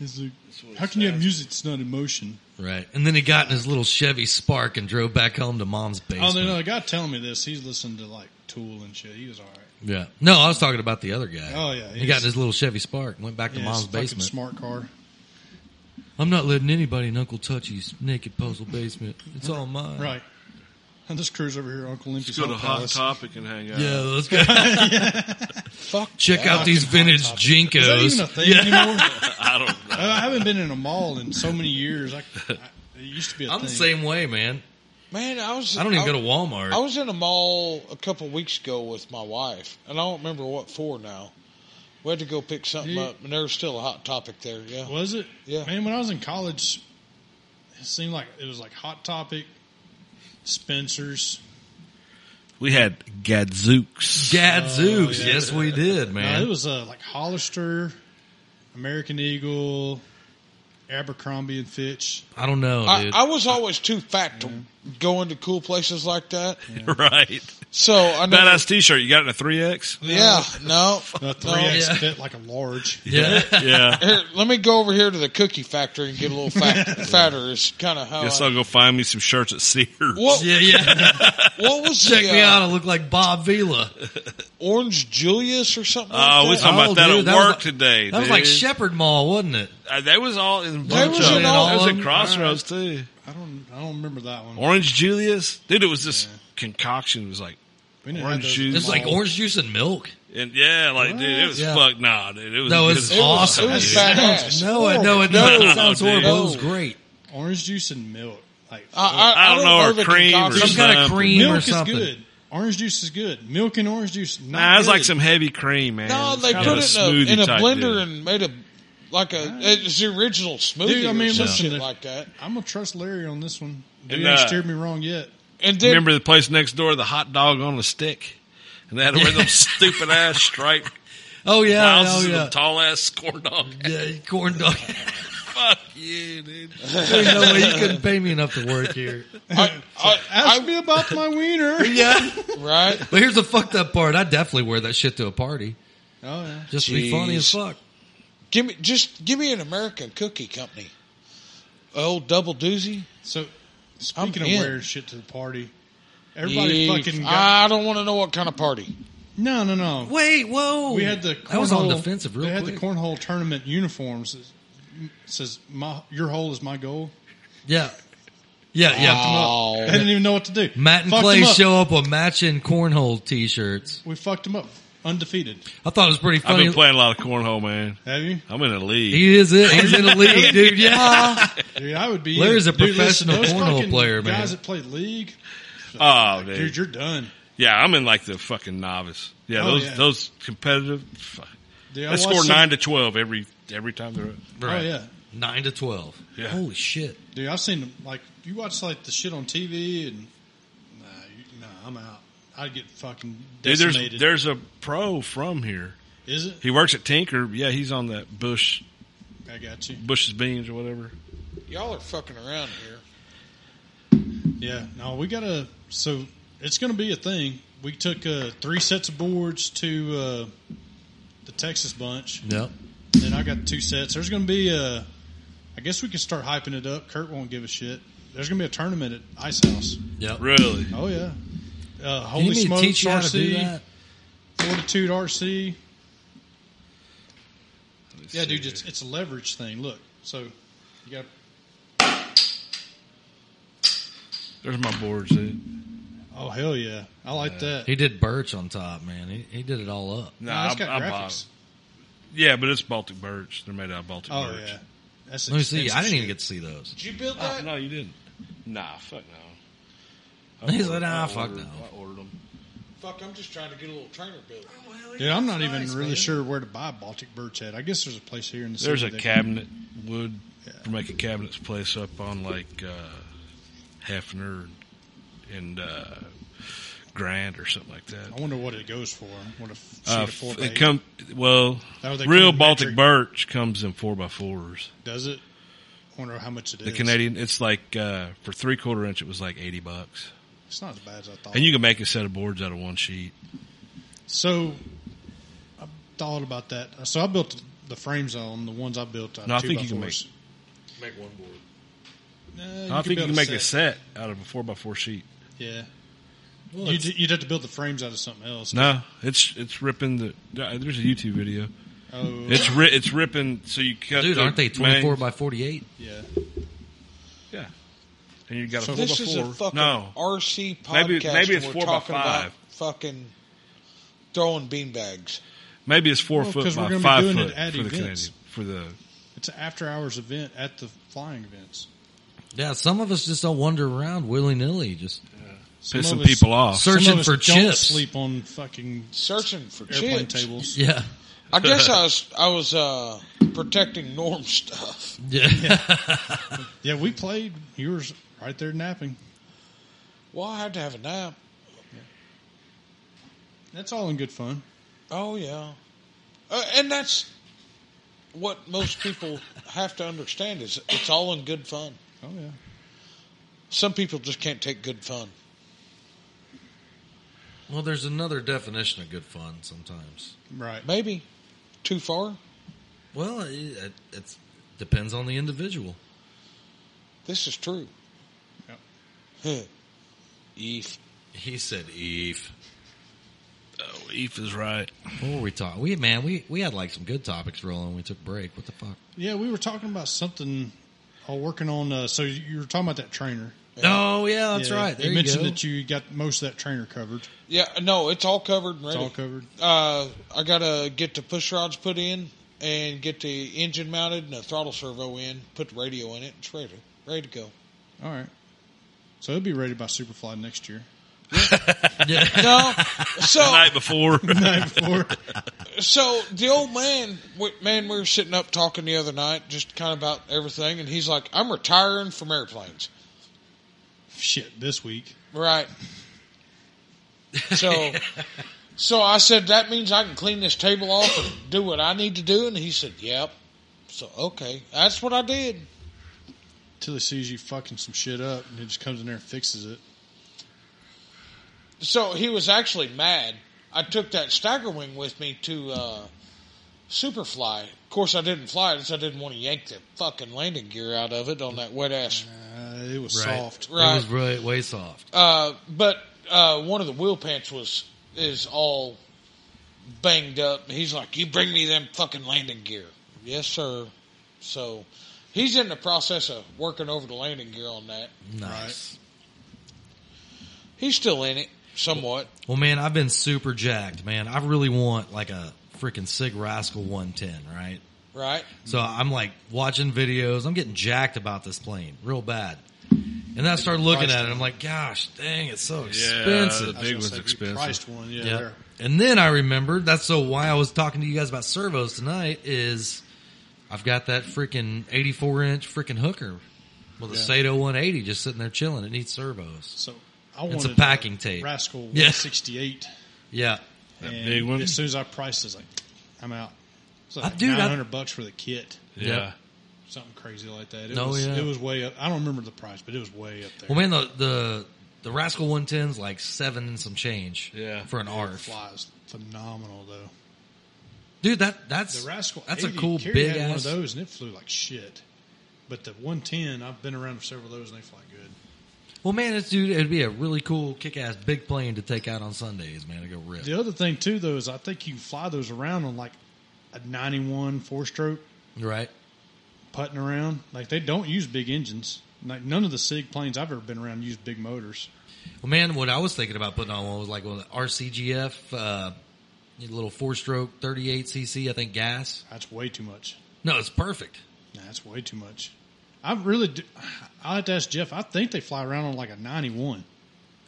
[SPEAKER 3] It's like,
[SPEAKER 4] what
[SPEAKER 3] how
[SPEAKER 4] it
[SPEAKER 3] can you have
[SPEAKER 4] says.
[SPEAKER 3] music that's not emotion?
[SPEAKER 1] Right. And then he got in his little Chevy Spark and drove back home to mom's
[SPEAKER 3] Oh
[SPEAKER 1] basement.
[SPEAKER 3] no, no, the guy telling me this, he's listening to like Tool and shit. He was all right.
[SPEAKER 1] Yeah. No, I was talking about the other guy.
[SPEAKER 3] Oh, yeah,
[SPEAKER 1] He,
[SPEAKER 3] he's-
[SPEAKER 1] got in his little Chevy Spark and went back to
[SPEAKER 3] Yeah,
[SPEAKER 1] mom's
[SPEAKER 3] it's a fucking
[SPEAKER 1] basement.
[SPEAKER 3] smart car.
[SPEAKER 1] I'm not letting anybody in Uncle Touchy's naked puzzle basement. It's all mine.
[SPEAKER 3] Right. And this crew's over here, Uncle Limpy's
[SPEAKER 4] Let's go to
[SPEAKER 3] Hot
[SPEAKER 4] Hot
[SPEAKER 3] Palace.
[SPEAKER 4] Topic and hang out.
[SPEAKER 1] Yeah, let's go.
[SPEAKER 2] Fuck.
[SPEAKER 1] Check out these vintage Jinkos.
[SPEAKER 3] Is that even a thing anymore? Uh,
[SPEAKER 4] I don't know.
[SPEAKER 3] I haven't been in a mall in so many years. I, I, it used to be a
[SPEAKER 1] I'm
[SPEAKER 3] thing.
[SPEAKER 1] the same way, man.
[SPEAKER 2] Man, I was.
[SPEAKER 1] I don't even
[SPEAKER 2] I,
[SPEAKER 1] go to Walmart.
[SPEAKER 2] I was in a mall a couple weeks ago with my wife, and I don't remember what for now. We had to go pick something
[SPEAKER 3] Yeah.
[SPEAKER 2] up, and there was still a hot topic there. Yeah.
[SPEAKER 3] Was it?
[SPEAKER 2] Yeah.
[SPEAKER 3] Man, when I was in college, it seemed like it was like Hot Topic, Spencer's.
[SPEAKER 4] We had Gadzooks.
[SPEAKER 1] Gadzooks.
[SPEAKER 3] Oh, yeah.
[SPEAKER 1] Yes, we did,
[SPEAKER 3] No,
[SPEAKER 1] man.
[SPEAKER 3] it was uh, like Hollister, American Eagle, Abercrombie and Fitch.
[SPEAKER 1] I don't know,
[SPEAKER 2] I,
[SPEAKER 1] dude.
[SPEAKER 3] Mm-hmm.
[SPEAKER 2] I was always too fat to go into cool places like that.
[SPEAKER 4] right.
[SPEAKER 2] So I know.
[SPEAKER 4] Badass T-shirt. You got it in a three X.
[SPEAKER 2] yeah, no.
[SPEAKER 3] A three X
[SPEAKER 1] Oh, yeah.
[SPEAKER 3] fit like a large.
[SPEAKER 1] Yeah.
[SPEAKER 4] Yeah.
[SPEAKER 2] Here, let me go over here to the cookie factory and get a little fat, fatter. Is kind of how.
[SPEAKER 4] Guess
[SPEAKER 2] I,
[SPEAKER 4] I'll go find me some shirts at Sears.
[SPEAKER 2] what,
[SPEAKER 1] Yeah, yeah.
[SPEAKER 2] what was
[SPEAKER 1] Check
[SPEAKER 2] the,
[SPEAKER 1] me
[SPEAKER 2] uh,
[SPEAKER 1] out. I look like Bob Vila.
[SPEAKER 2] Orange Julius or something?
[SPEAKER 4] Oh, we
[SPEAKER 2] like that?
[SPEAKER 4] talking about that
[SPEAKER 1] dude, was
[SPEAKER 4] at work
[SPEAKER 1] like-
[SPEAKER 4] today.
[SPEAKER 1] That was like
[SPEAKER 4] dude.
[SPEAKER 1] Shepherd Mall, wasn't it?
[SPEAKER 4] Uh, they was all in a bunch
[SPEAKER 2] was
[SPEAKER 4] of.
[SPEAKER 2] in
[SPEAKER 4] It
[SPEAKER 2] all
[SPEAKER 4] was
[SPEAKER 1] of
[SPEAKER 4] at
[SPEAKER 1] them?
[SPEAKER 4] Crossroads too.
[SPEAKER 3] I don't. I don't remember that one.
[SPEAKER 4] Orange Julius, dude. It was this concoction. It was like,
[SPEAKER 3] We didn't
[SPEAKER 4] orange
[SPEAKER 3] have those
[SPEAKER 4] juice.
[SPEAKER 1] It's like
[SPEAKER 3] long-
[SPEAKER 1] orange juice and milk.
[SPEAKER 4] and yeah, like dude, it was
[SPEAKER 1] Yeah.
[SPEAKER 4] fuck. Nah, dude, it was.
[SPEAKER 1] No,
[SPEAKER 4] it
[SPEAKER 1] it's
[SPEAKER 4] was
[SPEAKER 1] awesome,
[SPEAKER 2] It was
[SPEAKER 4] dude.
[SPEAKER 2] fat
[SPEAKER 3] Sounds
[SPEAKER 2] ass.
[SPEAKER 1] No, it, Oh, no, it, Oh, no,
[SPEAKER 2] No,
[SPEAKER 1] it sounds
[SPEAKER 4] dude.
[SPEAKER 1] horrible. It was
[SPEAKER 2] No.
[SPEAKER 1] great.
[SPEAKER 3] orange juice and milk. Like
[SPEAKER 1] Uh,
[SPEAKER 2] I, I,
[SPEAKER 4] I don't know, or
[SPEAKER 2] the
[SPEAKER 4] cream or
[SPEAKER 2] concoction.
[SPEAKER 1] Some kind of
[SPEAKER 4] something.
[SPEAKER 1] cream
[SPEAKER 3] milk
[SPEAKER 1] or
[SPEAKER 3] is
[SPEAKER 1] something.
[SPEAKER 3] good. Orange juice is good. Milk and orange juice. Not
[SPEAKER 4] Nah, it was
[SPEAKER 3] good.
[SPEAKER 4] like some heavy cream, man.
[SPEAKER 2] No,
[SPEAKER 4] It's
[SPEAKER 2] they
[SPEAKER 4] kind
[SPEAKER 2] put
[SPEAKER 4] of
[SPEAKER 2] it in a, in a
[SPEAKER 4] smoothie-type
[SPEAKER 2] blender
[SPEAKER 4] deal.
[SPEAKER 2] and made a like a it's the original smoothie
[SPEAKER 3] Dude, I mean,
[SPEAKER 2] or some
[SPEAKER 3] listen,
[SPEAKER 2] shit
[SPEAKER 3] the-
[SPEAKER 2] like that.
[SPEAKER 3] I'm gonna trust Larry on this one. Dude,
[SPEAKER 4] And,
[SPEAKER 3] he ain't
[SPEAKER 4] uh,
[SPEAKER 3] steered me wrong yet.
[SPEAKER 2] And then
[SPEAKER 4] Remember the place next door, the hot dog on a stick, and they had to wear them stupid ass striped
[SPEAKER 1] Oh yeah, oh
[SPEAKER 4] blouses
[SPEAKER 1] yeah.
[SPEAKER 4] and tall ass corn dog.
[SPEAKER 1] Yeah, corn dog.
[SPEAKER 4] Fuck you, dude.
[SPEAKER 1] There's no way you couldn't pay me enough to work here.
[SPEAKER 2] I, I,
[SPEAKER 3] Ask
[SPEAKER 2] I,
[SPEAKER 3] me about my wiener. oh
[SPEAKER 1] Yeah.
[SPEAKER 2] right?
[SPEAKER 1] But here's the fucked up part. I definitely wear that shit to a party.
[SPEAKER 3] Oh, yeah.
[SPEAKER 1] Just to be funny as fuck.
[SPEAKER 2] Give me just give me an American cookie company. Old double doozy.
[SPEAKER 3] So speaking
[SPEAKER 2] in.
[SPEAKER 3] of wearing shit to the party, everybody
[SPEAKER 2] Yeah,
[SPEAKER 3] fucking got.
[SPEAKER 2] I don't want to know what kind of party.
[SPEAKER 3] no, no, no.
[SPEAKER 1] Wait, whoa.
[SPEAKER 3] We had the
[SPEAKER 1] I was on
[SPEAKER 3] cornhole-
[SPEAKER 1] defensive real
[SPEAKER 3] They had
[SPEAKER 1] quick.
[SPEAKER 3] the cornhole tournament uniforms. It says my your hole is my goal.
[SPEAKER 1] yeah. Yeah, yeah.
[SPEAKER 2] Oh.
[SPEAKER 3] I didn't even know what to do.
[SPEAKER 1] Matt and
[SPEAKER 3] Fucked
[SPEAKER 1] Clay
[SPEAKER 3] them up.
[SPEAKER 1] show up with matching cornhole t-shirts.
[SPEAKER 3] We fucked him up. Undefeated.
[SPEAKER 1] I thought it was pretty
[SPEAKER 4] I've
[SPEAKER 1] funny.
[SPEAKER 4] been playing a lot of cornhole, man.
[SPEAKER 3] Have you?
[SPEAKER 4] I'm in a league.
[SPEAKER 1] He is it. He's in the league, dude. Yeah.
[SPEAKER 3] Dude, I would be.
[SPEAKER 1] Larry's a
[SPEAKER 3] Dude, listen,
[SPEAKER 1] professional
[SPEAKER 3] those
[SPEAKER 1] cornhole
[SPEAKER 3] fucking
[SPEAKER 1] player, man.
[SPEAKER 3] Guys that play league,
[SPEAKER 4] Oh,
[SPEAKER 3] dude,
[SPEAKER 4] dude.
[SPEAKER 3] you're done.
[SPEAKER 4] Yeah, I'm in like the fucking novice. Yeah,
[SPEAKER 3] Oh,
[SPEAKER 4] those
[SPEAKER 3] yeah.
[SPEAKER 4] those competitive. Fuck.
[SPEAKER 3] Dude, I
[SPEAKER 4] They score
[SPEAKER 3] watched some- Oh,
[SPEAKER 4] nine to twelve every every time they're. up.
[SPEAKER 1] Right.
[SPEAKER 3] yeah.
[SPEAKER 1] Nine to twelve.
[SPEAKER 4] Yeah.
[SPEAKER 1] Holy shit.
[SPEAKER 3] Dude, I've seen them. Like you watch like the shit on TV, and nah, you, nah, I'm out. I'd get fucking
[SPEAKER 4] Dude,
[SPEAKER 3] decimated.
[SPEAKER 4] there's there's a pro from here.
[SPEAKER 3] Is it?
[SPEAKER 4] He works at Tinker. Yeah, he's on that Bush
[SPEAKER 3] I got you.
[SPEAKER 4] Bush's beans or whatever.
[SPEAKER 2] Y'all are fucking around here.
[SPEAKER 3] Yeah. No, we gotta. So it's gonna be a thing. We took uh, three sets of boards to uh, the Texas bunch.
[SPEAKER 1] Yep.
[SPEAKER 3] Then I got two sets. There's gonna be a. I guess we can start hyping it up. Kurt won't give a shit. There's gonna be a tournament at Ice House.
[SPEAKER 1] Yep.
[SPEAKER 4] Really?
[SPEAKER 3] Oh yeah. Uh,
[SPEAKER 1] Do you
[SPEAKER 3] Holy
[SPEAKER 1] need to
[SPEAKER 3] smokes,
[SPEAKER 1] teach you how to do
[SPEAKER 3] RC,
[SPEAKER 1] that?
[SPEAKER 3] Fortitude RC. Yeah, dude, it's, it's a leverage thing. Look, so you got
[SPEAKER 4] There's my boards, dude.
[SPEAKER 3] oh hell yeah, I like that.
[SPEAKER 1] He did birch on top, man. He, he did it all up.
[SPEAKER 3] No,
[SPEAKER 4] Nah,
[SPEAKER 3] that's
[SPEAKER 4] I'm-
[SPEAKER 3] got
[SPEAKER 4] I'm
[SPEAKER 3] graphics.
[SPEAKER 4] Yeah, but it's Baltic birch. They're made out of Baltic
[SPEAKER 3] Oh
[SPEAKER 4] birch.
[SPEAKER 3] yeah, that's
[SPEAKER 1] Let me see. I
[SPEAKER 3] expensive
[SPEAKER 1] didn't even
[SPEAKER 3] shit.
[SPEAKER 1] get to see those.
[SPEAKER 2] Did you build
[SPEAKER 4] Oh,
[SPEAKER 2] that?
[SPEAKER 4] no, you didn't. Nah, fuck no.
[SPEAKER 1] He's
[SPEAKER 4] ordered-
[SPEAKER 1] like, nah,
[SPEAKER 4] I
[SPEAKER 1] fuck
[SPEAKER 4] ordered-
[SPEAKER 1] no.
[SPEAKER 4] I ordered them.
[SPEAKER 2] Fuck, I'm just trying to get a little trainer built.
[SPEAKER 3] Dude, I'm not even really sure where to buy Baltic birch at. I guess there's a place here in the
[SPEAKER 4] There's a
[SPEAKER 3] city. that-
[SPEAKER 4] cabinet wood.
[SPEAKER 3] Yeah.
[SPEAKER 4] We're making cabinets place up on like uh, Hefner and uh, Grant or something like
[SPEAKER 3] I
[SPEAKER 4] that.
[SPEAKER 3] wonder what it goes for. What a sheet
[SPEAKER 4] Uh,
[SPEAKER 3] of four by
[SPEAKER 4] it
[SPEAKER 3] eight
[SPEAKER 4] come well.
[SPEAKER 3] Oh, they
[SPEAKER 4] Real
[SPEAKER 3] come in
[SPEAKER 4] Baltic
[SPEAKER 3] metric.
[SPEAKER 4] birch comes in four by fours.
[SPEAKER 3] does it? I wonder how much it is.
[SPEAKER 4] The Canadian, it's like uh, for three quarter inch, it was like eighty bucks,
[SPEAKER 3] It's not as bad as I thought.
[SPEAKER 4] and you can make a set of boards out of one sheet.
[SPEAKER 3] so I thought about that. So I built the frames on the ones I built. out of
[SPEAKER 4] No, I
[SPEAKER 3] two
[SPEAKER 4] think
[SPEAKER 3] by
[SPEAKER 4] you can make-
[SPEAKER 3] fours.
[SPEAKER 4] Make one board.
[SPEAKER 3] Nah, you
[SPEAKER 4] I think you
[SPEAKER 3] build
[SPEAKER 4] can make a set out of a four by four sheet.
[SPEAKER 3] Yeah. You'd, you'd have to build the frames out of something else.
[SPEAKER 4] No, it's it's ripping the. uh, There's a YouTube video.
[SPEAKER 3] Oh,
[SPEAKER 4] It's ri- it's ripping. So you cut.
[SPEAKER 1] Dude,
[SPEAKER 4] the
[SPEAKER 1] aren't they
[SPEAKER 4] main-
[SPEAKER 1] 24 by 48?
[SPEAKER 3] yeah.
[SPEAKER 4] Yeah. And you got a
[SPEAKER 3] So
[SPEAKER 4] four by
[SPEAKER 2] This
[SPEAKER 4] four.
[SPEAKER 2] is a fucking
[SPEAKER 4] no,
[SPEAKER 2] RC podcast.
[SPEAKER 4] Maybe- maybe it's
[SPEAKER 2] and we're
[SPEAKER 4] four by
[SPEAKER 2] talking about
[SPEAKER 4] five.
[SPEAKER 2] Fucking throwing beanbags.
[SPEAKER 4] maybe it's four
[SPEAKER 3] Well,
[SPEAKER 4] foot
[SPEAKER 3] 'cause we're
[SPEAKER 4] by
[SPEAKER 3] gonna be
[SPEAKER 4] five
[SPEAKER 3] doing it
[SPEAKER 4] foot
[SPEAKER 3] at
[SPEAKER 4] for the Canadian
[SPEAKER 3] events.
[SPEAKER 4] for the.
[SPEAKER 3] It's an after hours event at the flying events.
[SPEAKER 1] Yeah, some of us just don't wander around willy nilly. Just
[SPEAKER 3] Some
[SPEAKER 4] Pissing
[SPEAKER 3] of us-
[SPEAKER 4] people off.
[SPEAKER 3] some of
[SPEAKER 1] Searching
[SPEAKER 3] us
[SPEAKER 1] for
[SPEAKER 3] don't
[SPEAKER 1] chips.
[SPEAKER 3] sleep on fucking
[SPEAKER 2] Searching for
[SPEAKER 3] airplane
[SPEAKER 2] chips.
[SPEAKER 3] tables.
[SPEAKER 1] yeah,
[SPEAKER 2] I guess I was I was uh, protecting norm stuff.
[SPEAKER 1] yeah.
[SPEAKER 3] Yeah, we played. You were right there napping.
[SPEAKER 2] Well, I had to have a nap.
[SPEAKER 3] That's all in good fun.
[SPEAKER 2] Oh yeah, uh, and that's what most people have to understand is it's all in good fun.
[SPEAKER 3] Oh yeah.
[SPEAKER 2] Some people just can't take good fun.
[SPEAKER 1] Well, there's another definition of good fun sometimes.
[SPEAKER 3] Right.
[SPEAKER 2] Maybe too far.
[SPEAKER 1] Well, it, it it's, depends on the individual.
[SPEAKER 2] This is true.
[SPEAKER 3] Yep.
[SPEAKER 2] If
[SPEAKER 1] He said, "Eve."
[SPEAKER 4] Oh, Eve is right.
[SPEAKER 1] What were we talking? We man, we we had like some good topics rolling. when We took a break. What the fuck?
[SPEAKER 3] Yeah, we were talking about something. Oh, working on. Uh, so you were talking about that trainer.
[SPEAKER 1] Oh yeah, that's
[SPEAKER 3] Yeah,
[SPEAKER 1] right. There you,
[SPEAKER 3] mentioned
[SPEAKER 1] go.
[SPEAKER 3] that you got most of that trainer covered.
[SPEAKER 2] yeah, no, it's all covered and
[SPEAKER 3] It's
[SPEAKER 2] ready.
[SPEAKER 3] all covered.
[SPEAKER 2] uh, I gotta get the push rods put in and get the engine mounted and the throttle servo in. Put the radio in it. It's ready, ready to go.
[SPEAKER 3] All right. So it'll be rated by Superfly next year.
[SPEAKER 1] yeah.
[SPEAKER 2] No,
[SPEAKER 3] Oh.
[SPEAKER 4] The
[SPEAKER 2] so
[SPEAKER 4] night before.
[SPEAKER 3] Night before.
[SPEAKER 2] so the old man, we, man, we were sitting up talking the other night, just kind of about everything, and he's like, "I'm retiring from airplanes."
[SPEAKER 3] Shit, this week.
[SPEAKER 2] Right. So, so I said that means I can clean this table off and do what I need to do, and he said, "Yep." So okay, that's what I did.
[SPEAKER 3] Till he sees you fucking some shit up and he just comes in there and fixes it.
[SPEAKER 2] So he was actually mad. I took that stagger wing with me to uh, Superfly. Of course, I didn't fly it because I didn't want to yank the fucking landing gear out of it on that wet ass.
[SPEAKER 3] Uh, it was
[SPEAKER 1] Right.
[SPEAKER 3] soft.
[SPEAKER 1] It
[SPEAKER 2] Right.
[SPEAKER 1] was really way soft.
[SPEAKER 2] Uh, but uh, one of the wheel pants was is all banged up. He's like, "You bring me them fucking landing gear." Yes, sir. So he's in the process of working over the landing gear on that.
[SPEAKER 1] Nice.
[SPEAKER 2] He's still in it somewhat.
[SPEAKER 1] Well, man, I've been super jacked, man. I really want like a freaking Sig Rascal 110, right?
[SPEAKER 2] Right.
[SPEAKER 1] So I'm like watching videos. I'm getting jacked about this plane real bad. And then I started looking at it. I'm like, gosh, dang, it's so expensive.
[SPEAKER 4] the
[SPEAKER 3] I was
[SPEAKER 4] big
[SPEAKER 3] gonna
[SPEAKER 4] one's
[SPEAKER 3] say, we
[SPEAKER 4] expensive.
[SPEAKER 3] Priced one, yeah.
[SPEAKER 1] Yeah.
[SPEAKER 3] there.
[SPEAKER 1] And then I remembered that's so why I was talking to you guys about servos tonight is I've got that freaking 84 inch freaking hooker with a
[SPEAKER 3] Yeah.
[SPEAKER 1] Sato 180 just sitting there chilling. It needs servos.
[SPEAKER 3] So I wanted
[SPEAKER 1] It's a
[SPEAKER 3] uh,
[SPEAKER 1] packing tape.
[SPEAKER 3] Rascal
[SPEAKER 1] Yeah.
[SPEAKER 3] 168.
[SPEAKER 1] Yeah.
[SPEAKER 4] That
[SPEAKER 3] and
[SPEAKER 4] big one?
[SPEAKER 3] As soon as I priced, it, I was like, I'm out. It's like
[SPEAKER 1] I- dude, I-
[SPEAKER 3] 900 bucks for the kit.
[SPEAKER 4] Yeah.
[SPEAKER 3] Something crazy like that. It
[SPEAKER 1] No,
[SPEAKER 3] was,
[SPEAKER 1] yeah.
[SPEAKER 3] It was way up. I don't remember the price, but it was way up there.
[SPEAKER 1] Well, man, the, the, the Rascal 110's like seven and some change
[SPEAKER 4] Yeah.
[SPEAKER 1] for an
[SPEAKER 3] It
[SPEAKER 1] ARF.
[SPEAKER 3] flies phenomenal though.
[SPEAKER 1] Dude, that, that's,
[SPEAKER 3] The Rascal,
[SPEAKER 1] that's a
[SPEAKER 3] 80,
[SPEAKER 1] cool
[SPEAKER 3] Kerry
[SPEAKER 1] big
[SPEAKER 3] had one of
[SPEAKER 1] ass.
[SPEAKER 3] those, and it flew like shit. But the 110, I've been around for several of those, and they fly good.
[SPEAKER 1] Well, man, it's, dude, it'd be a really cool kick ass big plane to take out on Sundays, man, to go rip.
[SPEAKER 3] The other thing too, though, is I think you can fly those around on like a 91 four stroke
[SPEAKER 1] Right?
[SPEAKER 3] putting around. Like they don't use big engines. Like none of the Sig planes I've ever been around use big motors.
[SPEAKER 1] Well, man, what I was thinking about putting on one was like well, the RCGF, uh, little four stroke 38 cc, I think gas.
[SPEAKER 3] That's way too much.
[SPEAKER 1] No, it's perfect.
[SPEAKER 3] Nah, that's way too much. I really, do, I have to ask Jeff. I think they fly around on like a 91.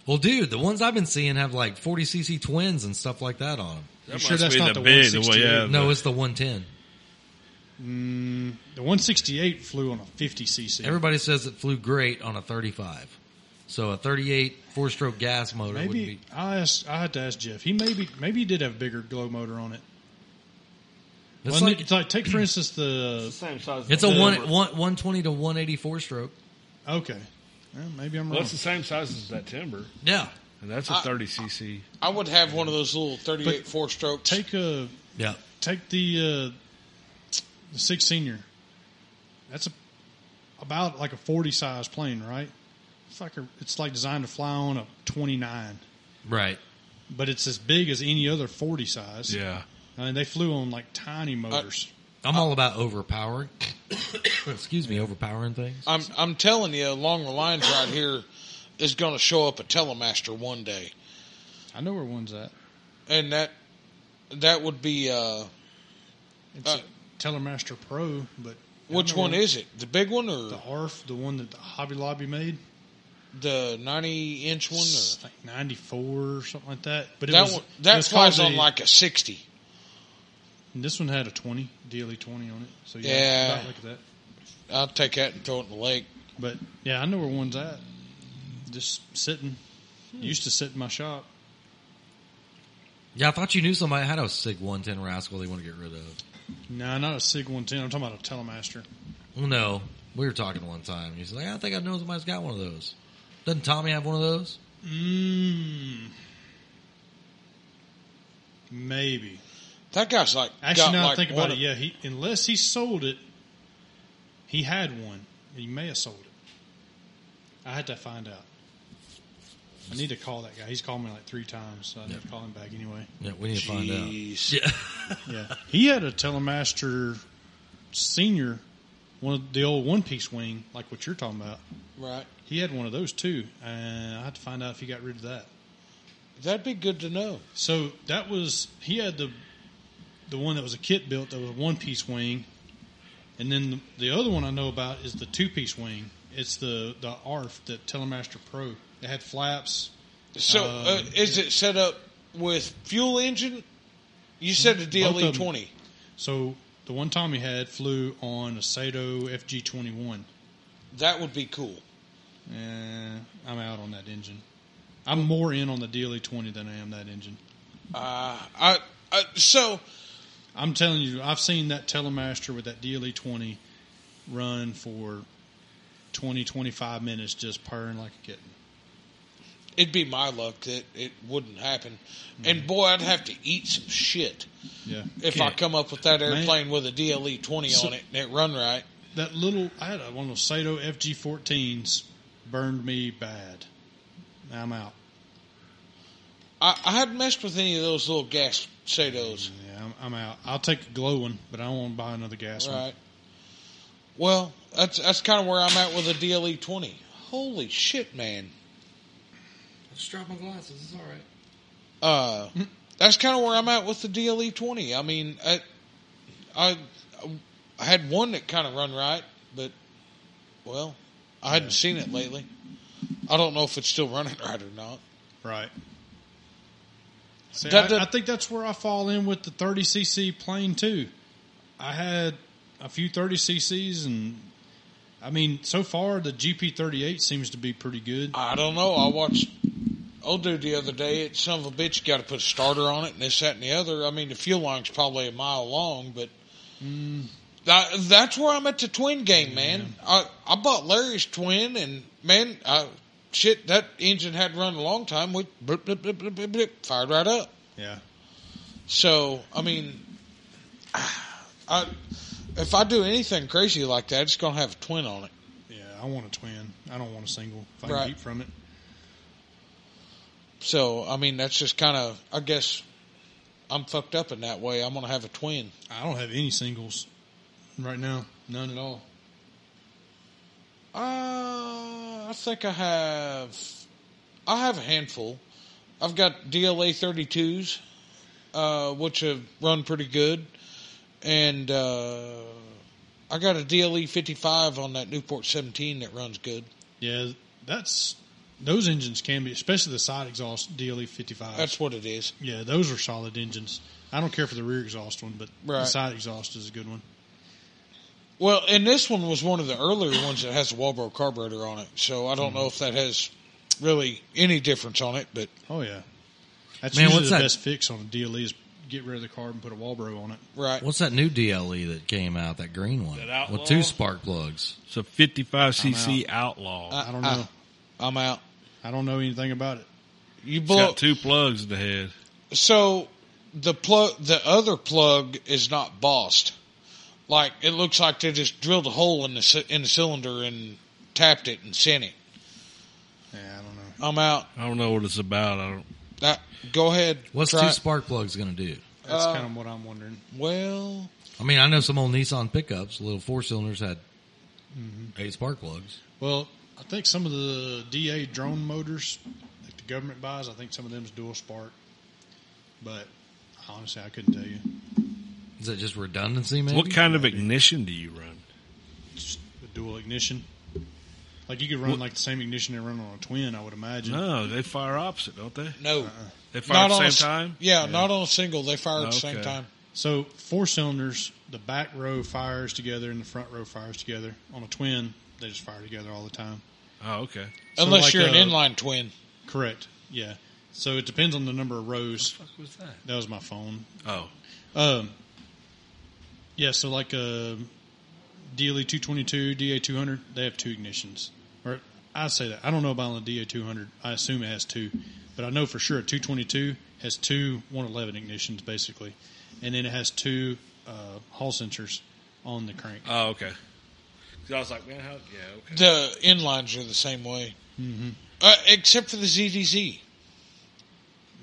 [SPEAKER 1] Well, dude, the ones I've been seeing have like 40 cc twins and stuff like that on them.
[SPEAKER 4] That
[SPEAKER 3] You sure
[SPEAKER 4] must
[SPEAKER 3] that's
[SPEAKER 4] be
[SPEAKER 3] not
[SPEAKER 4] the
[SPEAKER 3] the
[SPEAKER 4] big, the
[SPEAKER 3] 168?
[SPEAKER 4] way, yeah,
[SPEAKER 1] No,
[SPEAKER 4] the-
[SPEAKER 1] it's the 110.
[SPEAKER 3] The 168 flew on a 50 cc.
[SPEAKER 1] Everybody says it flew great on a 35. So a 38 four stroke gas motor would
[SPEAKER 3] Maybe
[SPEAKER 1] be.
[SPEAKER 3] I asked, I had to ask Jeff. He maybe maybe he did have a bigger glow motor on it.
[SPEAKER 1] It's
[SPEAKER 3] Wasn't it-
[SPEAKER 1] like,
[SPEAKER 3] it's like take for instance the
[SPEAKER 4] same size. as
[SPEAKER 1] it's a
[SPEAKER 4] the
[SPEAKER 1] one,
[SPEAKER 4] Timber.
[SPEAKER 1] one, 120 to 184 stroke.
[SPEAKER 3] okay. Well, maybe I'm
[SPEAKER 4] Well,
[SPEAKER 3] wrong.
[SPEAKER 4] it's the same size as that timber,
[SPEAKER 1] Yeah.
[SPEAKER 4] and that's a
[SPEAKER 2] I-
[SPEAKER 4] 30 cc.
[SPEAKER 2] I would have one of those little thirty-eight
[SPEAKER 3] But
[SPEAKER 2] four strokes.
[SPEAKER 3] Take a
[SPEAKER 1] Yeah.
[SPEAKER 3] take the uh, the six senior. That's a about like a 40 size plane, right? It's like a, it's like designed to fly on a 29,
[SPEAKER 1] Right.
[SPEAKER 3] but it's as big as any other 40 size.
[SPEAKER 4] Yeah,
[SPEAKER 3] I mean they flew on like tiny
[SPEAKER 2] Uh,
[SPEAKER 3] motors.
[SPEAKER 1] I'm all about overpowering. Excuse me, overpowering things.
[SPEAKER 2] I'm I'm telling you, along the lines right here is going to show up a telemaster one day,
[SPEAKER 3] I know where one's at.
[SPEAKER 2] and that that would be uh,
[SPEAKER 3] It's
[SPEAKER 2] Uh,
[SPEAKER 3] a Telemaster Pro, but I
[SPEAKER 2] which
[SPEAKER 3] don't know
[SPEAKER 2] one
[SPEAKER 3] where-
[SPEAKER 2] is it? The big one or
[SPEAKER 3] The ARF, the one that the Hobby Lobby made,
[SPEAKER 2] the ninety inch one?
[SPEAKER 3] It's
[SPEAKER 2] Or,
[SPEAKER 3] like '94 or something like that. But it
[SPEAKER 2] that
[SPEAKER 3] was,
[SPEAKER 2] one
[SPEAKER 3] it
[SPEAKER 2] that
[SPEAKER 3] was
[SPEAKER 2] flies
[SPEAKER 3] called
[SPEAKER 2] on
[SPEAKER 3] a-
[SPEAKER 2] like a sixty.
[SPEAKER 3] and this one had a 20 DLE 20 E on it. So yeah,
[SPEAKER 2] Yeah.
[SPEAKER 3] about like that.
[SPEAKER 2] I'll take that and throw it in the lake.
[SPEAKER 3] But yeah, I know where one's at. Just sitting.
[SPEAKER 2] Hmm.
[SPEAKER 3] Used to sit in my shop.
[SPEAKER 1] Yeah, I thought you knew somebody had a Sig 110 Rascal they want to get rid of.
[SPEAKER 3] No, not a Sig 110. I'm talking about a Telemaster.
[SPEAKER 1] Well, no. We were talking one time. He's like, I think I know
[SPEAKER 3] Mm.
[SPEAKER 1] somebody's got one of those. Doesn't Tommy have one of those?
[SPEAKER 3] Mmm. Maybe.
[SPEAKER 2] That guy's like
[SPEAKER 3] Actually,
[SPEAKER 2] got
[SPEAKER 3] now I
[SPEAKER 2] like
[SPEAKER 3] think about
[SPEAKER 2] one
[SPEAKER 3] it,
[SPEAKER 2] of-
[SPEAKER 3] yeah, he unless he sold it, he had one. He may have sold it. I had to find out. I need to call that guy. He's called me like three times, so I need to call him back anyway.
[SPEAKER 1] Yeah, we need to find out.
[SPEAKER 2] Jeez.
[SPEAKER 1] Yeah.
[SPEAKER 3] Yeah, he had a Telemaster Senior, one of the old one piece wing, like what you're talking about.
[SPEAKER 2] Right.
[SPEAKER 3] He had one of those too, and I had to find out if he got rid of that.
[SPEAKER 2] That'd be good to know.
[SPEAKER 3] So that was he had the the one that was a kit built that was a one piece wing, and then the, the other one I know about is the two piece wing. It's the the ARF, the Telemaster Pro. It had flaps.
[SPEAKER 2] So, uh,
[SPEAKER 3] Um,
[SPEAKER 2] is it set up with fuel engine? You said a
[SPEAKER 3] Both
[SPEAKER 2] DLE
[SPEAKER 3] of 'em.
[SPEAKER 2] E twenty.
[SPEAKER 3] So the one Tommy had flew on a Sato FG twenty one.
[SPEAKER 2] That would be cool.
[SPEAKER 3] Eh, I'm out on that engine. I'm more in on the DLE twenty than I am that engine.
[SPEAKER 2] Uh, I, I so
[SPEAKER 3] I'm telling you, I've seen that Telemaster with that DLE 20 run for 20, 25 minutes just purring like a kitten.
[SPEAKER 2] it'd be my luck that it wouldn't happen.
[SPEAKER 3] Hmm.
[SPEAKER 2] And boy, I'd have to eat some shit
[SPEAKER 3] Yeah.
[SPEAKER 2] if I
[SPEAKER 3] Can't-
[SPEAKER 2] come up with that
[SPEAKER 3] Man.
[SPEAKER 2] airplane with a DLE twenty
[SPEAKER 3] So-
[SPEAKER 2] on it and it run right.
[SPEAKER 3] That little, I had a- one of those Sato FG 14s burned me bad. I'm out.
[SPEAKER 2] I, I hadn't messed with any of those little gas Satos.
[SPEAKER 3] Yeah, I'm, I'm out. I'll take a glow one, but I don't want to buy another gas one.
[SPEAKER 2] Right. Well, that's that's kind of where I'm at with a DLE E twenty. Holy shit, man!
[SPEAKER 1] Just drop my glasses. It's all right.
[SPEAKER 2] Uh, that's kind of where I'm at with the DLE twenty. I mean, I, I, I had one that kind of run right, but well, I hadn't seen it lately. I don't know if it's still running right or not.
[SPEAKER 3] Right. See,
[SPEAKER 2] That-
[SPEAKER 3] I,
[SPEAKER 2] that-
[SPEAKER 3] I think that's where I fall in with the 30cc plane too. I had a few 30cc's and I mean, so far the GP38 seems to be pretty good.
[SPEAKER 2] I don't know. I watched old dude the other day. It son of a bitch got to put a starter on it and this, that, and the other. I mean, the fuel line's probably a mile long, but that, that's where I'm at the twin game, man. I I bought Larry's twin, and man, I, shit, that engine had run a long time. We blip, blip, blip, blip, blip, blip, fired right up.
[SPEAKER 3] Yeah.
[SPEAKER 2] So I mean, I if I do anything crazy like that, it's gonna have a twin on it.
[SPEAKER 3] Yeah, I want a twin. I don't want a single. If I
[SPEAKER 2] Right.
[SPEAKER 3] can keep from it.
[SPEAKER 2] So I mean, that's just kind of I guess I'm fucked up in that way. I'm gonna have a twin.
[SPEAKER 3] I don't have any singles right now. None at all.
[SPEAKER 2] Uh, I think I have I have a handful. I've got DLA 32s, uh, which have run pretty good, and uh, I got a DLE 55 on that Newport 17 that runs good.
[SPEAKER 3] Yeah, that's those engines can be, especially the side exhaust DLE 55.
[SPEAKER 2] That's what it is.
[SPEAKER 3] Yeah, those are solid engines. I don't care for the rear exhaust one, but the
[SPEAKER 2] Right.
[SPEAKER 3] side exhaust is a good one.
[SPEAKER 2] Well, and this one was one of the earlier ones that has a Walbro carburetor on it, so I don't know if that has really any difference on it, but
[SPEAKER 3] Oh yeah, that's
[SPEAKER 1] Man,
[SPEAKER 3] usually
[SPEAKER 1] what's
[SPEAKER 3] the
[SPEAKER 1] that-
[SPEAKER 3] best fix on a DLE is get rid of the carb and put a Walbro on it.
[SPEAKER 2] right.
[SPEAKER 1] What's that new DLE that came out? That green one
[SPEAKER 4] That Outlaw?
[SPEAKER 1] with two spark plugs.
[SPEAKER 4] It's a 55cc Outlaw.
[SPEAKER 2] Uh,
[SPEAKER 4] It's
[SPEAKER 3] I don't
[SPEAKER 2] uh,
[SPEAKER 3] know.
[SPEAKER 2] I'm out.
[SPEAKER 3] I don't know anything about it.
[SPEAKER 2] You blow.
[SPEAKER 4] got two plugs in the head.
[SPEAKER 2] so the plug, the other plug is not bossed. Like it looks like they just drilled a hole in the cy- in the cylinder and tapped it and sent it.
[SPEAKER 3] Yeah, I don't know.
[SPEAKER 2] I'm out.
[SPEAKER 4] I don't know what it's about. I don't.
[SPEAKER 2] That, go ahead.
[SPEAKER 1] What's
[SPEAKER 2] try
[SPEAKER 1] two
[SPEAKER 2] it.
[SPEAKER 1] spark plugs going to do?
[SPEAKER 3] That's
[SPEAKER 2] Uh,
[SPEAKER 3] kind of what I'm wondering.
[SPEAKER 2] well,
[SPEAKER 1] I mean, I know some old Nissan pickups, little four cylinders had
[SPEAKER 2] Mm-hmm.
[SPEAKER 1] eight spark plugs.
[SPEAKER 3] Well, I think some of the DA drone motors that the government buys, I think some of them's dual spark. But honestly, I couldn't tell you.
[SPEAKER 1] Is that just redundancy, maybe?
[SPEAKER 4] What kind of ignition do you run?
[SPEAKER 3] Just the dual ignition. Like you could run like the same ignition they run on a twin, I would imagine.
[SPEAKER 4] No, they fire opposite, don't they?
[SPEAKER 2] no,
[SPEAKER 4] They fire
[SPEAKER 2] on
[SPEAKER 4] at
[SPEAKER 2] a
[SPEAKER 4] the
[SPEAKER 2] s-
[SPEAKER 4] Uh, same time.
[SPEAKER 2] Yeah, not on a single. They fire at the same
[SPEAKER 4] Okay.
[SPEAKER 2] time.
[SPEAKER 3] So four cylinders, the back row fires together and the front row fires together. On a twin, they just fire together all the time.
[SPEAKER 4] Oh, okay.
[SPEAKER 3] So
[SPEAKER 2] Unless
[SPEAKER 3] like,
[SPEAKER 2] you're an
[SPEAKER 3] uh,
[SPEAKER 2] inline twin.
[SPEAKER 3] Correct. Yeah. So it depends on the number of rows.
[SPEAKER 4] fuck was that?
[SPEAKER 3] That was my phone.
[SPEAKER 4] Oh,
[SPEAKER 3] Um. Yeah. So like uh, a DLE E two twenty two, DA two hundred, they have two ignitions. Or I say that I don't know about on the DA two hundred. I assume it has two, but I know for sure a two twenty two has two 111 ignitions basically, and then it has two uh, hall sensors on the crank.
[SPEAKER 4] Oh, okay. 'Cause I was like, man, how? Yeah, okay.
[SPEAKER 2] The inlines are the same way, uh, except for the ZDZ.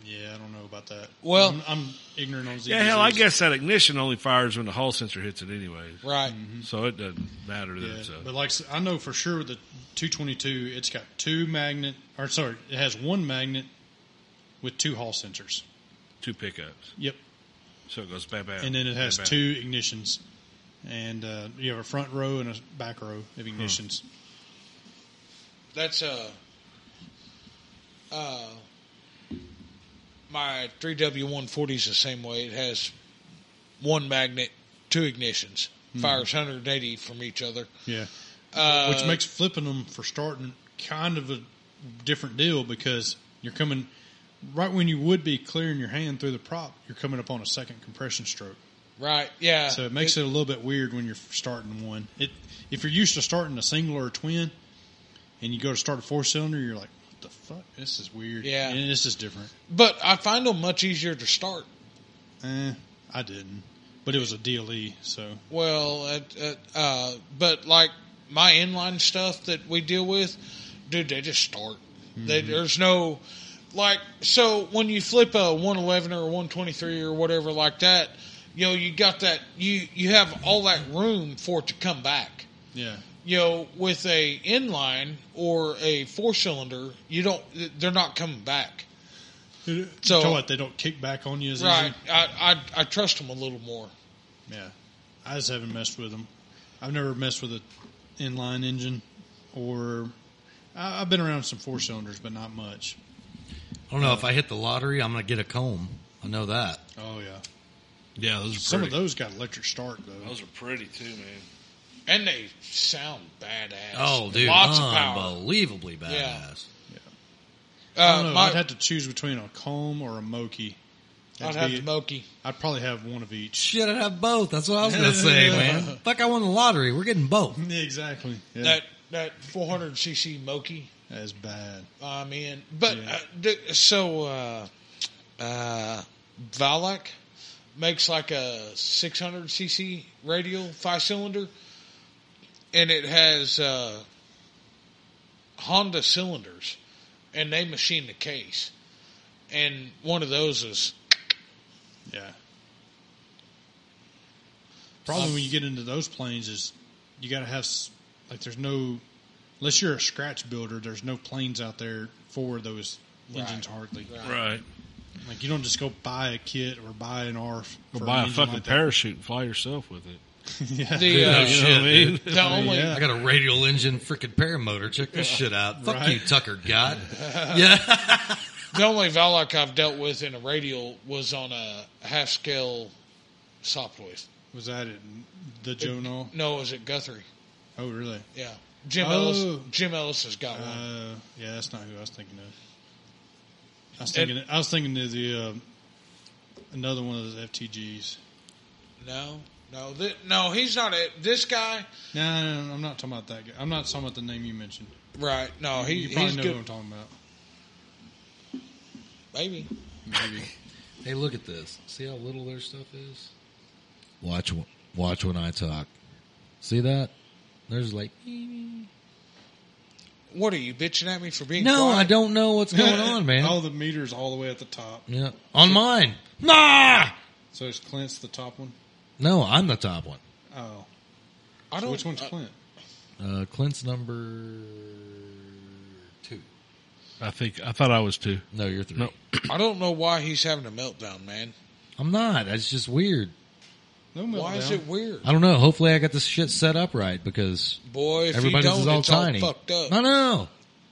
[SPEAKER 3] Yeah, I don't know about that.
[SPEAKER 2] Well-
[SPEAKER 3] I'm, I'm ignorant on ZBZs.
[SPEAKER 4] Yeah, hell, I guess that ignition only fires when the hall sensor hits it, anyways.
[SPEAKER 2] Right.
[SPEAKER 4] So it doesn't matter that
[SPEAKER 3] Yeah,
[SPEAKER 4] it's a-
[SPEAKER 3] but like I know for sure with the 222, it's got two magnet, or sorry, it has one magnet with two hall sensors.
[SPEAKER 4] two pickups.
[SPEAKER 3] Yep,
[SPEAKER 4] So it goes bam, bam.
[SPEAKER 3] and then it has
[SPEAKER 4] bam, bam.
[SPEAKER 3] two ignitions, and uh, you have a front row and a back row of ignitions.
[SPEAKER 2] That's uh, uh, my 3W140 is the same way. It has one magnet, two ignitions,
[SPEAKER 3] Hmm.
[SPEAKER 2] fires 180 from each other.
[SPEAKER 3] Yeah,
[SPEAKER 2] Uh,
[SPEAKER 3] which makes flipping them for starting kind of a different deal because you're coming right when you would be clearing your hand through the prop, you're coming up on a second compression stroke.
[SPEAKER 2] right. Yeah.
[SPEAKER 3] So it makes it, a little bit weird when you're starting one. It if you're used to starting a single or a twin, and you go to start a four cylinder, you're like, what the fuck? This is weird.
[SPEAKER 2] Yeah.
[SPEAKER 3] and this is different.
[SPEAKER 2] But I find them much easier to start.
[SPEAKER 3] Eh, I didn't, but it was a DLE, so
[SPEAKER 2] Well, uh, uh, uh, but like my inline stuff that we deal with, dude, they just start. They,
[SPEAKER 3] Mm-hmm.
[SPEAKER 2] there's no like so when you flip a 111 or a 123 or whatever like that, you know, you got that you you have all that room for it to come back.
[SPEAKER 3] yeah,
[SPEAKER 2] You know, with a inline or a four cylinder, you don't they're not coming back.
[SPEAKER 3] so
[SPEAKER 2] So-
[SPEAKER 3] what they don't kick back on you as
[SPEAKER 2] Right. I, I I trust them a little more.
[SPEAKER 3] easy. Yeah, I just haven't messed with them. I've never messed with an inline engine, or I, I've been around some four cylinders, but not much.
[SPEAKER 1] I don't know if I hit the lottery, I'm going to get a comb. I know that.
[SPEAKER 3] Oh yeah,
[SPEAKER 4] Yeah, those are pretty.
[SPEAKER 3] some of those got electric start though.
[SPEAKER 4] Those are pretty too, man.
[SPEAKER 2] And they sound badass.
[SPEAKER 1] Oh, dude,
[SPEAKER 2] Lots of power.
[SPEAKER 1] unbelievably badass.
[SPEAKER 2] Yeah.
[SPEAKER 3] I
[SPEAKER 2] Uh,
[SPEAKER 3] don't know.
[SPEAKER 2] my-
[SPEAKER 3] I'd have to choose between a comb or a Moki.
[SPEAKER 2] I'd
[SPEAKER 3] That'd
[SPEAKER 2] have
[SPEAKER 3] be-
[SPEAKER 2] the Moki.
[SPEAKER 3] I'd probably have one of each.
[SPEAKER 1] Shit, I'd have both. That's what I was going to say, man. Fuck, I won the lottery. We're getting both.
[SPEAKER 3] Exactly. Yeah.
[SPEAKER 2] That that 400cc Moki.
[SPEAKER 3] That's bad.
[SPEAKER 2] I'm in. But
[SPEAKER 3] Yeah.
[SPEAKER 2] uh, d- so uh, uh, Valak makes like a 600cc radial five cylinder, and it has uh, Honda cylinders, and they machine the case. And one of those is
[SPEAKER 3] Yeah. Problem when you get into those planes is you got to have s- like there's no unless you're a scratch builder. There's no planes out there for those engines hardly.
[SPEAKER 4] Right.
[SPEAKER 3] Like you don't just go buy a kit or buy an ARF.
[SPEAKER 4] Or
[SPEAKER 3] for
[SPEAKER 4] buy
[SPEAKER 3] an
[SPEAKER 4] a
[SPEAKER 3] engine
[SPEAKER 4] fucking
[SPEAKER 3] like that.
[SPEAKER 4] parachute and fly yourself with it.
[SPEAKER 3] yeah.
[SPEAKER 2] the uh,
[SPEAKER 4] you know what I
[SPEAKER 1] shit,
[SPEAKER 4] mean?
[SPEAKER 2] the only
[SPEAKER 1] I got a radial engine freaking paramotor. Check this shit out. Fuck
[SPEAKER 3] Right.
[SPEAKER 1] you, Tucker God. yeah.
[SPEAKER 2] The only Valak I've dealt with in a radial was on a half scale Soploith.
[SPEAKER 3] Was that it? The Jonal?
[SPEAKER 2] No, it was at Guthrie.
[SPEAKER 3] Oh, really?
[SPEAKER 2] Yeah. Jim Ellis
[SPEAKER 3] Oh.
[SPEAKER 2] Jim Ellis has got one.
[SPEAKER 3] Uh, yeah, that's not who I was thinking of. I was thinking. I was thinking of the uh, another one of those FTGs.
[SPEAKER 2] No. No, th- no, he's not it. This guy,
[SPEAKER 3] No, no, no, I'm not talking about that guy. I'm not talking about the name you mentioned.
[SPEAKER 2] right? No, Oh, he,
[SPEAKER 3] You probably
[SPEAKER 2] he's
[SPEAKER 3] know who I'm
[SPEAKER 2] good.
[SPEAKER 3] talking about.
[SPEAKER 2] Maybe
[SPEAKER 3] Maybe.
[SPEAKER 1] Hey, look at this. See how little their stuff is? Watch wh- watch when I talk. See that? There's like
[SPEAKER 2] What are you bitching at me for being?
[SPEAKER 1] No,
[SPEAKER 2] quiet?
[SPEAKER 1] I don't know what's going on, man.
[SPEAKER 2] Oh.
[SPEAKER 3] All the meters all the way at the top.
[SPEAKER 1] Yeah. On mine. Nah!
[SPEAKER 3] So it's Clint's the top one.
[SPEAKER 1] No, I'm the top one.
[SPEAKER 3] Oh,
[SPEAKER 2] I
[SPEAKER 3] so
[SPEAKER 2] don't.
[SPEAKER 3] which one's
[SPEAKER 2] uh,
[SPEAKER 3] Clint?
[SPEAKER 1] Uh, Clint's number two.
[SPEAKER 4] I think I thought I was too.
[SPEAKER 1] No, you're three.
[SPEAKER 4] No.
[SPEAKER 2] I don't know why he's having a meltdown, man.
[SPEAKER 1] I'm not. That's just weird.
[SPEAKER 3] No,
[SPEAKER 2] Why is
[SPEAKER 3] meltdown.
[SPEAKER 2] it weird,
[SPEAKER 1] I don't know. Hopefully, I got this shit set up right because
[SPEAKER 2] boy? If
[SPEAKER 1] everybody's
[SPEAKER 2] you
[SPEAKER 1] is
[SPEAKER 2] don't,
[SPEAKER 1] all
[SPEAKER 2] it's
[SPEAKER 1] tiny.
[SPEAKER 2] all fucked up.
[SPEAKER 1] I know.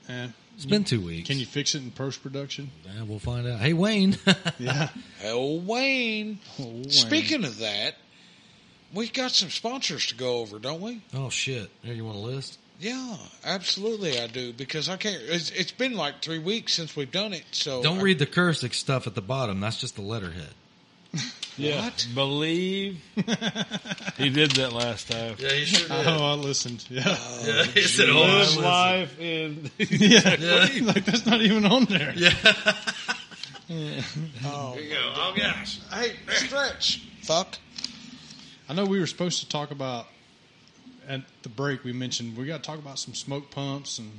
[SPEAKER 3] Eh,
[SPEAKER 1] It's been two weeks.
[SPEAKER 3] can you fix it in post production?
[SPEAKER 1] Yeah, we'll find out. Hey, Wayne.
[SPEAKER 3] Yeah.
[SPEAKER 2] Hell, Wayne.
[SPEAKER 3] Oh, Wayne.
[SPEAKER 2] Speaking of that, we got some sponsors to go over, don't we?
[SPEAKER 1] oh shit. Here, you want a list?
[SPEAKER 2] Yeah, absolutely, I do because I can't. It's, it's been like three weeks since we've done it, so
[SPEAKER 1] Don't
[SPEAKER 2] I-
[SPEAKER 1] read the cursive stuff at the bottom. That's just the letterhead.
[SPEAKER 3] yeah.
[SPEAKER 2] What?
[SPEAKER 4] Believe he did that last time.
[SPEAKER 1] Yeah, you sure
[SPEAKER 3] Oh, I listened. Yeah.
[SPEAKER 1] yeah, he said, "Oh,
[SPEAKER 4] Live life in
[SPEAKER 3] yeah. like that's not even on there.
[SPEAKER 1] Yeah.
[SPEAKER 2] Oh,
[SPEAKER 4] There you go. Oh, gosh.
[SPEAKER 2] hey, stretch, fuck.
[SPEAKER 3] I know we were supposed to talk about at the break. We mentioned we got to talk about some smoke pumps and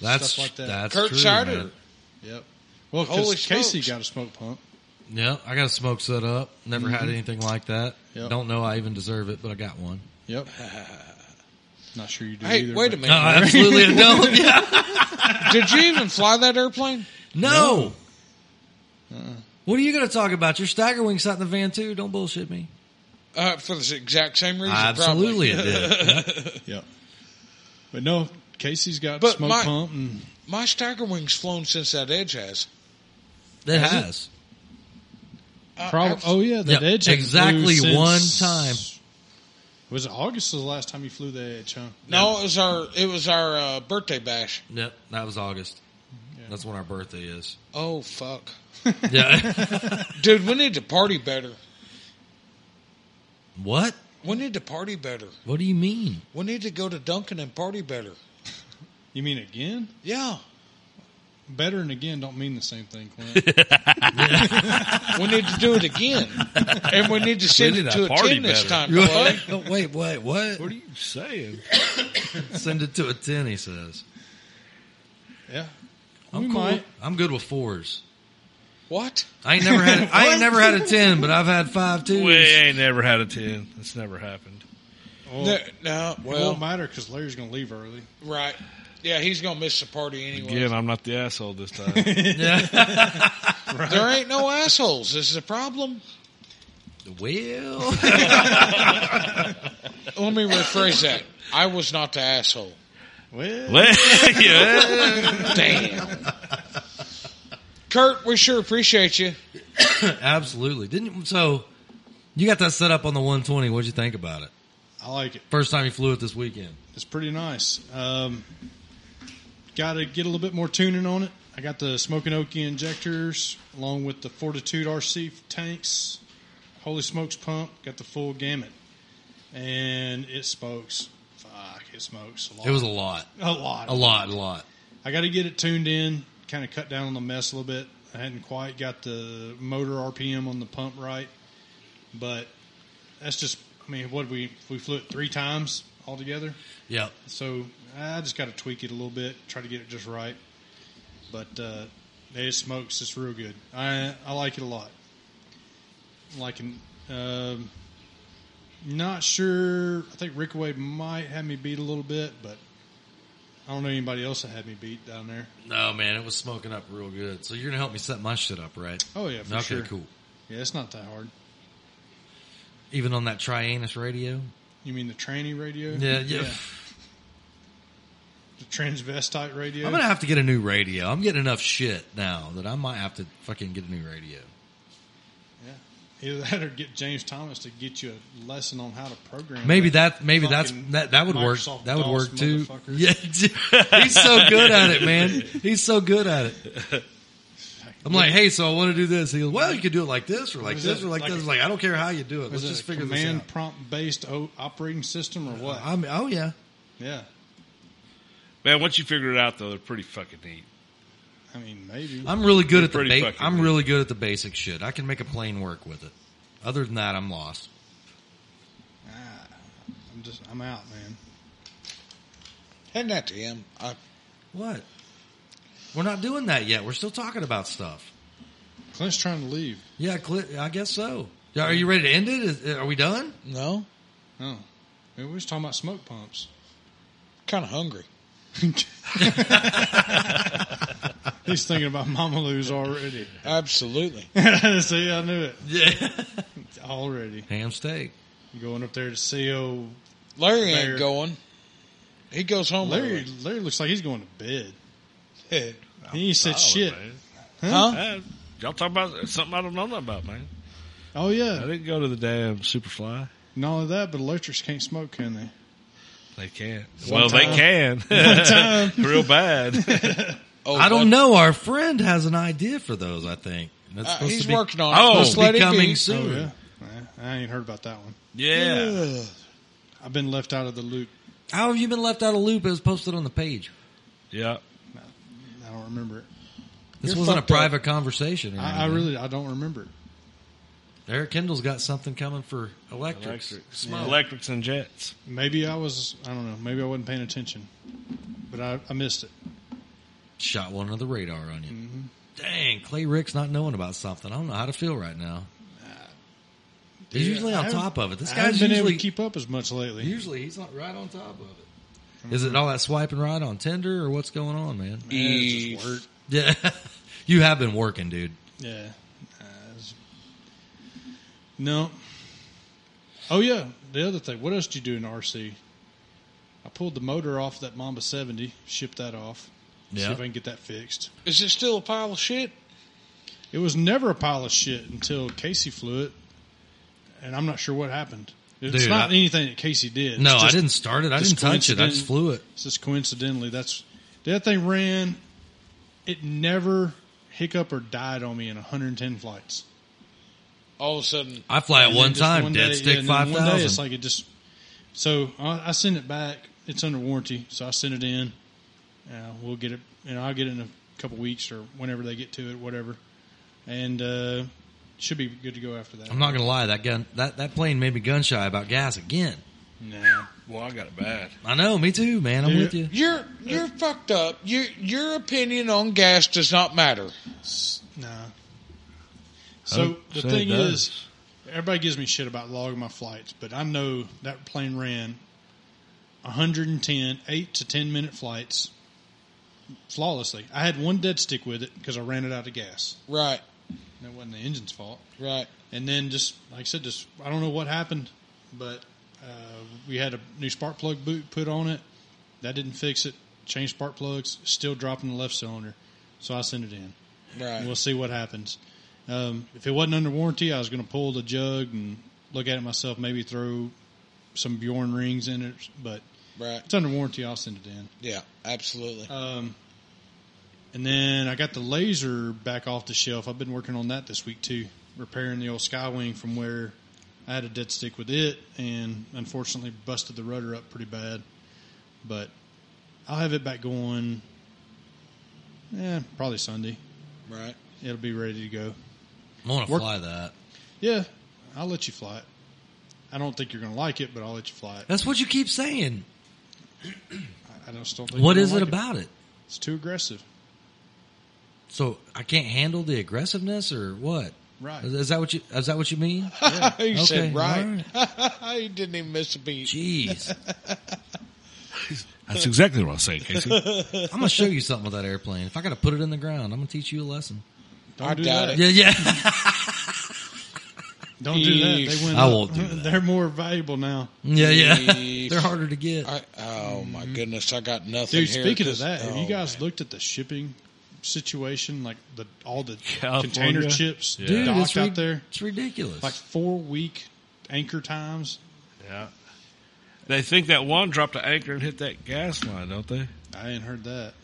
[SPEAKER 1] That's
[SPEAKER 3] Stuff like that.
[SPEAKER 1] that's
[SPEAKER 2] Kurt
[SPEAKER 1] true,
[SPEAKER 2] Scheider.
[SPEAKER 1] man.
[SPEAKER 3] yep. Well,
[SPEAKER 2] Holy
[SPEAKER 3] because Casey
[SPEAKER 2] smokes.
[SPEAKER 3] got a smoke pump.
[SPEAKER 1] Yeah, I got a smoke set up. Never had anything like that.
[SPEAKER 3] Mm-hmm. Yep.
[SPEAKER 1] Don't know I even deserve it, but I got one.
[SPEAKER 3] Yep. Not sure you do.
[SPEAKER 2] Hey,
[SPEAKER 3] either,
[SPEAKER 2] wait a
[SPEAKER 3] but-
[SPEAKER 2] minute.
[SPEAKER 1] No, I absolutely don't. Yeah.
[SPEAKER 2] Did you even fly that airplane?
[SPEAKER 1] No. What are you going to talk about? Your stagger wing sat in the van too. Don't bullshit me.
[SPEAKER 2] Uh, for the exact same reason,
[SPEAKER 1] Absolutely,
[SPEAKER 2] Probably.
[SPEAKER 1] it did.
[SPEAKER 3] Yep. But no, Casey's got
[SPEAKER 2] But
[SPEAKER 3] smoke
[SPEAKER 2] my-
[SPEAKER 3] pump and
[SPEAKER 2] My stagger wing's flown since that edge has.
[SPEAKER 1] It has.
[SPEAKER 2] I-
[SPEAKER 3] Prob-
[SPEAKER 2] I've-
[SPEAKER 3] oh yeah,
[SPEAKER 1] Yep,
[SPEAKER 3] that edge hadn't
[SPEAKER 1] exactly
[SPEAKER 3] flew
[SPEAKER 1] one
[SPEAKER 3] since-
[SPEAKER 1] time.
[SPEAKER 3] Was it August was the last time you flew the edge? Huh?
[SPEAKER 2] No, it was our it was our uh, birthday bash.
[SPEAKER 1] Yep, that was August. That's when our birthday is.
[SPEAKER 2] Oh fuck,
[SPEAKER 1] Yeah.
[SPEAKER 2] dude, we need to party better.
[SPEAKER 1] what?
[SPEAKER 2] We need to party better.
[SPEAKER 1] What do you mean?
[SPEAKER 2] We need to go to Duncan and party better.
[SPEAKER 3] You mean again?
[SPEAKER 2] Yeah,
[SPEAKER 3] Better and again don't mean the same thing. Clint.
[SPEAKER 2] we need to do it again, and we need to send
[SPEAKER 4] need
[SPEAKER 2] it
[SPEAKER 4] to
[SPEAKER 2] to a
[SPEAKER 4] party
[SPEAKER 2] ten this
[SPEAKER 4] better.
[SPEAKER 2] time. boy.
[SPEAKER 1] Wait, wait, wait, what?
[SPEAKER 4] What are you saying?
[SPEAKER 1] Send it to a ten. He says.
[SPEAKER 3] yeah,
[SPEAKER 1] I'm
[SPEAKER 3] We
[SPEAKER 1] cool.
[SPEAKER 3] might.
[SPEAKER 1] I'm good with fours.
[SPEAKER 2] What?
[SPEAKER 1] I ain't never had. I ain't never had a ten, but I've had five twos.
[SPEAKER 4] We ain't never had a 10. That's never happened.
[SPEAKER 3] Well,
[SPEAKER 2] no,
[SPEAKER 3] it
[SPEAKER 2] no,
[SPEAKER 3] won't
[SPEAKER 2] well,
[SPEAKER 3] matter because Larry's going to leave early.
[SPEAKER 2] right. Yeah, he's gonna miss the party anyway.
[SPEAKER 4] Again, I'm not the asshole this time.
[SPEAKER 1] Yeah.
[SPEAKER 2] There ain't no assholes. This is a problem.
[SPEAKER 1] well,
[SPEAKER 2] Let me rephrase that. I was not the asshole.
[SPEAKER 3] Well,
[SPEAKER 4] Well, yeah.
[SPEAKER 2] Damn. Kurt, we sure appreciate you.
[SPEAKER 1] absolutely. Didn't so? You got that set up on the 120. What'd you think about it?
[SPEAKER 3] I like it.
[SPEAKER 1] First time you flew it this weekend.
[SPEAKER 3] It's pretty nice. Um, got to get a little bit more tuning on it. I got the Smoking Oaky injectors along with the Fortitude RC tanks, Holy Smokes pump, got the full gamut. And it smokes. Fuck, it smokes a lot.
[SPEAKER 1] It was a lot,
[SPEAKER 3] a lot.
[SPEAKER 1] a lot, a lot.
[SPEAKER 3] I got to get it tuned in, kind of cut down on the mess a little bit. I hadn't quite got the motor RPM on the pump right, but that's just. I mean, what we we flew it three times altogether,
[SPEAKER 1] Yep.
[SPEAKER 3] so I just got to tweak it a little bit, try to get it just right. But uh, it smokes; it's real good. I I like it a lot. Liking, um, not sure. I think Rick Wade might have me beat a little bit, but I don't know anybody else that had me beat down there.
[SPEAKER 1] No man, it was smoking up real good. So you're gonna help me set my shit up, right?
[SPEAKER 3] Oh yeah, for
[SPEAKER 1] okay,
[SPEAKER 3] sure.
[SPEAKER 1] cool.
[SPEAKER 3] Yeah, it's not that hard.
[SPEAKER 1] Even on that Trianus radio.
[SPEAKER 3] You mean the tranny radio?
[SPEAKER 1] Yeah, yeah.
[SPEAKER 3] The transvestite radio.
[SPEAKER 1] I'm gonna have to get a new radio. I'm getting enough shit now that I might have to fucking get a new radio.
[SPEAKER 3] yeah. Either that or get James Thomas to get you a lesson on how to program.
[SPEAKER 1] Maybe that. Maybe that's
[SPEAKER 3] Fucking
[SPEAKER 1] that. That would
[SPEAKER 3] Microsoft
[SPEAKER 1] work. That would
[SPEAKER 3] DOS
[SPEAKER 1] work too.
[SPEAKER 3] motherfucker.
[SPEAKER 1] Yeah, dude. he's so good at it, man. He's so good at it. I'm like, hey, so I want to do this. He goes, well, you could do it like this or like
[SPEAKER 3] Was
[SPEAKER 1] this
[SPEAKER 3] it
[SPEAKER 1] or like,
[SPEAKER 3] like
[SPEAKER 1] this.
[SPEAKER 3] a-
[SPEAKER 1] like, I don't care how you do it. Let's
[SPEAKER 3] Was it
[SPEAKER 1] just
[SPEAKER 3] a
[SPEAKER 1] figure this
[SPEAKER 3] command
[SPEAKER 1] out.
[SPEAKER 3] prompt based o- operating system or what?
[SPEAKER 1] I mean, oh yeah,
[SPEAKER 3] yeah.
[SPEAKER 4] Man, once you figure it out, though, they're pretty fucking neat.
[SPEAKER 3] I mean, maybe.
[SPEAKER 1] I'm really good at the.
[SPEAKER 4] Pretty
[SPEAKER 1] Ba-
[SPEAKER 4] fucking
[SPEAKER 1] I'm
[SPEAKER 4] good.
[SPEAKER 1] really good at the basic shit. I can make a plane work with it. Other than that, I'm lost.
[SPEAKER 3] Ah, I'm just. I'm out, man.
[SPEAKER 2] Hand that to him. I,
[SPEAKER 1] What? We're not doing that yet. We're still talking about stuff.
[SPEAKER 3] Clint's trying to leave.
[SPEAKER 1] Yeah, Clint, I guess so. Yeah, Are you ready to end it? Is, are we done?
[SPEAKER 2] no,
[SPEAKER 3] Oh, we was talking about smoke pumps.
[SPEAKER 2] kind of hungry.
[SPEAKER 3] He's thinking about Mama Lou's already.
[SPEAKER 2] Absolutely.
[SPEAKER 3] See, I knew it
[SPEAKER 1] Yeah.
[SPEAKER 3] already.
[SPEAKER 1] Ham steak.
[SPEAKER 3] You going up there to see old
[SPEAKER 2] Larry
[SPEAKER 3] Larry.
[SPEAKER 2] ain't going. He goes home.
[SPEAKER 3] Larry? Larry looks like he's going to bed.
[SPEAKER 2] early.
[SPEAKER 3] He ain't said
[SPEAKER 4] Solid,
[SPEAKER 3] shit.
[SPEAKER 4] man.
[SPEAKER 2] huh?
[SPEAKER 4] Uh, y'all talking about something I don't know nothing about, man.
[SPEAKER 3] Oh
[SPEAKER 4] I
[SPEAKER 3] yeah,
[SPEAKER 4] didn't go to the damn Superfly.
[SPEAKER 3] not only that, but electrics can't smoke, can they?
[SPEAKER 4] They can't. well,
[SPEAKER 3] One
[SPEAKER 4] they can. Real bad.
[SPEAKER 2] Oh,
[SPEAKER 1] I don't
[SPEAKER 2] that-
[SPEAKER 1] know. Our friend has an idea for those. I think that's
[SPEAKER 2] uh,
[SPEAKER 1] supposed
[SPEAKER 2] he's
[SPEAKER 1] to be,
[SPEAKER 2] working on it.
[SPEAKER 4] Oh.
[SPEAKER 2] Let's let
[SPEAKER 1] be
[SPEAKER 2] it
[SPEAKER 1] coming
[SPEAKER 2] be.
[SPEAKER 1] soon.
[SPEAKER 3] Oh yeah, Yeah, I ain't heard about that one.
[SPEAKER 4] Yeah.
[SPEAKER 2] Ugh.
[SPEAKER 3] I've been left out of the loop.
[SPEAKER 1] How have you been left out of loop? It was posted on the page.
[SPEAKER 4] Yeah.
[SPEAKER 3] I don't remember it.
[SPEAKER 1] This
[SPEAKER 3] You're
[SPEAKER 1] wasn't a
[SPEAKER 3] fucked up.
[SPEAKER 1] private conversation. or
[SPEAKER 3] I, I
[SPEAKER 1] anything.
[SPEAKER 3] really I don't remember.
[SPEAKER 1] Eric Kendall's got something coming for electrics.
[SPEAKER 4] Electric.
[SPEAKER 1] Smoke.
[SPEAKER 4] Electrics and jets.
[SPEAKER 3] Maybe I was I don't know. Maybe I wasn't paying attention, but I, I missed it.
[SPEAKER 1] Shot one under the radar on you.
[SPEAKER 3] Mm-hmm.
[SPEAKER 1] Dang, Clay Rick's not knowing about something. I don't know how to feel right now. He's usually on
[SPEAKER 3] I haven't-
[SPEAKER 1] top of it. This
[SPEAKER 3] I
[SPEAKER 1] guy's
[SPEAKER 3] haven't been able
[SPEAKER 1] usually
[SPEAKER 3] to keep up as much lately.
[SPEAKER 1] usually he's on, right on top of
[SPEAKER 3] Mm-hmm.
[SPEAKER 1] it. Is it all that swiping right on Tinder or what's going on, man?
[SPEAKER 3] Eh, it's just work.
[SPEAKER 1] Yeah, you have been working, dude.
[SPEAKER 3] Yeah. Uh, it's- no. Oh yeah, the other thing. What else did you do in RC? I pulled the motor off that Mamba seventy, shipped that off.
[SPEAKER 1] Yeah.
[SPEAKER 3] See if I can get that fixed.
[SPEAKER 2] Is it still a pile of shit?
[SPEAKER 3] It was never a pile of shit until Casey flew it, and I'm not sure what happened. It's
[SPEAKER 1] Dude,
[SPEAKER 3] not
[SPEAKER 1] I-
[SPEAKER 3] anything that Casey did.
[SPEAKER 1] No,
[SPEAKER 3] It's
[SPEAKER 1] I
[SPEAKER 3] just-
[SPEAKER 1] didn't start it. I
[SPEAKER 3] just
[SPEAKER 1] didn't touch it. I just
[SPEAKER 3] coincident-
[SPEAKER 1] flew it.
[SPEAKER 3] It's just coincidentally. That's that thing ran. It never hiccup or died on me in 110 flights.
[SPEAKER 2] All of a sudden,
[SPEAKER 1] I fly it
[SPEAKER 3] And
[SPEAKER 1] one
[SPEAKER 3] then just
[SPEAKER 1] time,
[SPEAKER 3] one
[SPEAKER 1] dead
[SPEAKER 3] day- yeah,
[SPEAKER 1] stick
[SPEAKER 3] and then
[SPEAKER 1] five
[SPEAKER 3] one day It's
[SPEAKER 1] thousand.
[SPEAKER 3] like it just. So I, I send it back. It's under warranty, so I send it in. Uh, we'll get it, and I'll get it in a couple weeks or whenever they get to it, whatever. And uh, should be good to go after that.
[SPEAKER 1] I'm not gonna lie, that gun that, that plane made me gun shy about gas again.
[SPEAKER 3] Nah.
[SPEAKER 4] Well, I got it bad.
[SPEAKER 1] I know, me too, man. I'm
[SPEAKER 3] Yeah.
[SPEAKER 1] with you.
[SPEAKER 2] you're you're fucked up. Your your opinion on gas does not matter.
[SPEAKER 3] Nah. So
[SPEAKER 4] Oh,
[SPEAKER 3] the
[SPEAKER 4] so it
[SPEAKER 3] thing
[SPEAKER 4] does.
[SPEAKER 3] is, everybody gives me shit about logging my flights, but I know that plane ran 110, 8 to 10 minute flights flawlessly. I had one dead stick with it because I ran it out of gas.
[SPEAKER 2] Right,
[SPEAKER 3] That wasn't the engine's fault.
[SPEAKER 2] right.
[SPEAKER 3] And then just, like I said, just, I don't know what happened, but uh, we had a new spark plug boot put on it. That didn't fix it. Changed spark plugs, still dropping the left cylinder. So I sent it in
[SPEAKER 2] Right.
[SPEAKER 3] and we'll see what happens. Um, if it wasn't under warranty, I was going to pull the jug and look at it myself, maybe throw some Bjorn rings in it, but
[SPEAKER 2] right.
[SPEAKER 3] it's under warranty. I'll send it in.
[SPEAKER 2] Yeah, absolutely.
[SPEAKER 3] Um, and then I got the laser back off the shelf. I've been working on that this week too, repairing the old Skywing from where I had a dead stick with it, and unfortunately busted the rudder up pretty bad. But I'll have it back going. Yeah, probably Sunday.
[SPEAKER 2] right.
[SPEAKER 3] It'll be ready to go.
[SPEAKER 1] I want to
[SPEAKER 3] Work-
[SPEAKER 1] fly that.
[SPEAKER 3] Yeah, I'll let you fly it. I don't think you're going to like it, but I'll let you fly it.
[SPEAKER 1] That's what you keep saying.
[SPEAKER 3] I- I just don't think.
[SPEAKER 1] What
[SPEAKER 3] you're
[SPEAKER 1] is
[SPEAKER 3] gonna
[SPEAKER 1] it
[SPEAKER 3] like
[SPEAKER 1] about it?
[SPEAKER 3] It's too aggressive.
[SPEAKER 1] So I can't handle the aggressiveness, or what?
[SPEAKER 3] Right.
[SPEAKER 1] Is, is that what you? Is that what you mean?
[SPEAKER 2] he
[SPEAKER 1] Okay,
[SPEAKER 2] said right. he didn't even miss a beat.
[SPEAKER 1] Jeez,
[SPEAKER 4] That's exactly what I was saying, Casey.
[SPEAKER 1] I'm gonna show you something with that airplane. If I gotta put it in the ground, I'm gonna teach you a lesson.
[SPEAKER 3] Don't
[SPEAKER 2] I
[SPEAKER 3] do
[SPEAKER 2] doubt
[SPEAKER 3] that.
[SPEAKER 2] it.
[SPEAKER 1] Yeah, yeah.
[SPEAKER 3] Don't do that. They win.
[SPEAKER 1] I
[SPEAKER 3] up.
[SPEAKER 1] won't do that.
[SPEAKER 3] They're more valuable now.
[SPEAKER 1] Yeah, yeah.
[SPEAKER 2] Jeez.
[SPEAKER 1] They're harder to get.
[SPEAKER 2] I, oh my goodness, I got nothing.
[SPEAKER 3] Mm-hmm. Dude,
[SPEAKER 2] here.
[SPEAKER 3] speaking of
[SPEAKER 2] This-
[SPEAKER 3] that, have
[SPEAKER 2] oh,
[SPEAKER 3] you guys looked at the shipping situation? Like the all the
[SPEAKER 4] California?
[SPEAKER 3] container chips
[SPEAKER 1] Dude, it's,
[SPEAKER 3] docked
[SPEAKER 1] ri-
[SPEAKER 3] out there,
[SPEAKER 1] it's ridiculous.
[SPEAKER 3] like four week anchor times.
[SPEAKER 4] yeah. They think that one dropped an anchor and hit that gas line, don't they?
[SPEAKER 3] I ain't heard that.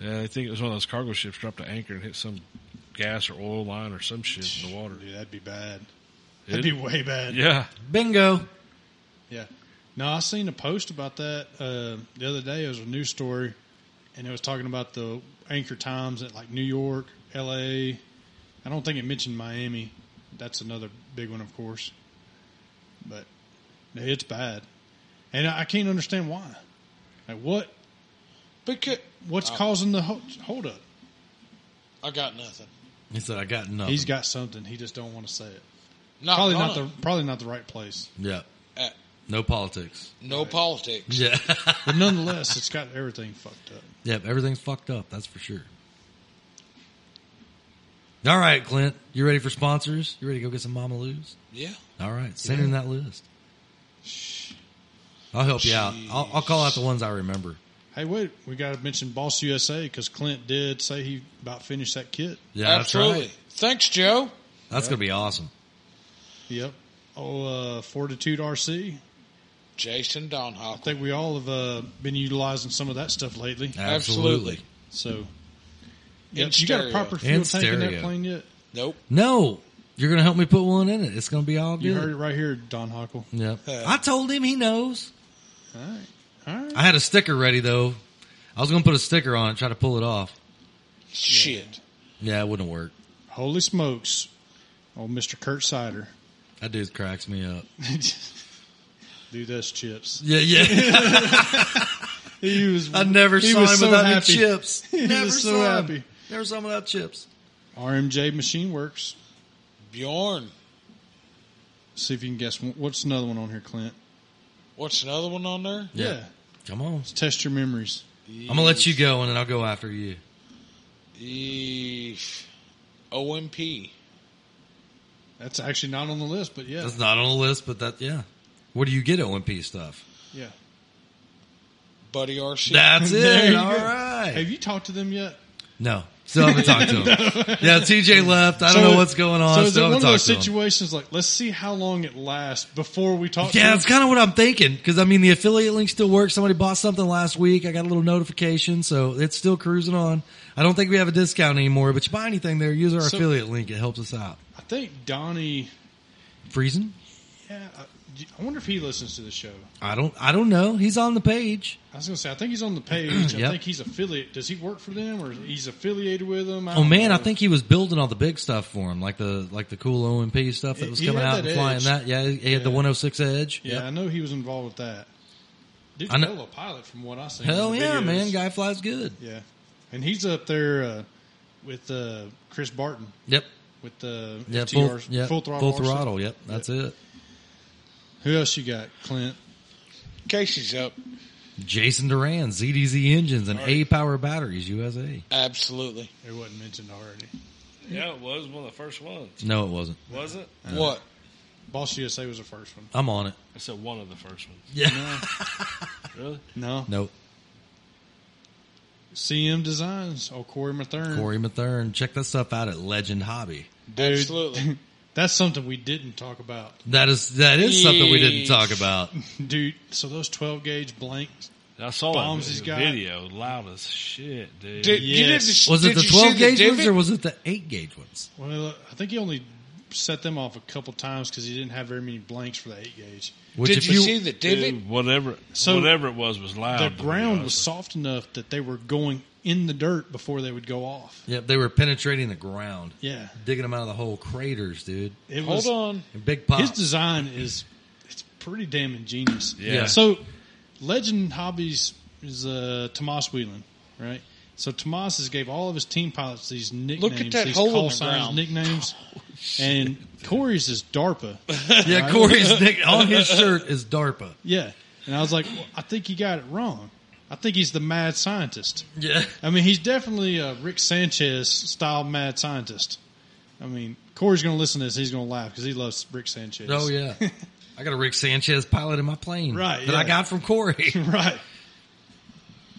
[SPEAKER 4] Yeah, I think it was one of those cargo ships dropped an anchor and hit some gas or oil line or some shit in the water.
[SPEAKER 3] Dude, that'd be bad.
[SPEAKER 4] It-
[SPEAKER 3] That'd be way bad.
[SPEAKER 4] yeah.
[SPEAKER 1] Bingo.
[SPEAKER 3] Yeah. No, I seen a post about that uh, the other day. It was a news story, and it was talking about the anchor times at like New York, L.A. I don't think it mentioned Miami. That's another big one, of course. But it's bad, and I I can't understand why. Like what?
[SPEAKER 2] Because
[SPEAKER 3] What's causing the ho- hold up?
[SPEAKER 2] I got nothing.
[SPEAKER 1] He said, "I got nothing."
[SPEAKER 3] He's got something. He just don't want to say it.
[SPEAKER 2] Not
[SPEAKER 3] Probably not
[SPEAKER 2] gonna.
[SPEAKER 3] the probably not the right place.
[SPEAKER 1] yeah.
[SPEAKER 2] Uh,
[SPEAKER 1] No politics.
[SPEAKER 2] no politics.
[SPEAKER 1] Yeah.
[SPEAKER 3] But nonetheless, it's got everything fucked up.
[SPEAKER 1] yep. Everything's fucked up. That's for sure. All right, Clint. You ready for sponsors? You ready to go get some Mama Lou's?
[SPEAKER 2] Yeah.
[SPEAKER 1] All right, send in that list. I'll help you out. I'll, I'll call out the ones I remember.
[SPEAKER 3] Hey, wait, we got to mention Boss USA because Clint did say he about finished that kit.
[SPEAKER 1] Yeah,
[SPEAKER 2] Absolutely.
[SPEAKER 1] That's, right.
[SPEAKER 2] Thanks, Joe.
[SPEAKER 1] That's gonna be awesome.
[SPEAKER 3] Yep. Oh, uh, Fortitude RC.
[SPEAKER 2] Jason
[SPEAKER 3] I
[SPEAKER 2] Donhoff.
[SPEAKER 3] think we all have uh, been utilizing some of that stuff lately.
[SPEAKER 1] Absolutely.
[SPEAKER 2] Absolutely.
[SPEAKER 3] So,
[SPEAKER 2] In
[SPEAKER 3] yep. you got a
[SPEAKER 2] stereo.
[SPEAKER 3] proper fuel
[SPEAKER 1] In
[SPEAKER 3] tank in that
[SPEAKER 1] stereo.
[SPEAKER 3] plane yet?
[SPEAKER 2] Nope.
[SPEAKER 1] No, you're gonna help me put one in it. It's gonna be all good.
[SPEAKER 3] You heard it right here, Don Hockle.
[SPEAKER 1] Yeah.
[SPEAKER 2] Uh,
[SPEAKER 1] I told him he knows.
[SPEAKER 3] All right. All right.
[SPEAKER 1] I had a sticker ready though. I was gonna put a sticker on it, try to pull it off.
[SPEAKER 2] Shit.
[SPEAKER 1] Yeah, it wouldn't work.
[SPEAKER 3] Holy smokes. Old Mr. Kurt Sider.
[SPEAKER 1] That dude cracks me up.
[SPEAKER 3] Dude, that's chips.
[SPEAKER 1] Yeah, yeah.
[SPEAKER 3] He was.
[SPEAKER 1] I never
[SPEAKER 3] he
[SPEAKER 1] saw him
[SPEAKER 3] was so
[SPEAKER 1] without any
[SPEAKER 3] happy.
[SPEAKER 1] chips.
[SPEAKER 3] He
[SPEAKER 1] Never
[SPEAKER 3] was so
[SPEAKER 1] saw him.
[SPEAKER 3] happy.
[SPEAKER 1] Never saw him without chips.
[SPEAKER 3] RMJ Machine Works.
[SPEAKER 2] Bjorn.
[SPEAKER 3] See if you can guess one- what's another one on here, Clint.
[SPEAKER 2] What's another one on there?
[SPEAKER 1] Yeah. Come on.
[SPEAKER 3] Test your memories.
[SPEAKER 1] I'm gonna let you go, and then I'll go after you.
[SPEAKER 2] Yeesh. OMP.
[SPEAKER 3] That's actually not on the list, but yeah,
[SPEAKER 1] That's not on the list, but that yeah. Where do you get OMP stuff?
[SPEAKER 3] yeah.
[SPEAKER 2] Buddy RC.
[SPEAKER 1] That's
[SPEAKER 3] There
[SPEAKER 1] it.
[SPEAKER 3] you
[SPEAKER 1] All
[SPEAKER 3] go.
[SPEAKER 1] right.
[SPEAKER 3] Have you talked to them yet?
[SPEAKER 1] no, still haven't talked to him. Yeah, TJ left. I don't
[SPEAKER 3] So-
[SPEAKER 1] know what's going on.
[SPEAKER 3] So is it
[SPEAKER 1] still
[SPEAKER 3] one
[SPEAKER 1] haven't
[SPEAKER 3] of those
[SPEAKER 1] talked to him.
[SPEAKER 3] situations like let's see how long it lasts before we talk?
[SPEAKER 1] Yeah,
[SPEAKER 3] to
[SPEAKER 1] that's
[SPEAKER 3] them?
[SPEAKER 1] kind of what I'm thinking because I mean the affiliate link still works. Somebody bought something last week. I got a little notification, so it's still cruising on. I don't think we have a discount anymore, but you buy anything there, use our
[SPEAKER 3] So-
[SPEAKER 1] affiliate link. It helps us out.
[SPEAKER 3] I think Donnie.
[SPEAKER 1] Freezing?
[SPEAKER 3] Yeah, I, I wonder if he listens to the show.
[SPEAKER 1] I don't. I don't know. He's on the page
[SPEAKER 3] I was gonna say I think he's on the page. I
[SPEAKER 1] Yep.
[SPEAKER 3] think he's affiliate. Does he work for them or he's affiliated with them? I
[SPEAKER 1] Oh
[SPEAKER 3] don't
[SPEAKER 1] man,
[SPEAKER 3] know.
[SPEAKER 1] I think he was building all the big stuff for him, like the like the cool OMP stuff that was
[SPEAKER 3] He
[SPEAKER 1] coming
[SPEAKER 3] had
[SPEAKER 1] out
[SPEAKER 3] that
[SPEAKER 1] and flying
[SPEAKER 3] edge.
[SPEAKER 1] that. Yeah, he had the
[SPEAKER 3] Yeah.
[SPEAKER 1] 106 Edge.
[SPEAKER 3] Yeah, I know he was involved with that. Dude,
[SPEAKER 1] I know-
[SPEAKER 3] fellow pilot from what I see.
[SPEAKER 1] Hell yeah, man! Guy flies good.
[SPEAKER 3] Yeah, and he's up there uh, with uh, Chris Barton
[SPEAKER 1] Yep.
[SPEAKER 3] with the
[SPEAKER 1] Yeah.
[SPEAKER 3] FTR,
[SPEAKER 1] Full, yeah.
[SPEAKER 3] full throttle.
[SPEAKER 1] Full
[SPEAKER 3] RC.
[SPEAKER 1] throttle. Yep. That's it.
[SPEAKER 3] Who else you got, Clint?
[SPEAKER 2] Casey's up.
[SPEAKER 1] Jason Duran, ZDZ engines and
[SPEAKER 4] All right.
[SPEAKER 1] A power batteries, USA.
[SPEAKER 2] Absolutely.
[SPEAKER 3] It wasn't mentioned already.
[SPEAKER 4] Yeah, it was one of the first ones,
[SPEAKER 1] No, it wasn't.
[SPEAKER 4] was it?
[SPEAKER 1] Uh,
[SPEAKER 2] what?
[SPEAKER 3] Boss USA was the first one.
[SPEAKER 1] I'm on it.
[SPEAKER 4] I said one of the first ones.
[SPEAKER 1] Yeah.
[SPEAKER 4] Really?
[SPEAKER 3] No,
[SPEAKER 1] Nope.
[SPEAKER 3] CM Designs. Oh, Corey Mathern.
[SPEAKER 1] Corey Mathern. Check that stuff out at Legend Hobby.
[SPEAKER 3] Dude,
[SPEAKER 2] Absolutely.
[SPEAKER 3] That's something we didn't talk about,
[SPEAKER 1] That is that is something we didn't talk about.
[SPEAKER 3] dude. So those twelve gauge blanks.
[SPEAKER 4] I saw
[SPEAKER 3] Bombs
[SPEAKER 4] that
[SPEAKER 3] he's
[SPEAKER 4] video,
[SPEAKER 3] got.
[SPEAKER 4] loud as shit, dude.
[SPEAKER 2] Did, you
[SPEAKER 3] Yes.
[SPEAKER 2] didn't-
[SPEAKER 1] Was it
[SPEAKER 2] did
[SPEAKER 1] the
[SPEAKER 2] you
[SPEAKER 1] 12
[SPEAKER 2] see the
[SPEAKER 1] gauge ones
[SPEAKER 2] divot?
[SPEAKER 1] or was it the 8 gauge ones?
[SPEAKER 3] Well, I think he only set them off a couple times because he didn't have very many blanks for the eight gauge.
[SPEAKER 1] Which
[SPEAKER 2] Did
[SPEAKER 1] if
[SPEAKER 2] you see the divot?
[SPEAKER 4] Dude, whatever,
[SPEAKER 3] So,
[SPEAKER 4] whatever it was was loud.
[SPEAKER 3] the
[SPEAKER 4] to be
[SPEAKER 3] ground was
[SPEAKER 4] honest.
[SPEAKER 3] soft enough that they were going in the dirt before they would go off.
[SPEAKER 1] Yep, they were penetrating the ground,
[SPEAKER 3] Yeah,
[SPEAKER 1] digging them out of the hole craters, dude.
[SPEAKER 3] it
[SPEAKER 2] Hold
[SPEAKER 3] was.
[SPEAKER 2] on.
[SPEAKER 1] And big pop.
[SPEAKER 3] His design is it's pretty damn ingenious.
[SPEAKER 4] Yeah.
[SPEAKER 3] So, Legend Hobbies is uh, Tomas Whelan, right? So Tomas has gave all of his team pilots these nicknames,
[SPEAKER 2] at that
[SPEAKER 3] these
[SPEAKER 2] hole in
[SPEAKER 3] call
[SPEAKER 2] the
[SPEAKER 3] signs,
[SPEAKER 2] ground.
[SPEAKER 3] nicknames, and Corey's is DARPA.
[SPEAKER 1] yeah, Corey's nick on his shirt is DARPA.
[SPEAKER 3] Yeah, and I was like, well, I think he got it wrong. I think he's the mad scientist.
[SPEAKER 1] Yeah.
[SPEAKER 3] I mean, he's definitely a Rick Sanchez style mad scientist. I mean, Corey's going to listen to this. He's going to laugh because he loves Rick Sanchez.
[SPEAKER 1] Oh yeah. I got a Rick Sanchez pilot in my plane.
[SPEAKER 3] Right,
[SPEAKER 1] That I
[SPEAKER 3] yeah.
[SPEAKER 1] got from Corey.
[SPEAKER 3] right.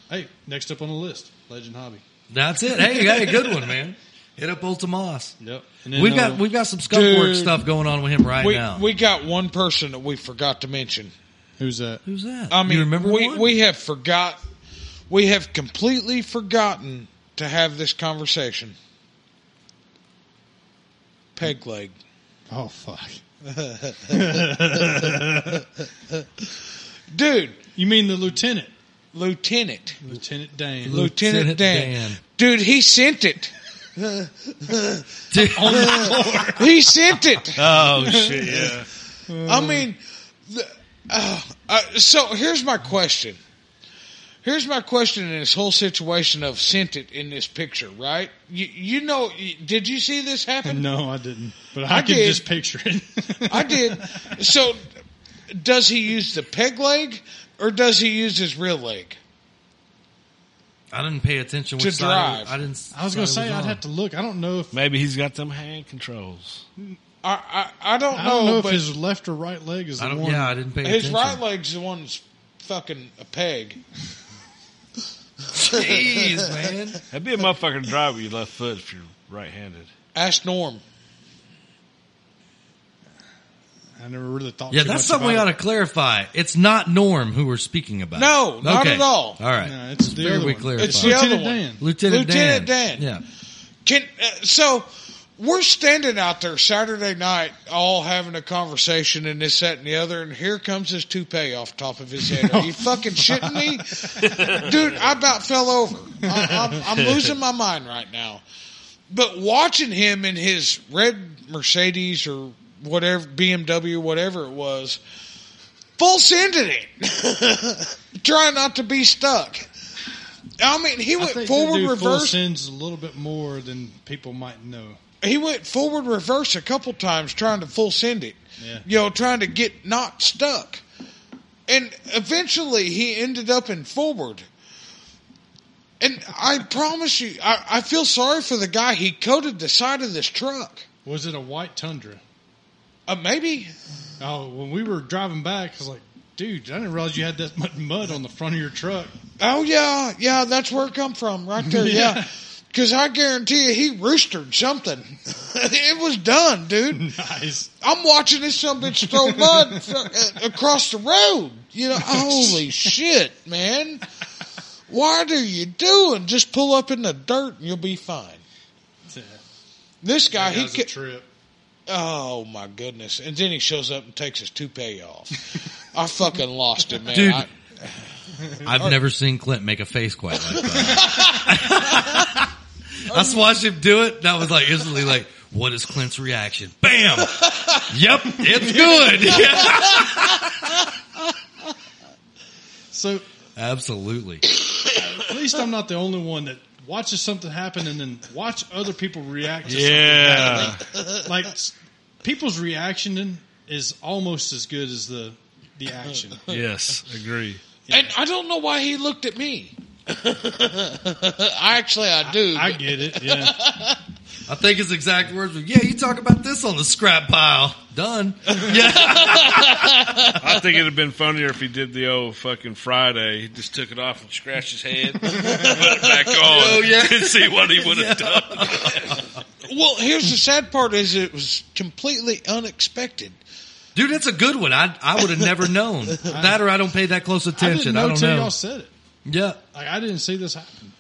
[SPEAKER 3] Hey, next up on the list, Legend Hobby.
[SPEAKER 1] That's it. Hey, you got a good one, man. Hit up old Tomas.
[SPEAKER 3] Yep.
[SPEAKER 1] We've
[SPEAKER 3] uh,
[SPEAKER 1] got we've got some skunk work
[SPEAKER 2] dude.
[SPEAKER 1] stuff going on with him right
[SPEAKER 2] We,
[SPEAKER 1] now.
[SPEAKER 2] we got one person that we forgot to mention.
[SPEAKER 3] who's that?
[SPEAKER 1] Who's that?
[SPEAKER 2] I
[SPEAKER 1] you
[SPEAKER 2] mean,
[SPEAKER 1] remember
[SPEAKER 2] we,
[SPEAKER 1] one?
[SPEAKER 2] we have forgot, we have completely forgotten to have this conversation. Peg leg.
[SPEAKER 3] Oh fuck.
[SPEAKER 2] Dude,
[SPEAKER 3] You mean the lieutenant?
[SPEAKER 2] Lieutenant.
[SPEAKER 3] Lieutenant Dan.
[SPEAKER 2] Lieutenant,
[SPEAKER 1] Lieutenant
[SPEAKER 2] Dan.
[SPEAKER 1] Dan.
[SPEAKER 2] Dude, he sent it.
[SPEAKER 1] Dude,
[SPEAKER 2] He sent it.
[SPEAKER 4] Oh shit! Yeah,
[SPEAKER 3] Mm-hmm.
[SPEAKER 2] I mean, the, uh, uh, so here's my question. Here's my question in this whole situation of sent it in this picture, right? You, you know, you- did you see this happen?
[SPEAKER 3] no, I didn't. But I,
[SPEAKER 2] I
[SPEAKER 3] can
[SPEAKER 2] did.
[SPEAKER 3] just picture it.
[SPEAKER 2] I did. So, does he use the peg leg or does he use his real leg?
[SPEAKER 1] I didn't pay attention
[SPEAKER 2] To
[SPEAKER 1] which side.
[SPEAKER 2] drive.
[SPEAKER 1] I didn't.
[SPEAKER 3] I was going to
[SPEAKER 1] side
[SPEAKER 3] say
[SPEAKER 1] it
[SPEAKER 3] I'd
[SPEAKER 1] on.
[SPEAKER 3] have to look. I don't know if
[SPEAKER 4] maybe he's got them hand controls.
[SPEAKER 2] I I, I don't know,
[SPEAKER 3] I don't know if
[SPEAKER 2] but his,
[SPEAKER 3] his left or right leg is the
[SPEAKER 1] I don't,
[SPEAKER 3] one.
[SPEAKER 1] yeah, I didn't pay attention.
[SPEAKER 2] right leg's the one that's fucking a peg.
[SPEAKER 1] Jeez, man.
[SPEAKER 4] That'd be a motherfucker to drive with your left foot if you're right-handed.
[SPEAKER 2] Ask Norm.
[SPEAKER 3] I never really thought.
[SPEAKER 1] Yeah,
[SPEAKER 3] too
[SPEAKER 1] that's
[SPEAKER 3] much
[SPEAKER 1] something we ought to
[SPEAKER 3] about it.
[SPEAKER 1] clarify. It's not Norm who we're speaking about.
[SPEAKER 2] No, not
[SPEAKER 1] Okay.
[SPEAKER 2] at all.
[SPEAKER 1] All right.
[SPEAKER 3] No, it's the
[SPEAKER 1] Figured
[SPEAKER 3] other
[SPEAKER 1] we
[SPEAKER 3] one.
[SPEAKER 1] clarified.
[SPEAKER 2] It's the other
[SPEAKER 3] Lieutenant
[SPEAKER 2] one.
[SPEAKER 3] Dan.
[SPEAKER 1] Lieutenant,
[SPEAKER 2] Lieutenant
[SPEAKER 1] Dan.
[SPEAKER 2] Dan.
[SPEAKER 1] Yeah.
[SPEAKER 2] Can uh, so we're standing out there Saturday night, all having a conversation and this, that, and the other, and here comes his toupee off top of his head. Are you fucking shitting me, dude? I about fell over. I, I'm, I'm losing my mind right now. But watching him in his red Mercedes or whatever BMW, whatever it was, full send in it, trying not to be stuck. I mean, he
[SPEAKER 3] I
[SPEAKER 2] went
[SPEAKER 3] think
[SPEAKER 2] forward,
[SPEAKER 3] they do full
[SPEAKER 2] reverse.
[SPEAKER 3] sends a little bit more than people might know.
[SPEAKER 2] He went forward, reverse a couple times, trying to full send it.
[SPEAKER 3] Yeah.
[SPEAKER 2] You know, trying to get not stuck. And eventually, he ended up in forward. And I promise you, I, I feel sorry for the guy. He coated the side of this truck.
[SPEAKER 3] Was it a white Tundra?
[SPEAKER 2] Uh, maybe
[SPEAKER 3] Oh, when we were driving back, I was like, dude, I didn't realize you had that much mud on the front of your truck.
[SPEAKER 2] Oh yeah, yeah, that's where it come from, right there.
[SPEAKER 3] Yeah.
[SPEAKER 2] Yeah, because I guarantee you, he roostered something. it was done, dude.
[SPEAKER 3] Nice.
[SPEAKER 2] I'm watching this some bitch throw mud fr- uh, across the road. You know, holy shit, man! What are you doing? Just pull up in the dirt and you'll be fine.
[SPEAKER 3] Yeah,
[SPEAKER 2] This guy,
[SPEAKER 3] that
[SPEAKER 2] he
[SPEAKER 3] was a
[SPEAKER 2] could,
[SPEAKER 3] trip.
[SPEAKER 2] oh my goodness! And then he shows up and takes his toupee off. I fucking lost it, man.
[SPEAKER 1] Dude.
[SPEAKER 2] I-
[SPEAKER 1] I've never seen Clint make a face quite like that. I just watched him do it, and I was like instantly like, "What is Clint's reaction?" Bam. yep, it's good. Yeah.
[SPEAKER 3] So
[SPEAKER 1] Absolutely.
[SPEAKER 3] at least I'm not the only one that watches something happen and then watch other people react to
[SPEAKER 4] Yeah.
[SPEAKER 3] something. Like s- people's reaction is almost as good as the the action.
[SPEAKER 4] yes. Agree.
[SPEAKER 2] And I don't know why he looked at me. I actually I do.
[SPEAKER 3] I get it. Yeah.
[SPEAKER 1] I think his exact words were, "Yeah, you talk about this on the scrap pile." Done. Yeah.
[SPEAKER 4] I think it'd have been funnier if he did the old fucking Friday. He just took it off and scratched his head, put it back on,
[SPEAKER 1] Oh, yeah.
[SPEAKER 4] and see what he would have done.
[SPEAKER 2] well, here's the sad part: is it was completely unexpected.
[SPEAKER 1] Dude, it's a good one. I I would have never known that, or I don't pay that close
[SPEAKER 3] I didn't
[SPEAKER 1] attention. I,
[SPEAKER 3] know
[SPEAKER 1] don't
[SPEAKER 3] until
[SPEAKER 1] know.
[SPEAKER 3] y'all said it.
[SPEAKER 1] Yeah.
[SPEAKER 3] Like I didn't see this happen.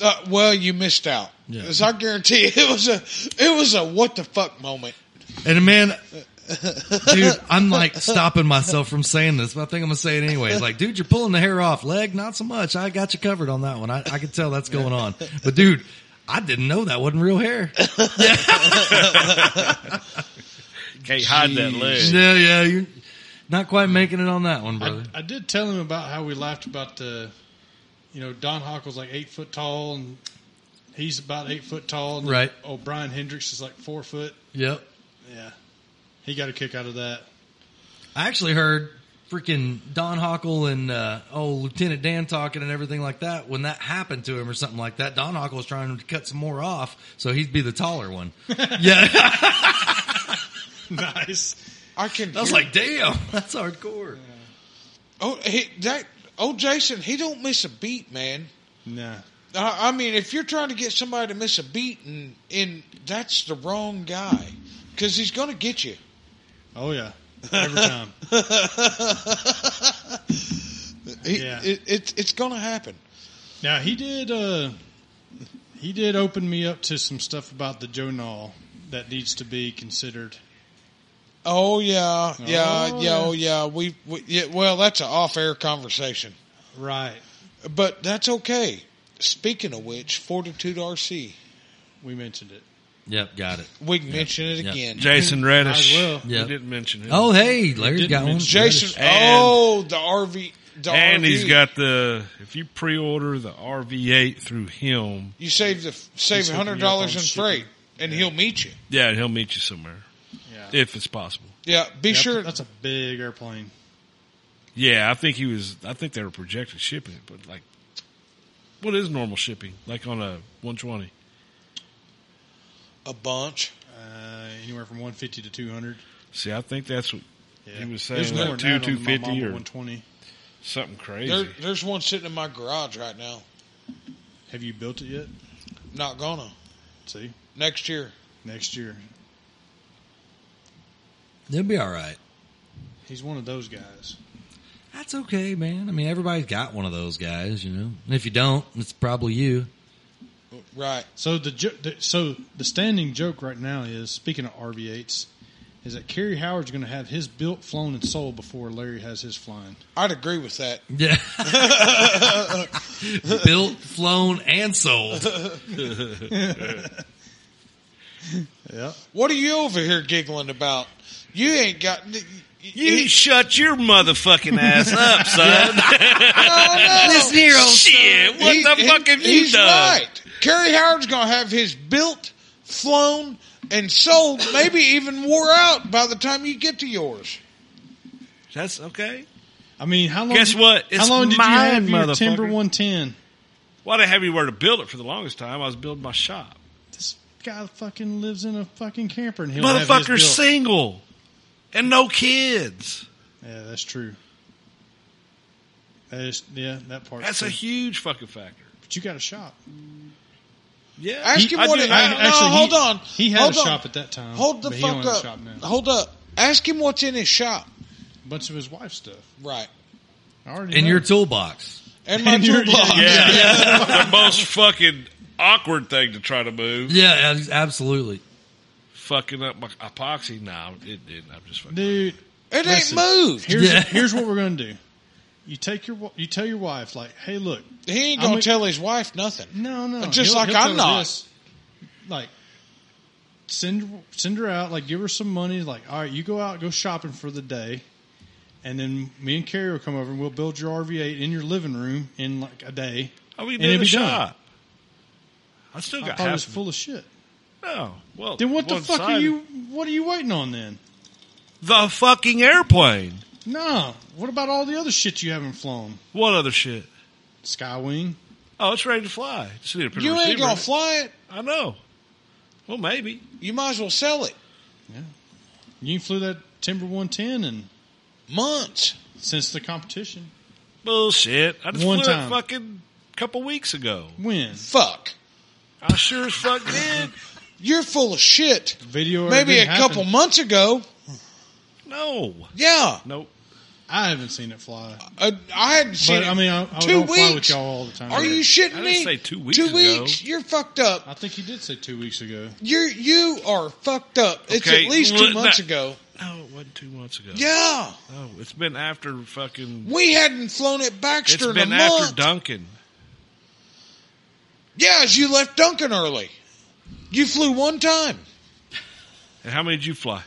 [SPEAKER 2] Uh, well, you missed out.
[SPEAKER 1] Yeah.
[SPEAKER 2] 'Cause I guarantee you, it was a it was a what the fuck moment.
[SPEAKER 1] And man, dude, I'm like stopping myself from saying this, but I think I'm gonna say it anyway. It's like, dude, you're pulling the hair off. Leg, not so much. I got you covered on that one. I, I can tell that's going on. But dude, I didn't know that wasn't real hair.
[SPEAKER 4] Can't hide that leg.
[SPEAKER 1] yeah, yeah, you're not quite making it on that one, brother.
[SPEAKER 3] I, I did tell him about how we laughed about the, you know, Don Hockle's like eight foot tall and he's about eight foot tall. And
[SPEAKER 1] Right.
[SPEAKER 3] Oh, Brian Hendricks is like four foot.
[SPEAKER 1] yep.
[SPEAKER 3] Yeah. He got a kick out of that.
[SPEAKER 1] I actually heard freaking Don Hockle and uh, oh Lieutenant Dan talking and everything like that when that happened to him or something like that. Don Hockle was trying to cut some more off, so he'd be the taller one. yeah,
[SPEAKER 3] nice.
[SPEAKER 2] I can.
[SPEAKER 1] I was like, damn, that's hardcore.
[SPEAKER 2] oh, he, that oh Jason, he don't miss a beat, man.
[SPEAKER 3] Nah.
[SPEAKER 2] I, I mean, if you're trying to get somebody to miss a beat, and, and that's the wrong guy because he's going to get you.
[SPEAKER 3] Oh yeah. Every time.
[SPEAKER 2] He-
[SPEAKER 3] Yeah.
[SPEAKER 2] it, it, it's going to happen.
[SPEAKER 3] Now he did. uh He did open me up to some stuff about the Joe Knoll that needs to be considered.
[SPEAKER 2] Oh yeah, yeah, yeah,
[SPEAKER 3] Oh, yeah.
[SPEAKER 2] oh yeah. We, we yeah, well, that's an off-air conversation,
[SPEAKER 3] Right.
[SPEAKER 2] but that's okay. Speaking of which, Fortitude RC,
[SPEAKER 3] We mentioned it.
[SPEAKER 1] Yep, got it.
[SPEAKER 2] we can mention it
[SPEAKER 1] yeah.
[SPEAKER 2] again.
[SPEAKER 4] Jason Reddish.
[SPEAKER 3] I will.
[SPEAKER 4] We
[SPEAKER 1] Yeah.
[SPEAKER 4] didn't mention him.
[SPEAKER 1] Oh hey, Larry's
[SPEAKER 3] didn't
[SPEAKER 1] got one.
[SPEAKER 3] mention
[SPEAKER 2] Jason,
[SPEAKER 4] And-
[SPEAKER 2] oh, the RV, the
[SPEAKER 4] and
[SPEAKER 2] RV.
[SPEAKER 4] he's got the. If you pre-order the RV8 through him,
[SPEAKER 2] You save the save
[SPEAKER 3] He's hooking
[SPEAKER 2] hundred
[SPEAKER 3] you up on
[SPEAKER 2] dollars in
[SPEAKER 3] shipping.
[SPEAKER 2] freight, and he'll meet you.
[SPEAKER 4] yeah, he'll meet you somewhere if it's possible.
[SPEAKER 2] Yeah, be
[SPEAKER 3] Yep,
[SPEAKER 2] sure.
[SPEAKER 3] That's a big airplane.
[SPEAKER 4] Yeah, I think he was. I think they were projected shipping it, but like, what is normal shipping? Like on a 120.
[SPEAKER 2] a bunch.
[SPEAKER 3] Uh, anywhere from 150 to 200.
[SPEAKER 4] See, I think that's what
[SPEAKER 3] Yeah.
[SPEAKER 4] He was
[SPEAKER 3] It
[SPEAKER 4] saying, like,
[SPEAKER 3] more than
[SPEAKER 4] two-
[SPEAKER 3] that on my
[SPEAKER 4] 250
[SPEAKER 3] Mama
[SPEAKER 4] or-
[SPEAKER 3] 120.
[SPEAKER 4] something crazy.
[SPEAKER 2] There, there's one sitting in my garage right now.
[SPEAKER 3] Have you built it yet?
[SPEAKER 2] Not gonna
[SPEAKER 3] See
[SPEAKER 2] next year.
[SPEAKER 3] next year.
[SPEAKER 1] They'll be all right.
[SPEAKER 3] He's one of those guys.
[SPEAKER 1] That's okay, man. I mean, everybody's got one of those guys, you know. And if you don't, it's probably you.
[SPEAKER 2] Right.
[SPEAKER 3] So the, jo- the so the standing joke right now is speaking of RV8s, is that Kerry Howard's going to have his built, flown, and sold before Larry has his flying.
[SPEAKER 2] I'd agree with that.
[SPEAKER 1] Yeah. Built, flown, and sold.
[SPEAKER 3] Yeah.
[SPEAKER 2] What are you over here giggling about? You ain't got.
[SPEAKER 4] You shut your motherfucking ass up, son.
[SPEAKER 2] Oh, no.
[SPEAKER 1] Listen here, old
[SPEAKER 4] Shit, what
[SPEAKER 2] He-
[SPEAKER 4] the
[SPEAKER 2] he-
[SPEAKER 4] fuck have you
[SPEAKER 2] he's
[SPEAKER 4] done?
[SPEAKER 2] Right. Kerry Howard's going to have his built, flown, and sold, maybe even wore out by the time you get to yours.
[SPEAKER 4] That's okay.
[SPEAKER 3] I mean, how long?
[SPEAKER 4] Guess what?
[SPEAKER 3] how
[SPEAKER 4] It's
[SPEAKER 3] long did
[SPEAKER 4] mine,
[SPEAKER 3] you have your
[SPEAKER 4] motherfucker.
[SPEAKER 3] Timber 110?
[SPEAKER 4] Why did I have anywhere to build it for the longest time? I was building my shop.
[SPEAKER 3] This guy fucking lives in a fucking camper and he'll have his
[SPEAKER 4] Motherfucker's
[SPEAKER 3] built.
[SPEAKER 4] single and no kids.
[SPEAKER 3] Yeah, that's true. That is, yeah, that part.
[SPEAKER 4] That's a huge fucking factor.
[SPEAKER 3] but you got a shop.
[SPEAKER 4] Yeah,
[SPEAKER 2] Ask him
[SPEAKER 4] I
[SPEAKER 2] what
[SPEAKER 4] do-
[SPEAKER 2] it-
[SPEAKER 4] I-
[SPEAKER 2] No,
[SPEAKER 3] Actually, he-
[SPEAKER 2] hold on.
[SPEAKER 3] He had
[SPEAKER 2] Hold
[SPEAKER 3] a
[SPEAKER 2] on.
[SPEAKER 3] shop at that time.
[SPEAKER 2] Hold the
[SPEAKER 3] but he
[SPEAKER 2] fuck
[SPEAKER 3] don't have a
[SPEAKER 2] up.
[SPEAKER 3] shop now.
[SPEAKER 2] Hold up. Ask him what's in his shop.
[SPEAKER 3] bunch of his wife's stuff.
[SPEAKER 2] Right.
[SPEAKER 3] I already
[SPEAKER 1] In
[SPEAKER 3] know.
[SPEAKER 1] your toolbox.
[SPEAKER 2] And my
[SPEAKER 3] And your-
[SPEAKER 2] toolbox.
[SPEAKER 4] yeah, the most fucking awkward thing to try to move.
[SPEAKER 1] Yeah, ab- absolutely.
[SPEAKER 4] Fucking up my epoxy. No, it didn't. I'm just fucking.
[SPEAKER 3] dude.
[SPEAKER 2] It
[SPEAKER 3] Listen.
[SPEAKER 2] ain't moved.
[SPEAKER 3] Here's
[SPEAKER 1] Yeah.
[SPEAKER 3] here's what we're gonna do. You take your wa- you tell your wife like, hey, look,
[SPEAKER 2] He ain't
[SPEAKER 3] I'm
[SPEAKER 2] going
[SPEAKER 3] a-
[SPEAKER 2] to tell his wife nothing.
[SPEAKER 3] no, no,
[SPEAKER 2] Just
[SPEAKER 3] he'll-
[SPEAKER 2] like
[SPEAKER 3] he'll
[SPEAKER 2] I'm
[SPEAKER 3] tell
[SPEAKER 2] not.
[SPEAKER 3] this, like, send send her out, like, give her some money, like, all right, you go out, go shopping for the day, and then me and Carrie will come over and we'll build your RV8 in your living room in like a day.
[SPEAKER 4] How we
[SPEAKER 3] And
[SPEAKER 4] did
[SPEAKER 3] it'd
[SPEAKER 4] the
[SPEAKER 3] be done.
[SPEAKER 4] shop? I still
[SPEAKER 3] I
[SPEAKER 4] got
[SPEAKER 3] thought it was
[SPEAKER 4] half.
[SPEAKER 3] Oh, full of shit.
[SPEAKER 4] no, well,
[SPEAKER 3] Then what the
[SPEAKER 4] one
[SPEAKER 3] fuck are
[SPEAKER 4] side-
[SPEAKER 3] you? What are you waiting on then?
[SPEAKER 4] The fucking airplane.
[SPEAKER 3] No. What about all the other shit you haven't flown?
[SPEAKER 4] What other shit?
[SPEAKER 3] Skywing.
[SPEAKER 4] Oh, it's ready to fly. Just need to put a
[SPEAKER 2] You ain't
[SPEAKER 4] receiver
[SPEAKER 2] going
[SPEAKER 4] in it.
[SPEAKER 2] to fly it.
[SPEAKER 4] I know. Well, maybe.
[SPEAKER 2] You might as well sell it.
[SPEAKER 3] You flew that Timber 110 and
[SPEAKER 2] Months.
[SPEAKER 3] since the competition.
[SPEAKER 4] Bullshit. I just
[SPEAKER 3] One
[SPEAKER 4] flew
[SPEAKER 3] time.
[SPEAKER 4] it fucking couple weeks ago.
[SPEAKER 3] When?
[SPEAKER 2] Fuck.
[SPEAKER 4] I sure as fuck did.
[SPEAKER 2] You're full of shit.
[SPEAKER 3] Video. or
[SPEAKER 2] Maybe a
[SPEAKER 3] didn't happen.
[SPEAKER 2] couple months ago.
[SPEAKER 4] No.
[SPEAKER 2] Yeah.
[SPEAKER 4] Nope.
[SPEAKER 3] I haven't seen it fly.
[SPEAKER 2] Uh, I hadn't seen
[SPEAKER 3] But
[SPEAKER 2] it.
[SPEAKER 3] I mean, I, I
[SPEAKER 2] Two
[SPEAKER 3] don't fly with
[SPEAKER 2] weeks.
[SPEAKER 3] y'all all the time.
[SPEAKER 2] Are you
[SPEAKER 4] I
[SPEAKER 2] shitting
[SPEAKER 4] didn't
[SPEAKER 2] me?
[SPEAKER 4] say two weeks
[SPEAKER 2] Two
[SPEAKER 4] ago.
[SPEAKER 2] weeks? You're fucked up.
[SPEAKER 3] I think you did say two weeks ago.
[SPEAKER 2] You you are fucked up. It's
[SPEAKER 4] Okay,
[SPEAKER 2] at least two
[SPEAKER 4] look,
[SPEAKER 2] months
[SPEAKER 4] that-
[SPEAKER 2] ago.
[SPEAKER 4] No, it wasn't two months ago.
[SPEAKER 2] Yeah,
[SPEAKER 4] No, it's been after fucking.
[SPEAKER 2] we hadn't flown it
[SPEAKER 4] It's
[SPEAKER 2] Baxter in a
[SPEAKER 4] been
[SPEAKER 2] month.
[SPEAKER 4] after Duncan.
[SPEAKER 2] yeah, as you left Duncan early, you flew one time,
[SPEAKER 4] And how many did you fly?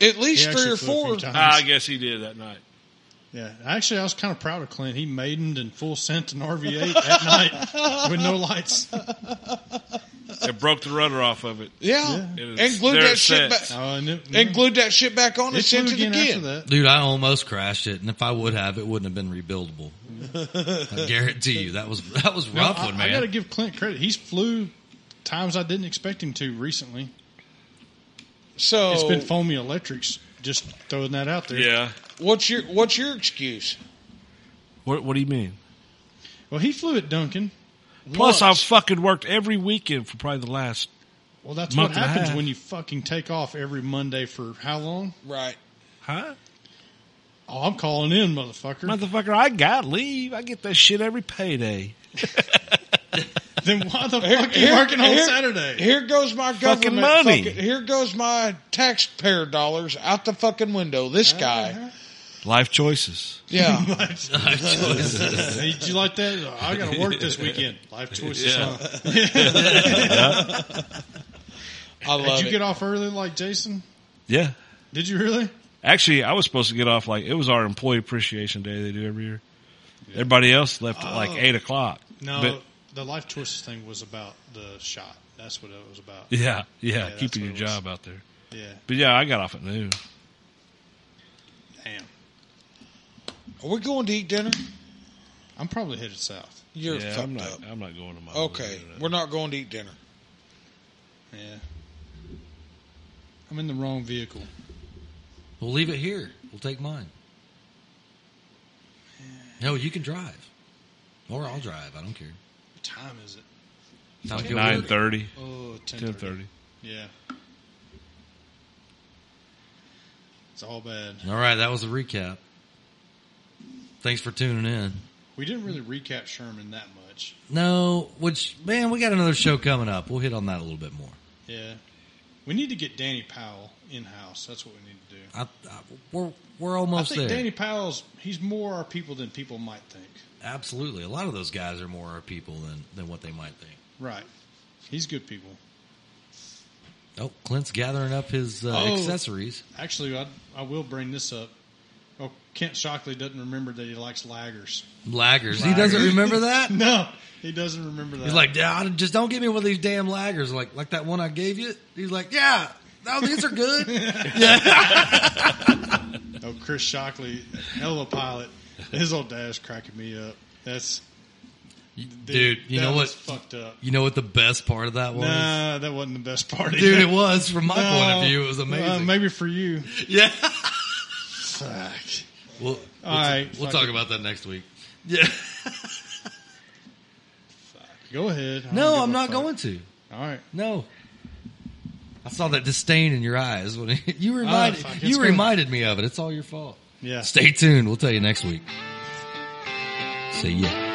[SPEAKER 2] at
[SPEAKER 3] He
[SPEAKER 2] least
[SPEAKER 3] actually
[SPEAKER 2] three or
[SPEAKER 3] flew a few
[SPEAKER 2] four.
[SPEAKER 3] times.
[SPEAKER 4] I guess he did that night.
[SPEAKER 3] Yeah, actually, I was kind of proud of Clint. He maidened in full scent an RV8 at night with no lights.
[SPEAKER 4] It broke the rudder off of it.
[SPEAKER 2] Yeah,
[SPEAKER 3] Yeah.
[SPEAKER 4] It is-
[SPEAKER 2] and glued
[SPEAKER 4] they're
[SPEAKER 2] that shit
[SPEAKER 4] sets.
[SPEAKER 2] back.
[SPEAKER 3] Oh, and it,
[SPEAKER 2] And glued that shit back on and
[SPEAKER 3] it flew
[SPEAKER 2] sent it
[SPEAKER 3] again,
[SPEAKER 2] again.
[SPEAKER 3] after that.
[SPEAKER 1] Dude, I almost crashed it, and if I would have, it wouldn't have been rebuildable. I guarantee you that was that was a rough
[SPEAKER 3] I,
[SPEAKER 1] one,
[SPEAKER 3] I
[SPEAKER 1] man.
[SPEAKER 3] got to give Clint credit. He's flew times I didn't expect him to recently.
[SPEAKER 2] So
[SPEAKER 3] It's been foamy electrics. Just throwing that out there.
[SPEAKER 4] Yeah.
[SPEAKER 2] what's your what's your excuse?
[SPEAKER 4] What, what do you mean?
[SPEAKER 3] Well, he flew at Duncan.
[SPEAKER 4] Plus, I've
[SPEAKER 2] Once.
[SPEAKER 4] fucking worked every weekend for probably the last.
[SPEAKER 3] Well, that's
[SPEAKER 4] Month
[SPEAKER 3] what
[SPEAKER 4] and a
[SPEAKER 3] happens
[SPEAKER 4] half.
[SPEAKER 3] when you fucking take off every Monday for how long?
[SPEAKER 2] right.
[SPEAKER 4] Huh?
[SPEAKER 3] Oh, I'm calling in, motherfucker.
[SPEAKER 4] Motherfucker, I got leave. I get that shit every payday.
[SPEAKER 3] then why the
[SPEAKER 2] Here-
[SPEAKER 3] fuck are you
[SPEAKER 2] here-
[SPEAKER 3] working on
[SPEAKER 2] here-
[SPEAKER 3] Saturday?
[SPEAKER 2] Here goes my
[SPEAKER 4] Fucking
[SPEAKER 2] government
[SPEAKER 4] money.
[SPEAKER 2] fucking- here goes my taxpayer dollars out the fucking window. This
[SPEAKER 3] Uh-huh.
[SPEAKER 2] guy.
[SPEAKER 4] Life choices.
[SPEAKER 2] Yeah.
[SPEAKER 3] Hey, did you like that? Uh, I got to work this weekend. Life choices.
[SPEAKER 4] Yeah.
[SPEAKER 3] huh?
[SPEAKER 2] I love
[SPEAKER 3] Did you
[SPEAKER 2] it.
[SPEAKER 3] get off early like Jason?
[SPEAKER 4] Yeah.
[SPEAKER 3] Did you really?
[SPEAKER 4] Actually, I was supposed to get off like it was our employee appreciation day they do every year. Everybody else left at like
[SPEAKER 3] Oh.
[SPEAKER 4] eight o'clock.
[SPEAKER 3] No,
[SPEAKER 4] But-
[SPEAKER 3] the life choices thing was about the shot. That's what it was about.
[SPEAKER 4] yeah, yeah,
[SPEAKER 3] that's
[SPEAKER 4] keeping
[SPEAKER 3] what
[SPEAKER 4] your
[SPEAKER 3] it was.
[SPEAKER 4] job out there.
[SPEAKER 3] Yeah.
[SPEAKER 4] But yeah, I got off at noon.
[SPEAKER 3] Damn.
[SPEAKER 2] Are we going to eat dinner?
[SPEAKER 3] I'm probably headed south.
[SPEAKER 2] You're
[SPEAKER 4] yeah,
[SPEAKER 2] fucked
[SPEAKER 4] I'm not.
[SPEAKER 2] up.
[SPEAKER 4] I'm not going to my.
[SPEAKER 2] Okay, we're not going to eat dinner.
[SPEAKER 3] Yeah. I'm in the wrong vehicle.
[SPEAKER 1] we'll leave it here. We'll take mine. No, you can drive, or I'll drive. I don't care.
[SPEAKER 3] What time is it?
[SPEAKER 1] Sounds good.
[SPEAKER 4] nine thirty,
[SPEAKER 3] Oh,
[SPEAKER 4] ten
[SPEAKER 3] 10.30.
[SPEAKER 4] thirty.
[SPEAKER 3] Yeah. It's all bad.
[SPEAKER 1] All right, that was a recap. Thanks for tuning in.
[SPEAKER 3] We didn't really recap Sherman that much.
[SPEAKER 1] No, which man, we got another show coming up. We'll hit on that a little bit more.
[SPEAKER 3] Yeah. We need to get Danny Powell in house. That's what we need to do.
[SPEAKER 1] I, I, we're we're
[SPEAKER 3] I
[SPEAKER 1] almost
[SPEAKER 3] think
[SPEAKER 1] there.
[SPEAKER 3] Danny Powell's he's more our people than people might think.
[SPEAKER 1] Absolutely, a lot of those guys are more our people than than what they might think.
[SPEAKER 3] Right. He's good people.
[SPEAKER 1] Oh, Clint's gathering up his uh,
[SPEAKER 3] Oh.
[SPEAKER 1] accessories.
[SPEAKER 3] Actually, I, I will bring this up. Oh, Kent Shockley doesn't remember that he likes laggers.
[SPEAKER 1] Laggers. He
[SPEAKER 3] Laggers.
[SPEAKER 1] doesn't remember that.
[SPEAKER 3] No, he doesn't remember that.
[SPEAKER 1] He's like, "Yeah, just don't give me one of these damn laggers, like like that one I gave you." He's like, "Yeah, no, these are good."
[SPEAKER 3] oh, Chris Shockley, hell of a pilot. His old dad's cracking me up. That's
[SPEAKER 1] dude,
[SPEAKER 3] that
[SPEAKER 1] you know
[SPEAKER 3] was
[SPEAKER 1] what?
[SPEAKER 3] Fucked up.
[SPEAKER 1] You know what the best part of that was?
[SPEAKER 3] Nah, that wasn't the best part.
[SPEAKER 1] Dude,
[SPEAKER 3] either.
[SPEAKER 1] it was from my
[SPEAKER 3] No.
[SPEAKER 1] point of view, it was amazing.
[SPEAKER 3] Uh, maybe for you.
[SPEAKER 1] yeah.
[SPEAKER 3] Fuck.
[SPEAKER 1] Well, we'll,
[SPEAKER 3] All right,
[SPEAKER 1] we'll
[SPEAKER 3] fuck
[SPEAKER 1] talk
[SPEAKER 3] it.
[SPEAKER 1] about that next week. Yeah.
[SPEAKER 3] Go ahead. I don't
[SPEAKER 1] No,
[SPEAKER 3] give
[SPEAKER 1] I'm
[SPEAKER 3] a
[SPEAKER 1] not
[SPEAKER 3] fuck.
[SPEAKER 1] going to.
[SPEAKER 3] All right.
[SPEAKER 1] No. I saw that disdain in your eyes when you reminded
[SPEAKER 3] Ah, fuck, it's
[SPEAKER 1] you
[SPEAKER 3] gonna-
[SPEAKER 1] reminded me of it. It's all your fault.
[SPEAKER 3] Yeah.
[SPEAKER 1] Stay tuned. We'll tell you next week. Say yeah.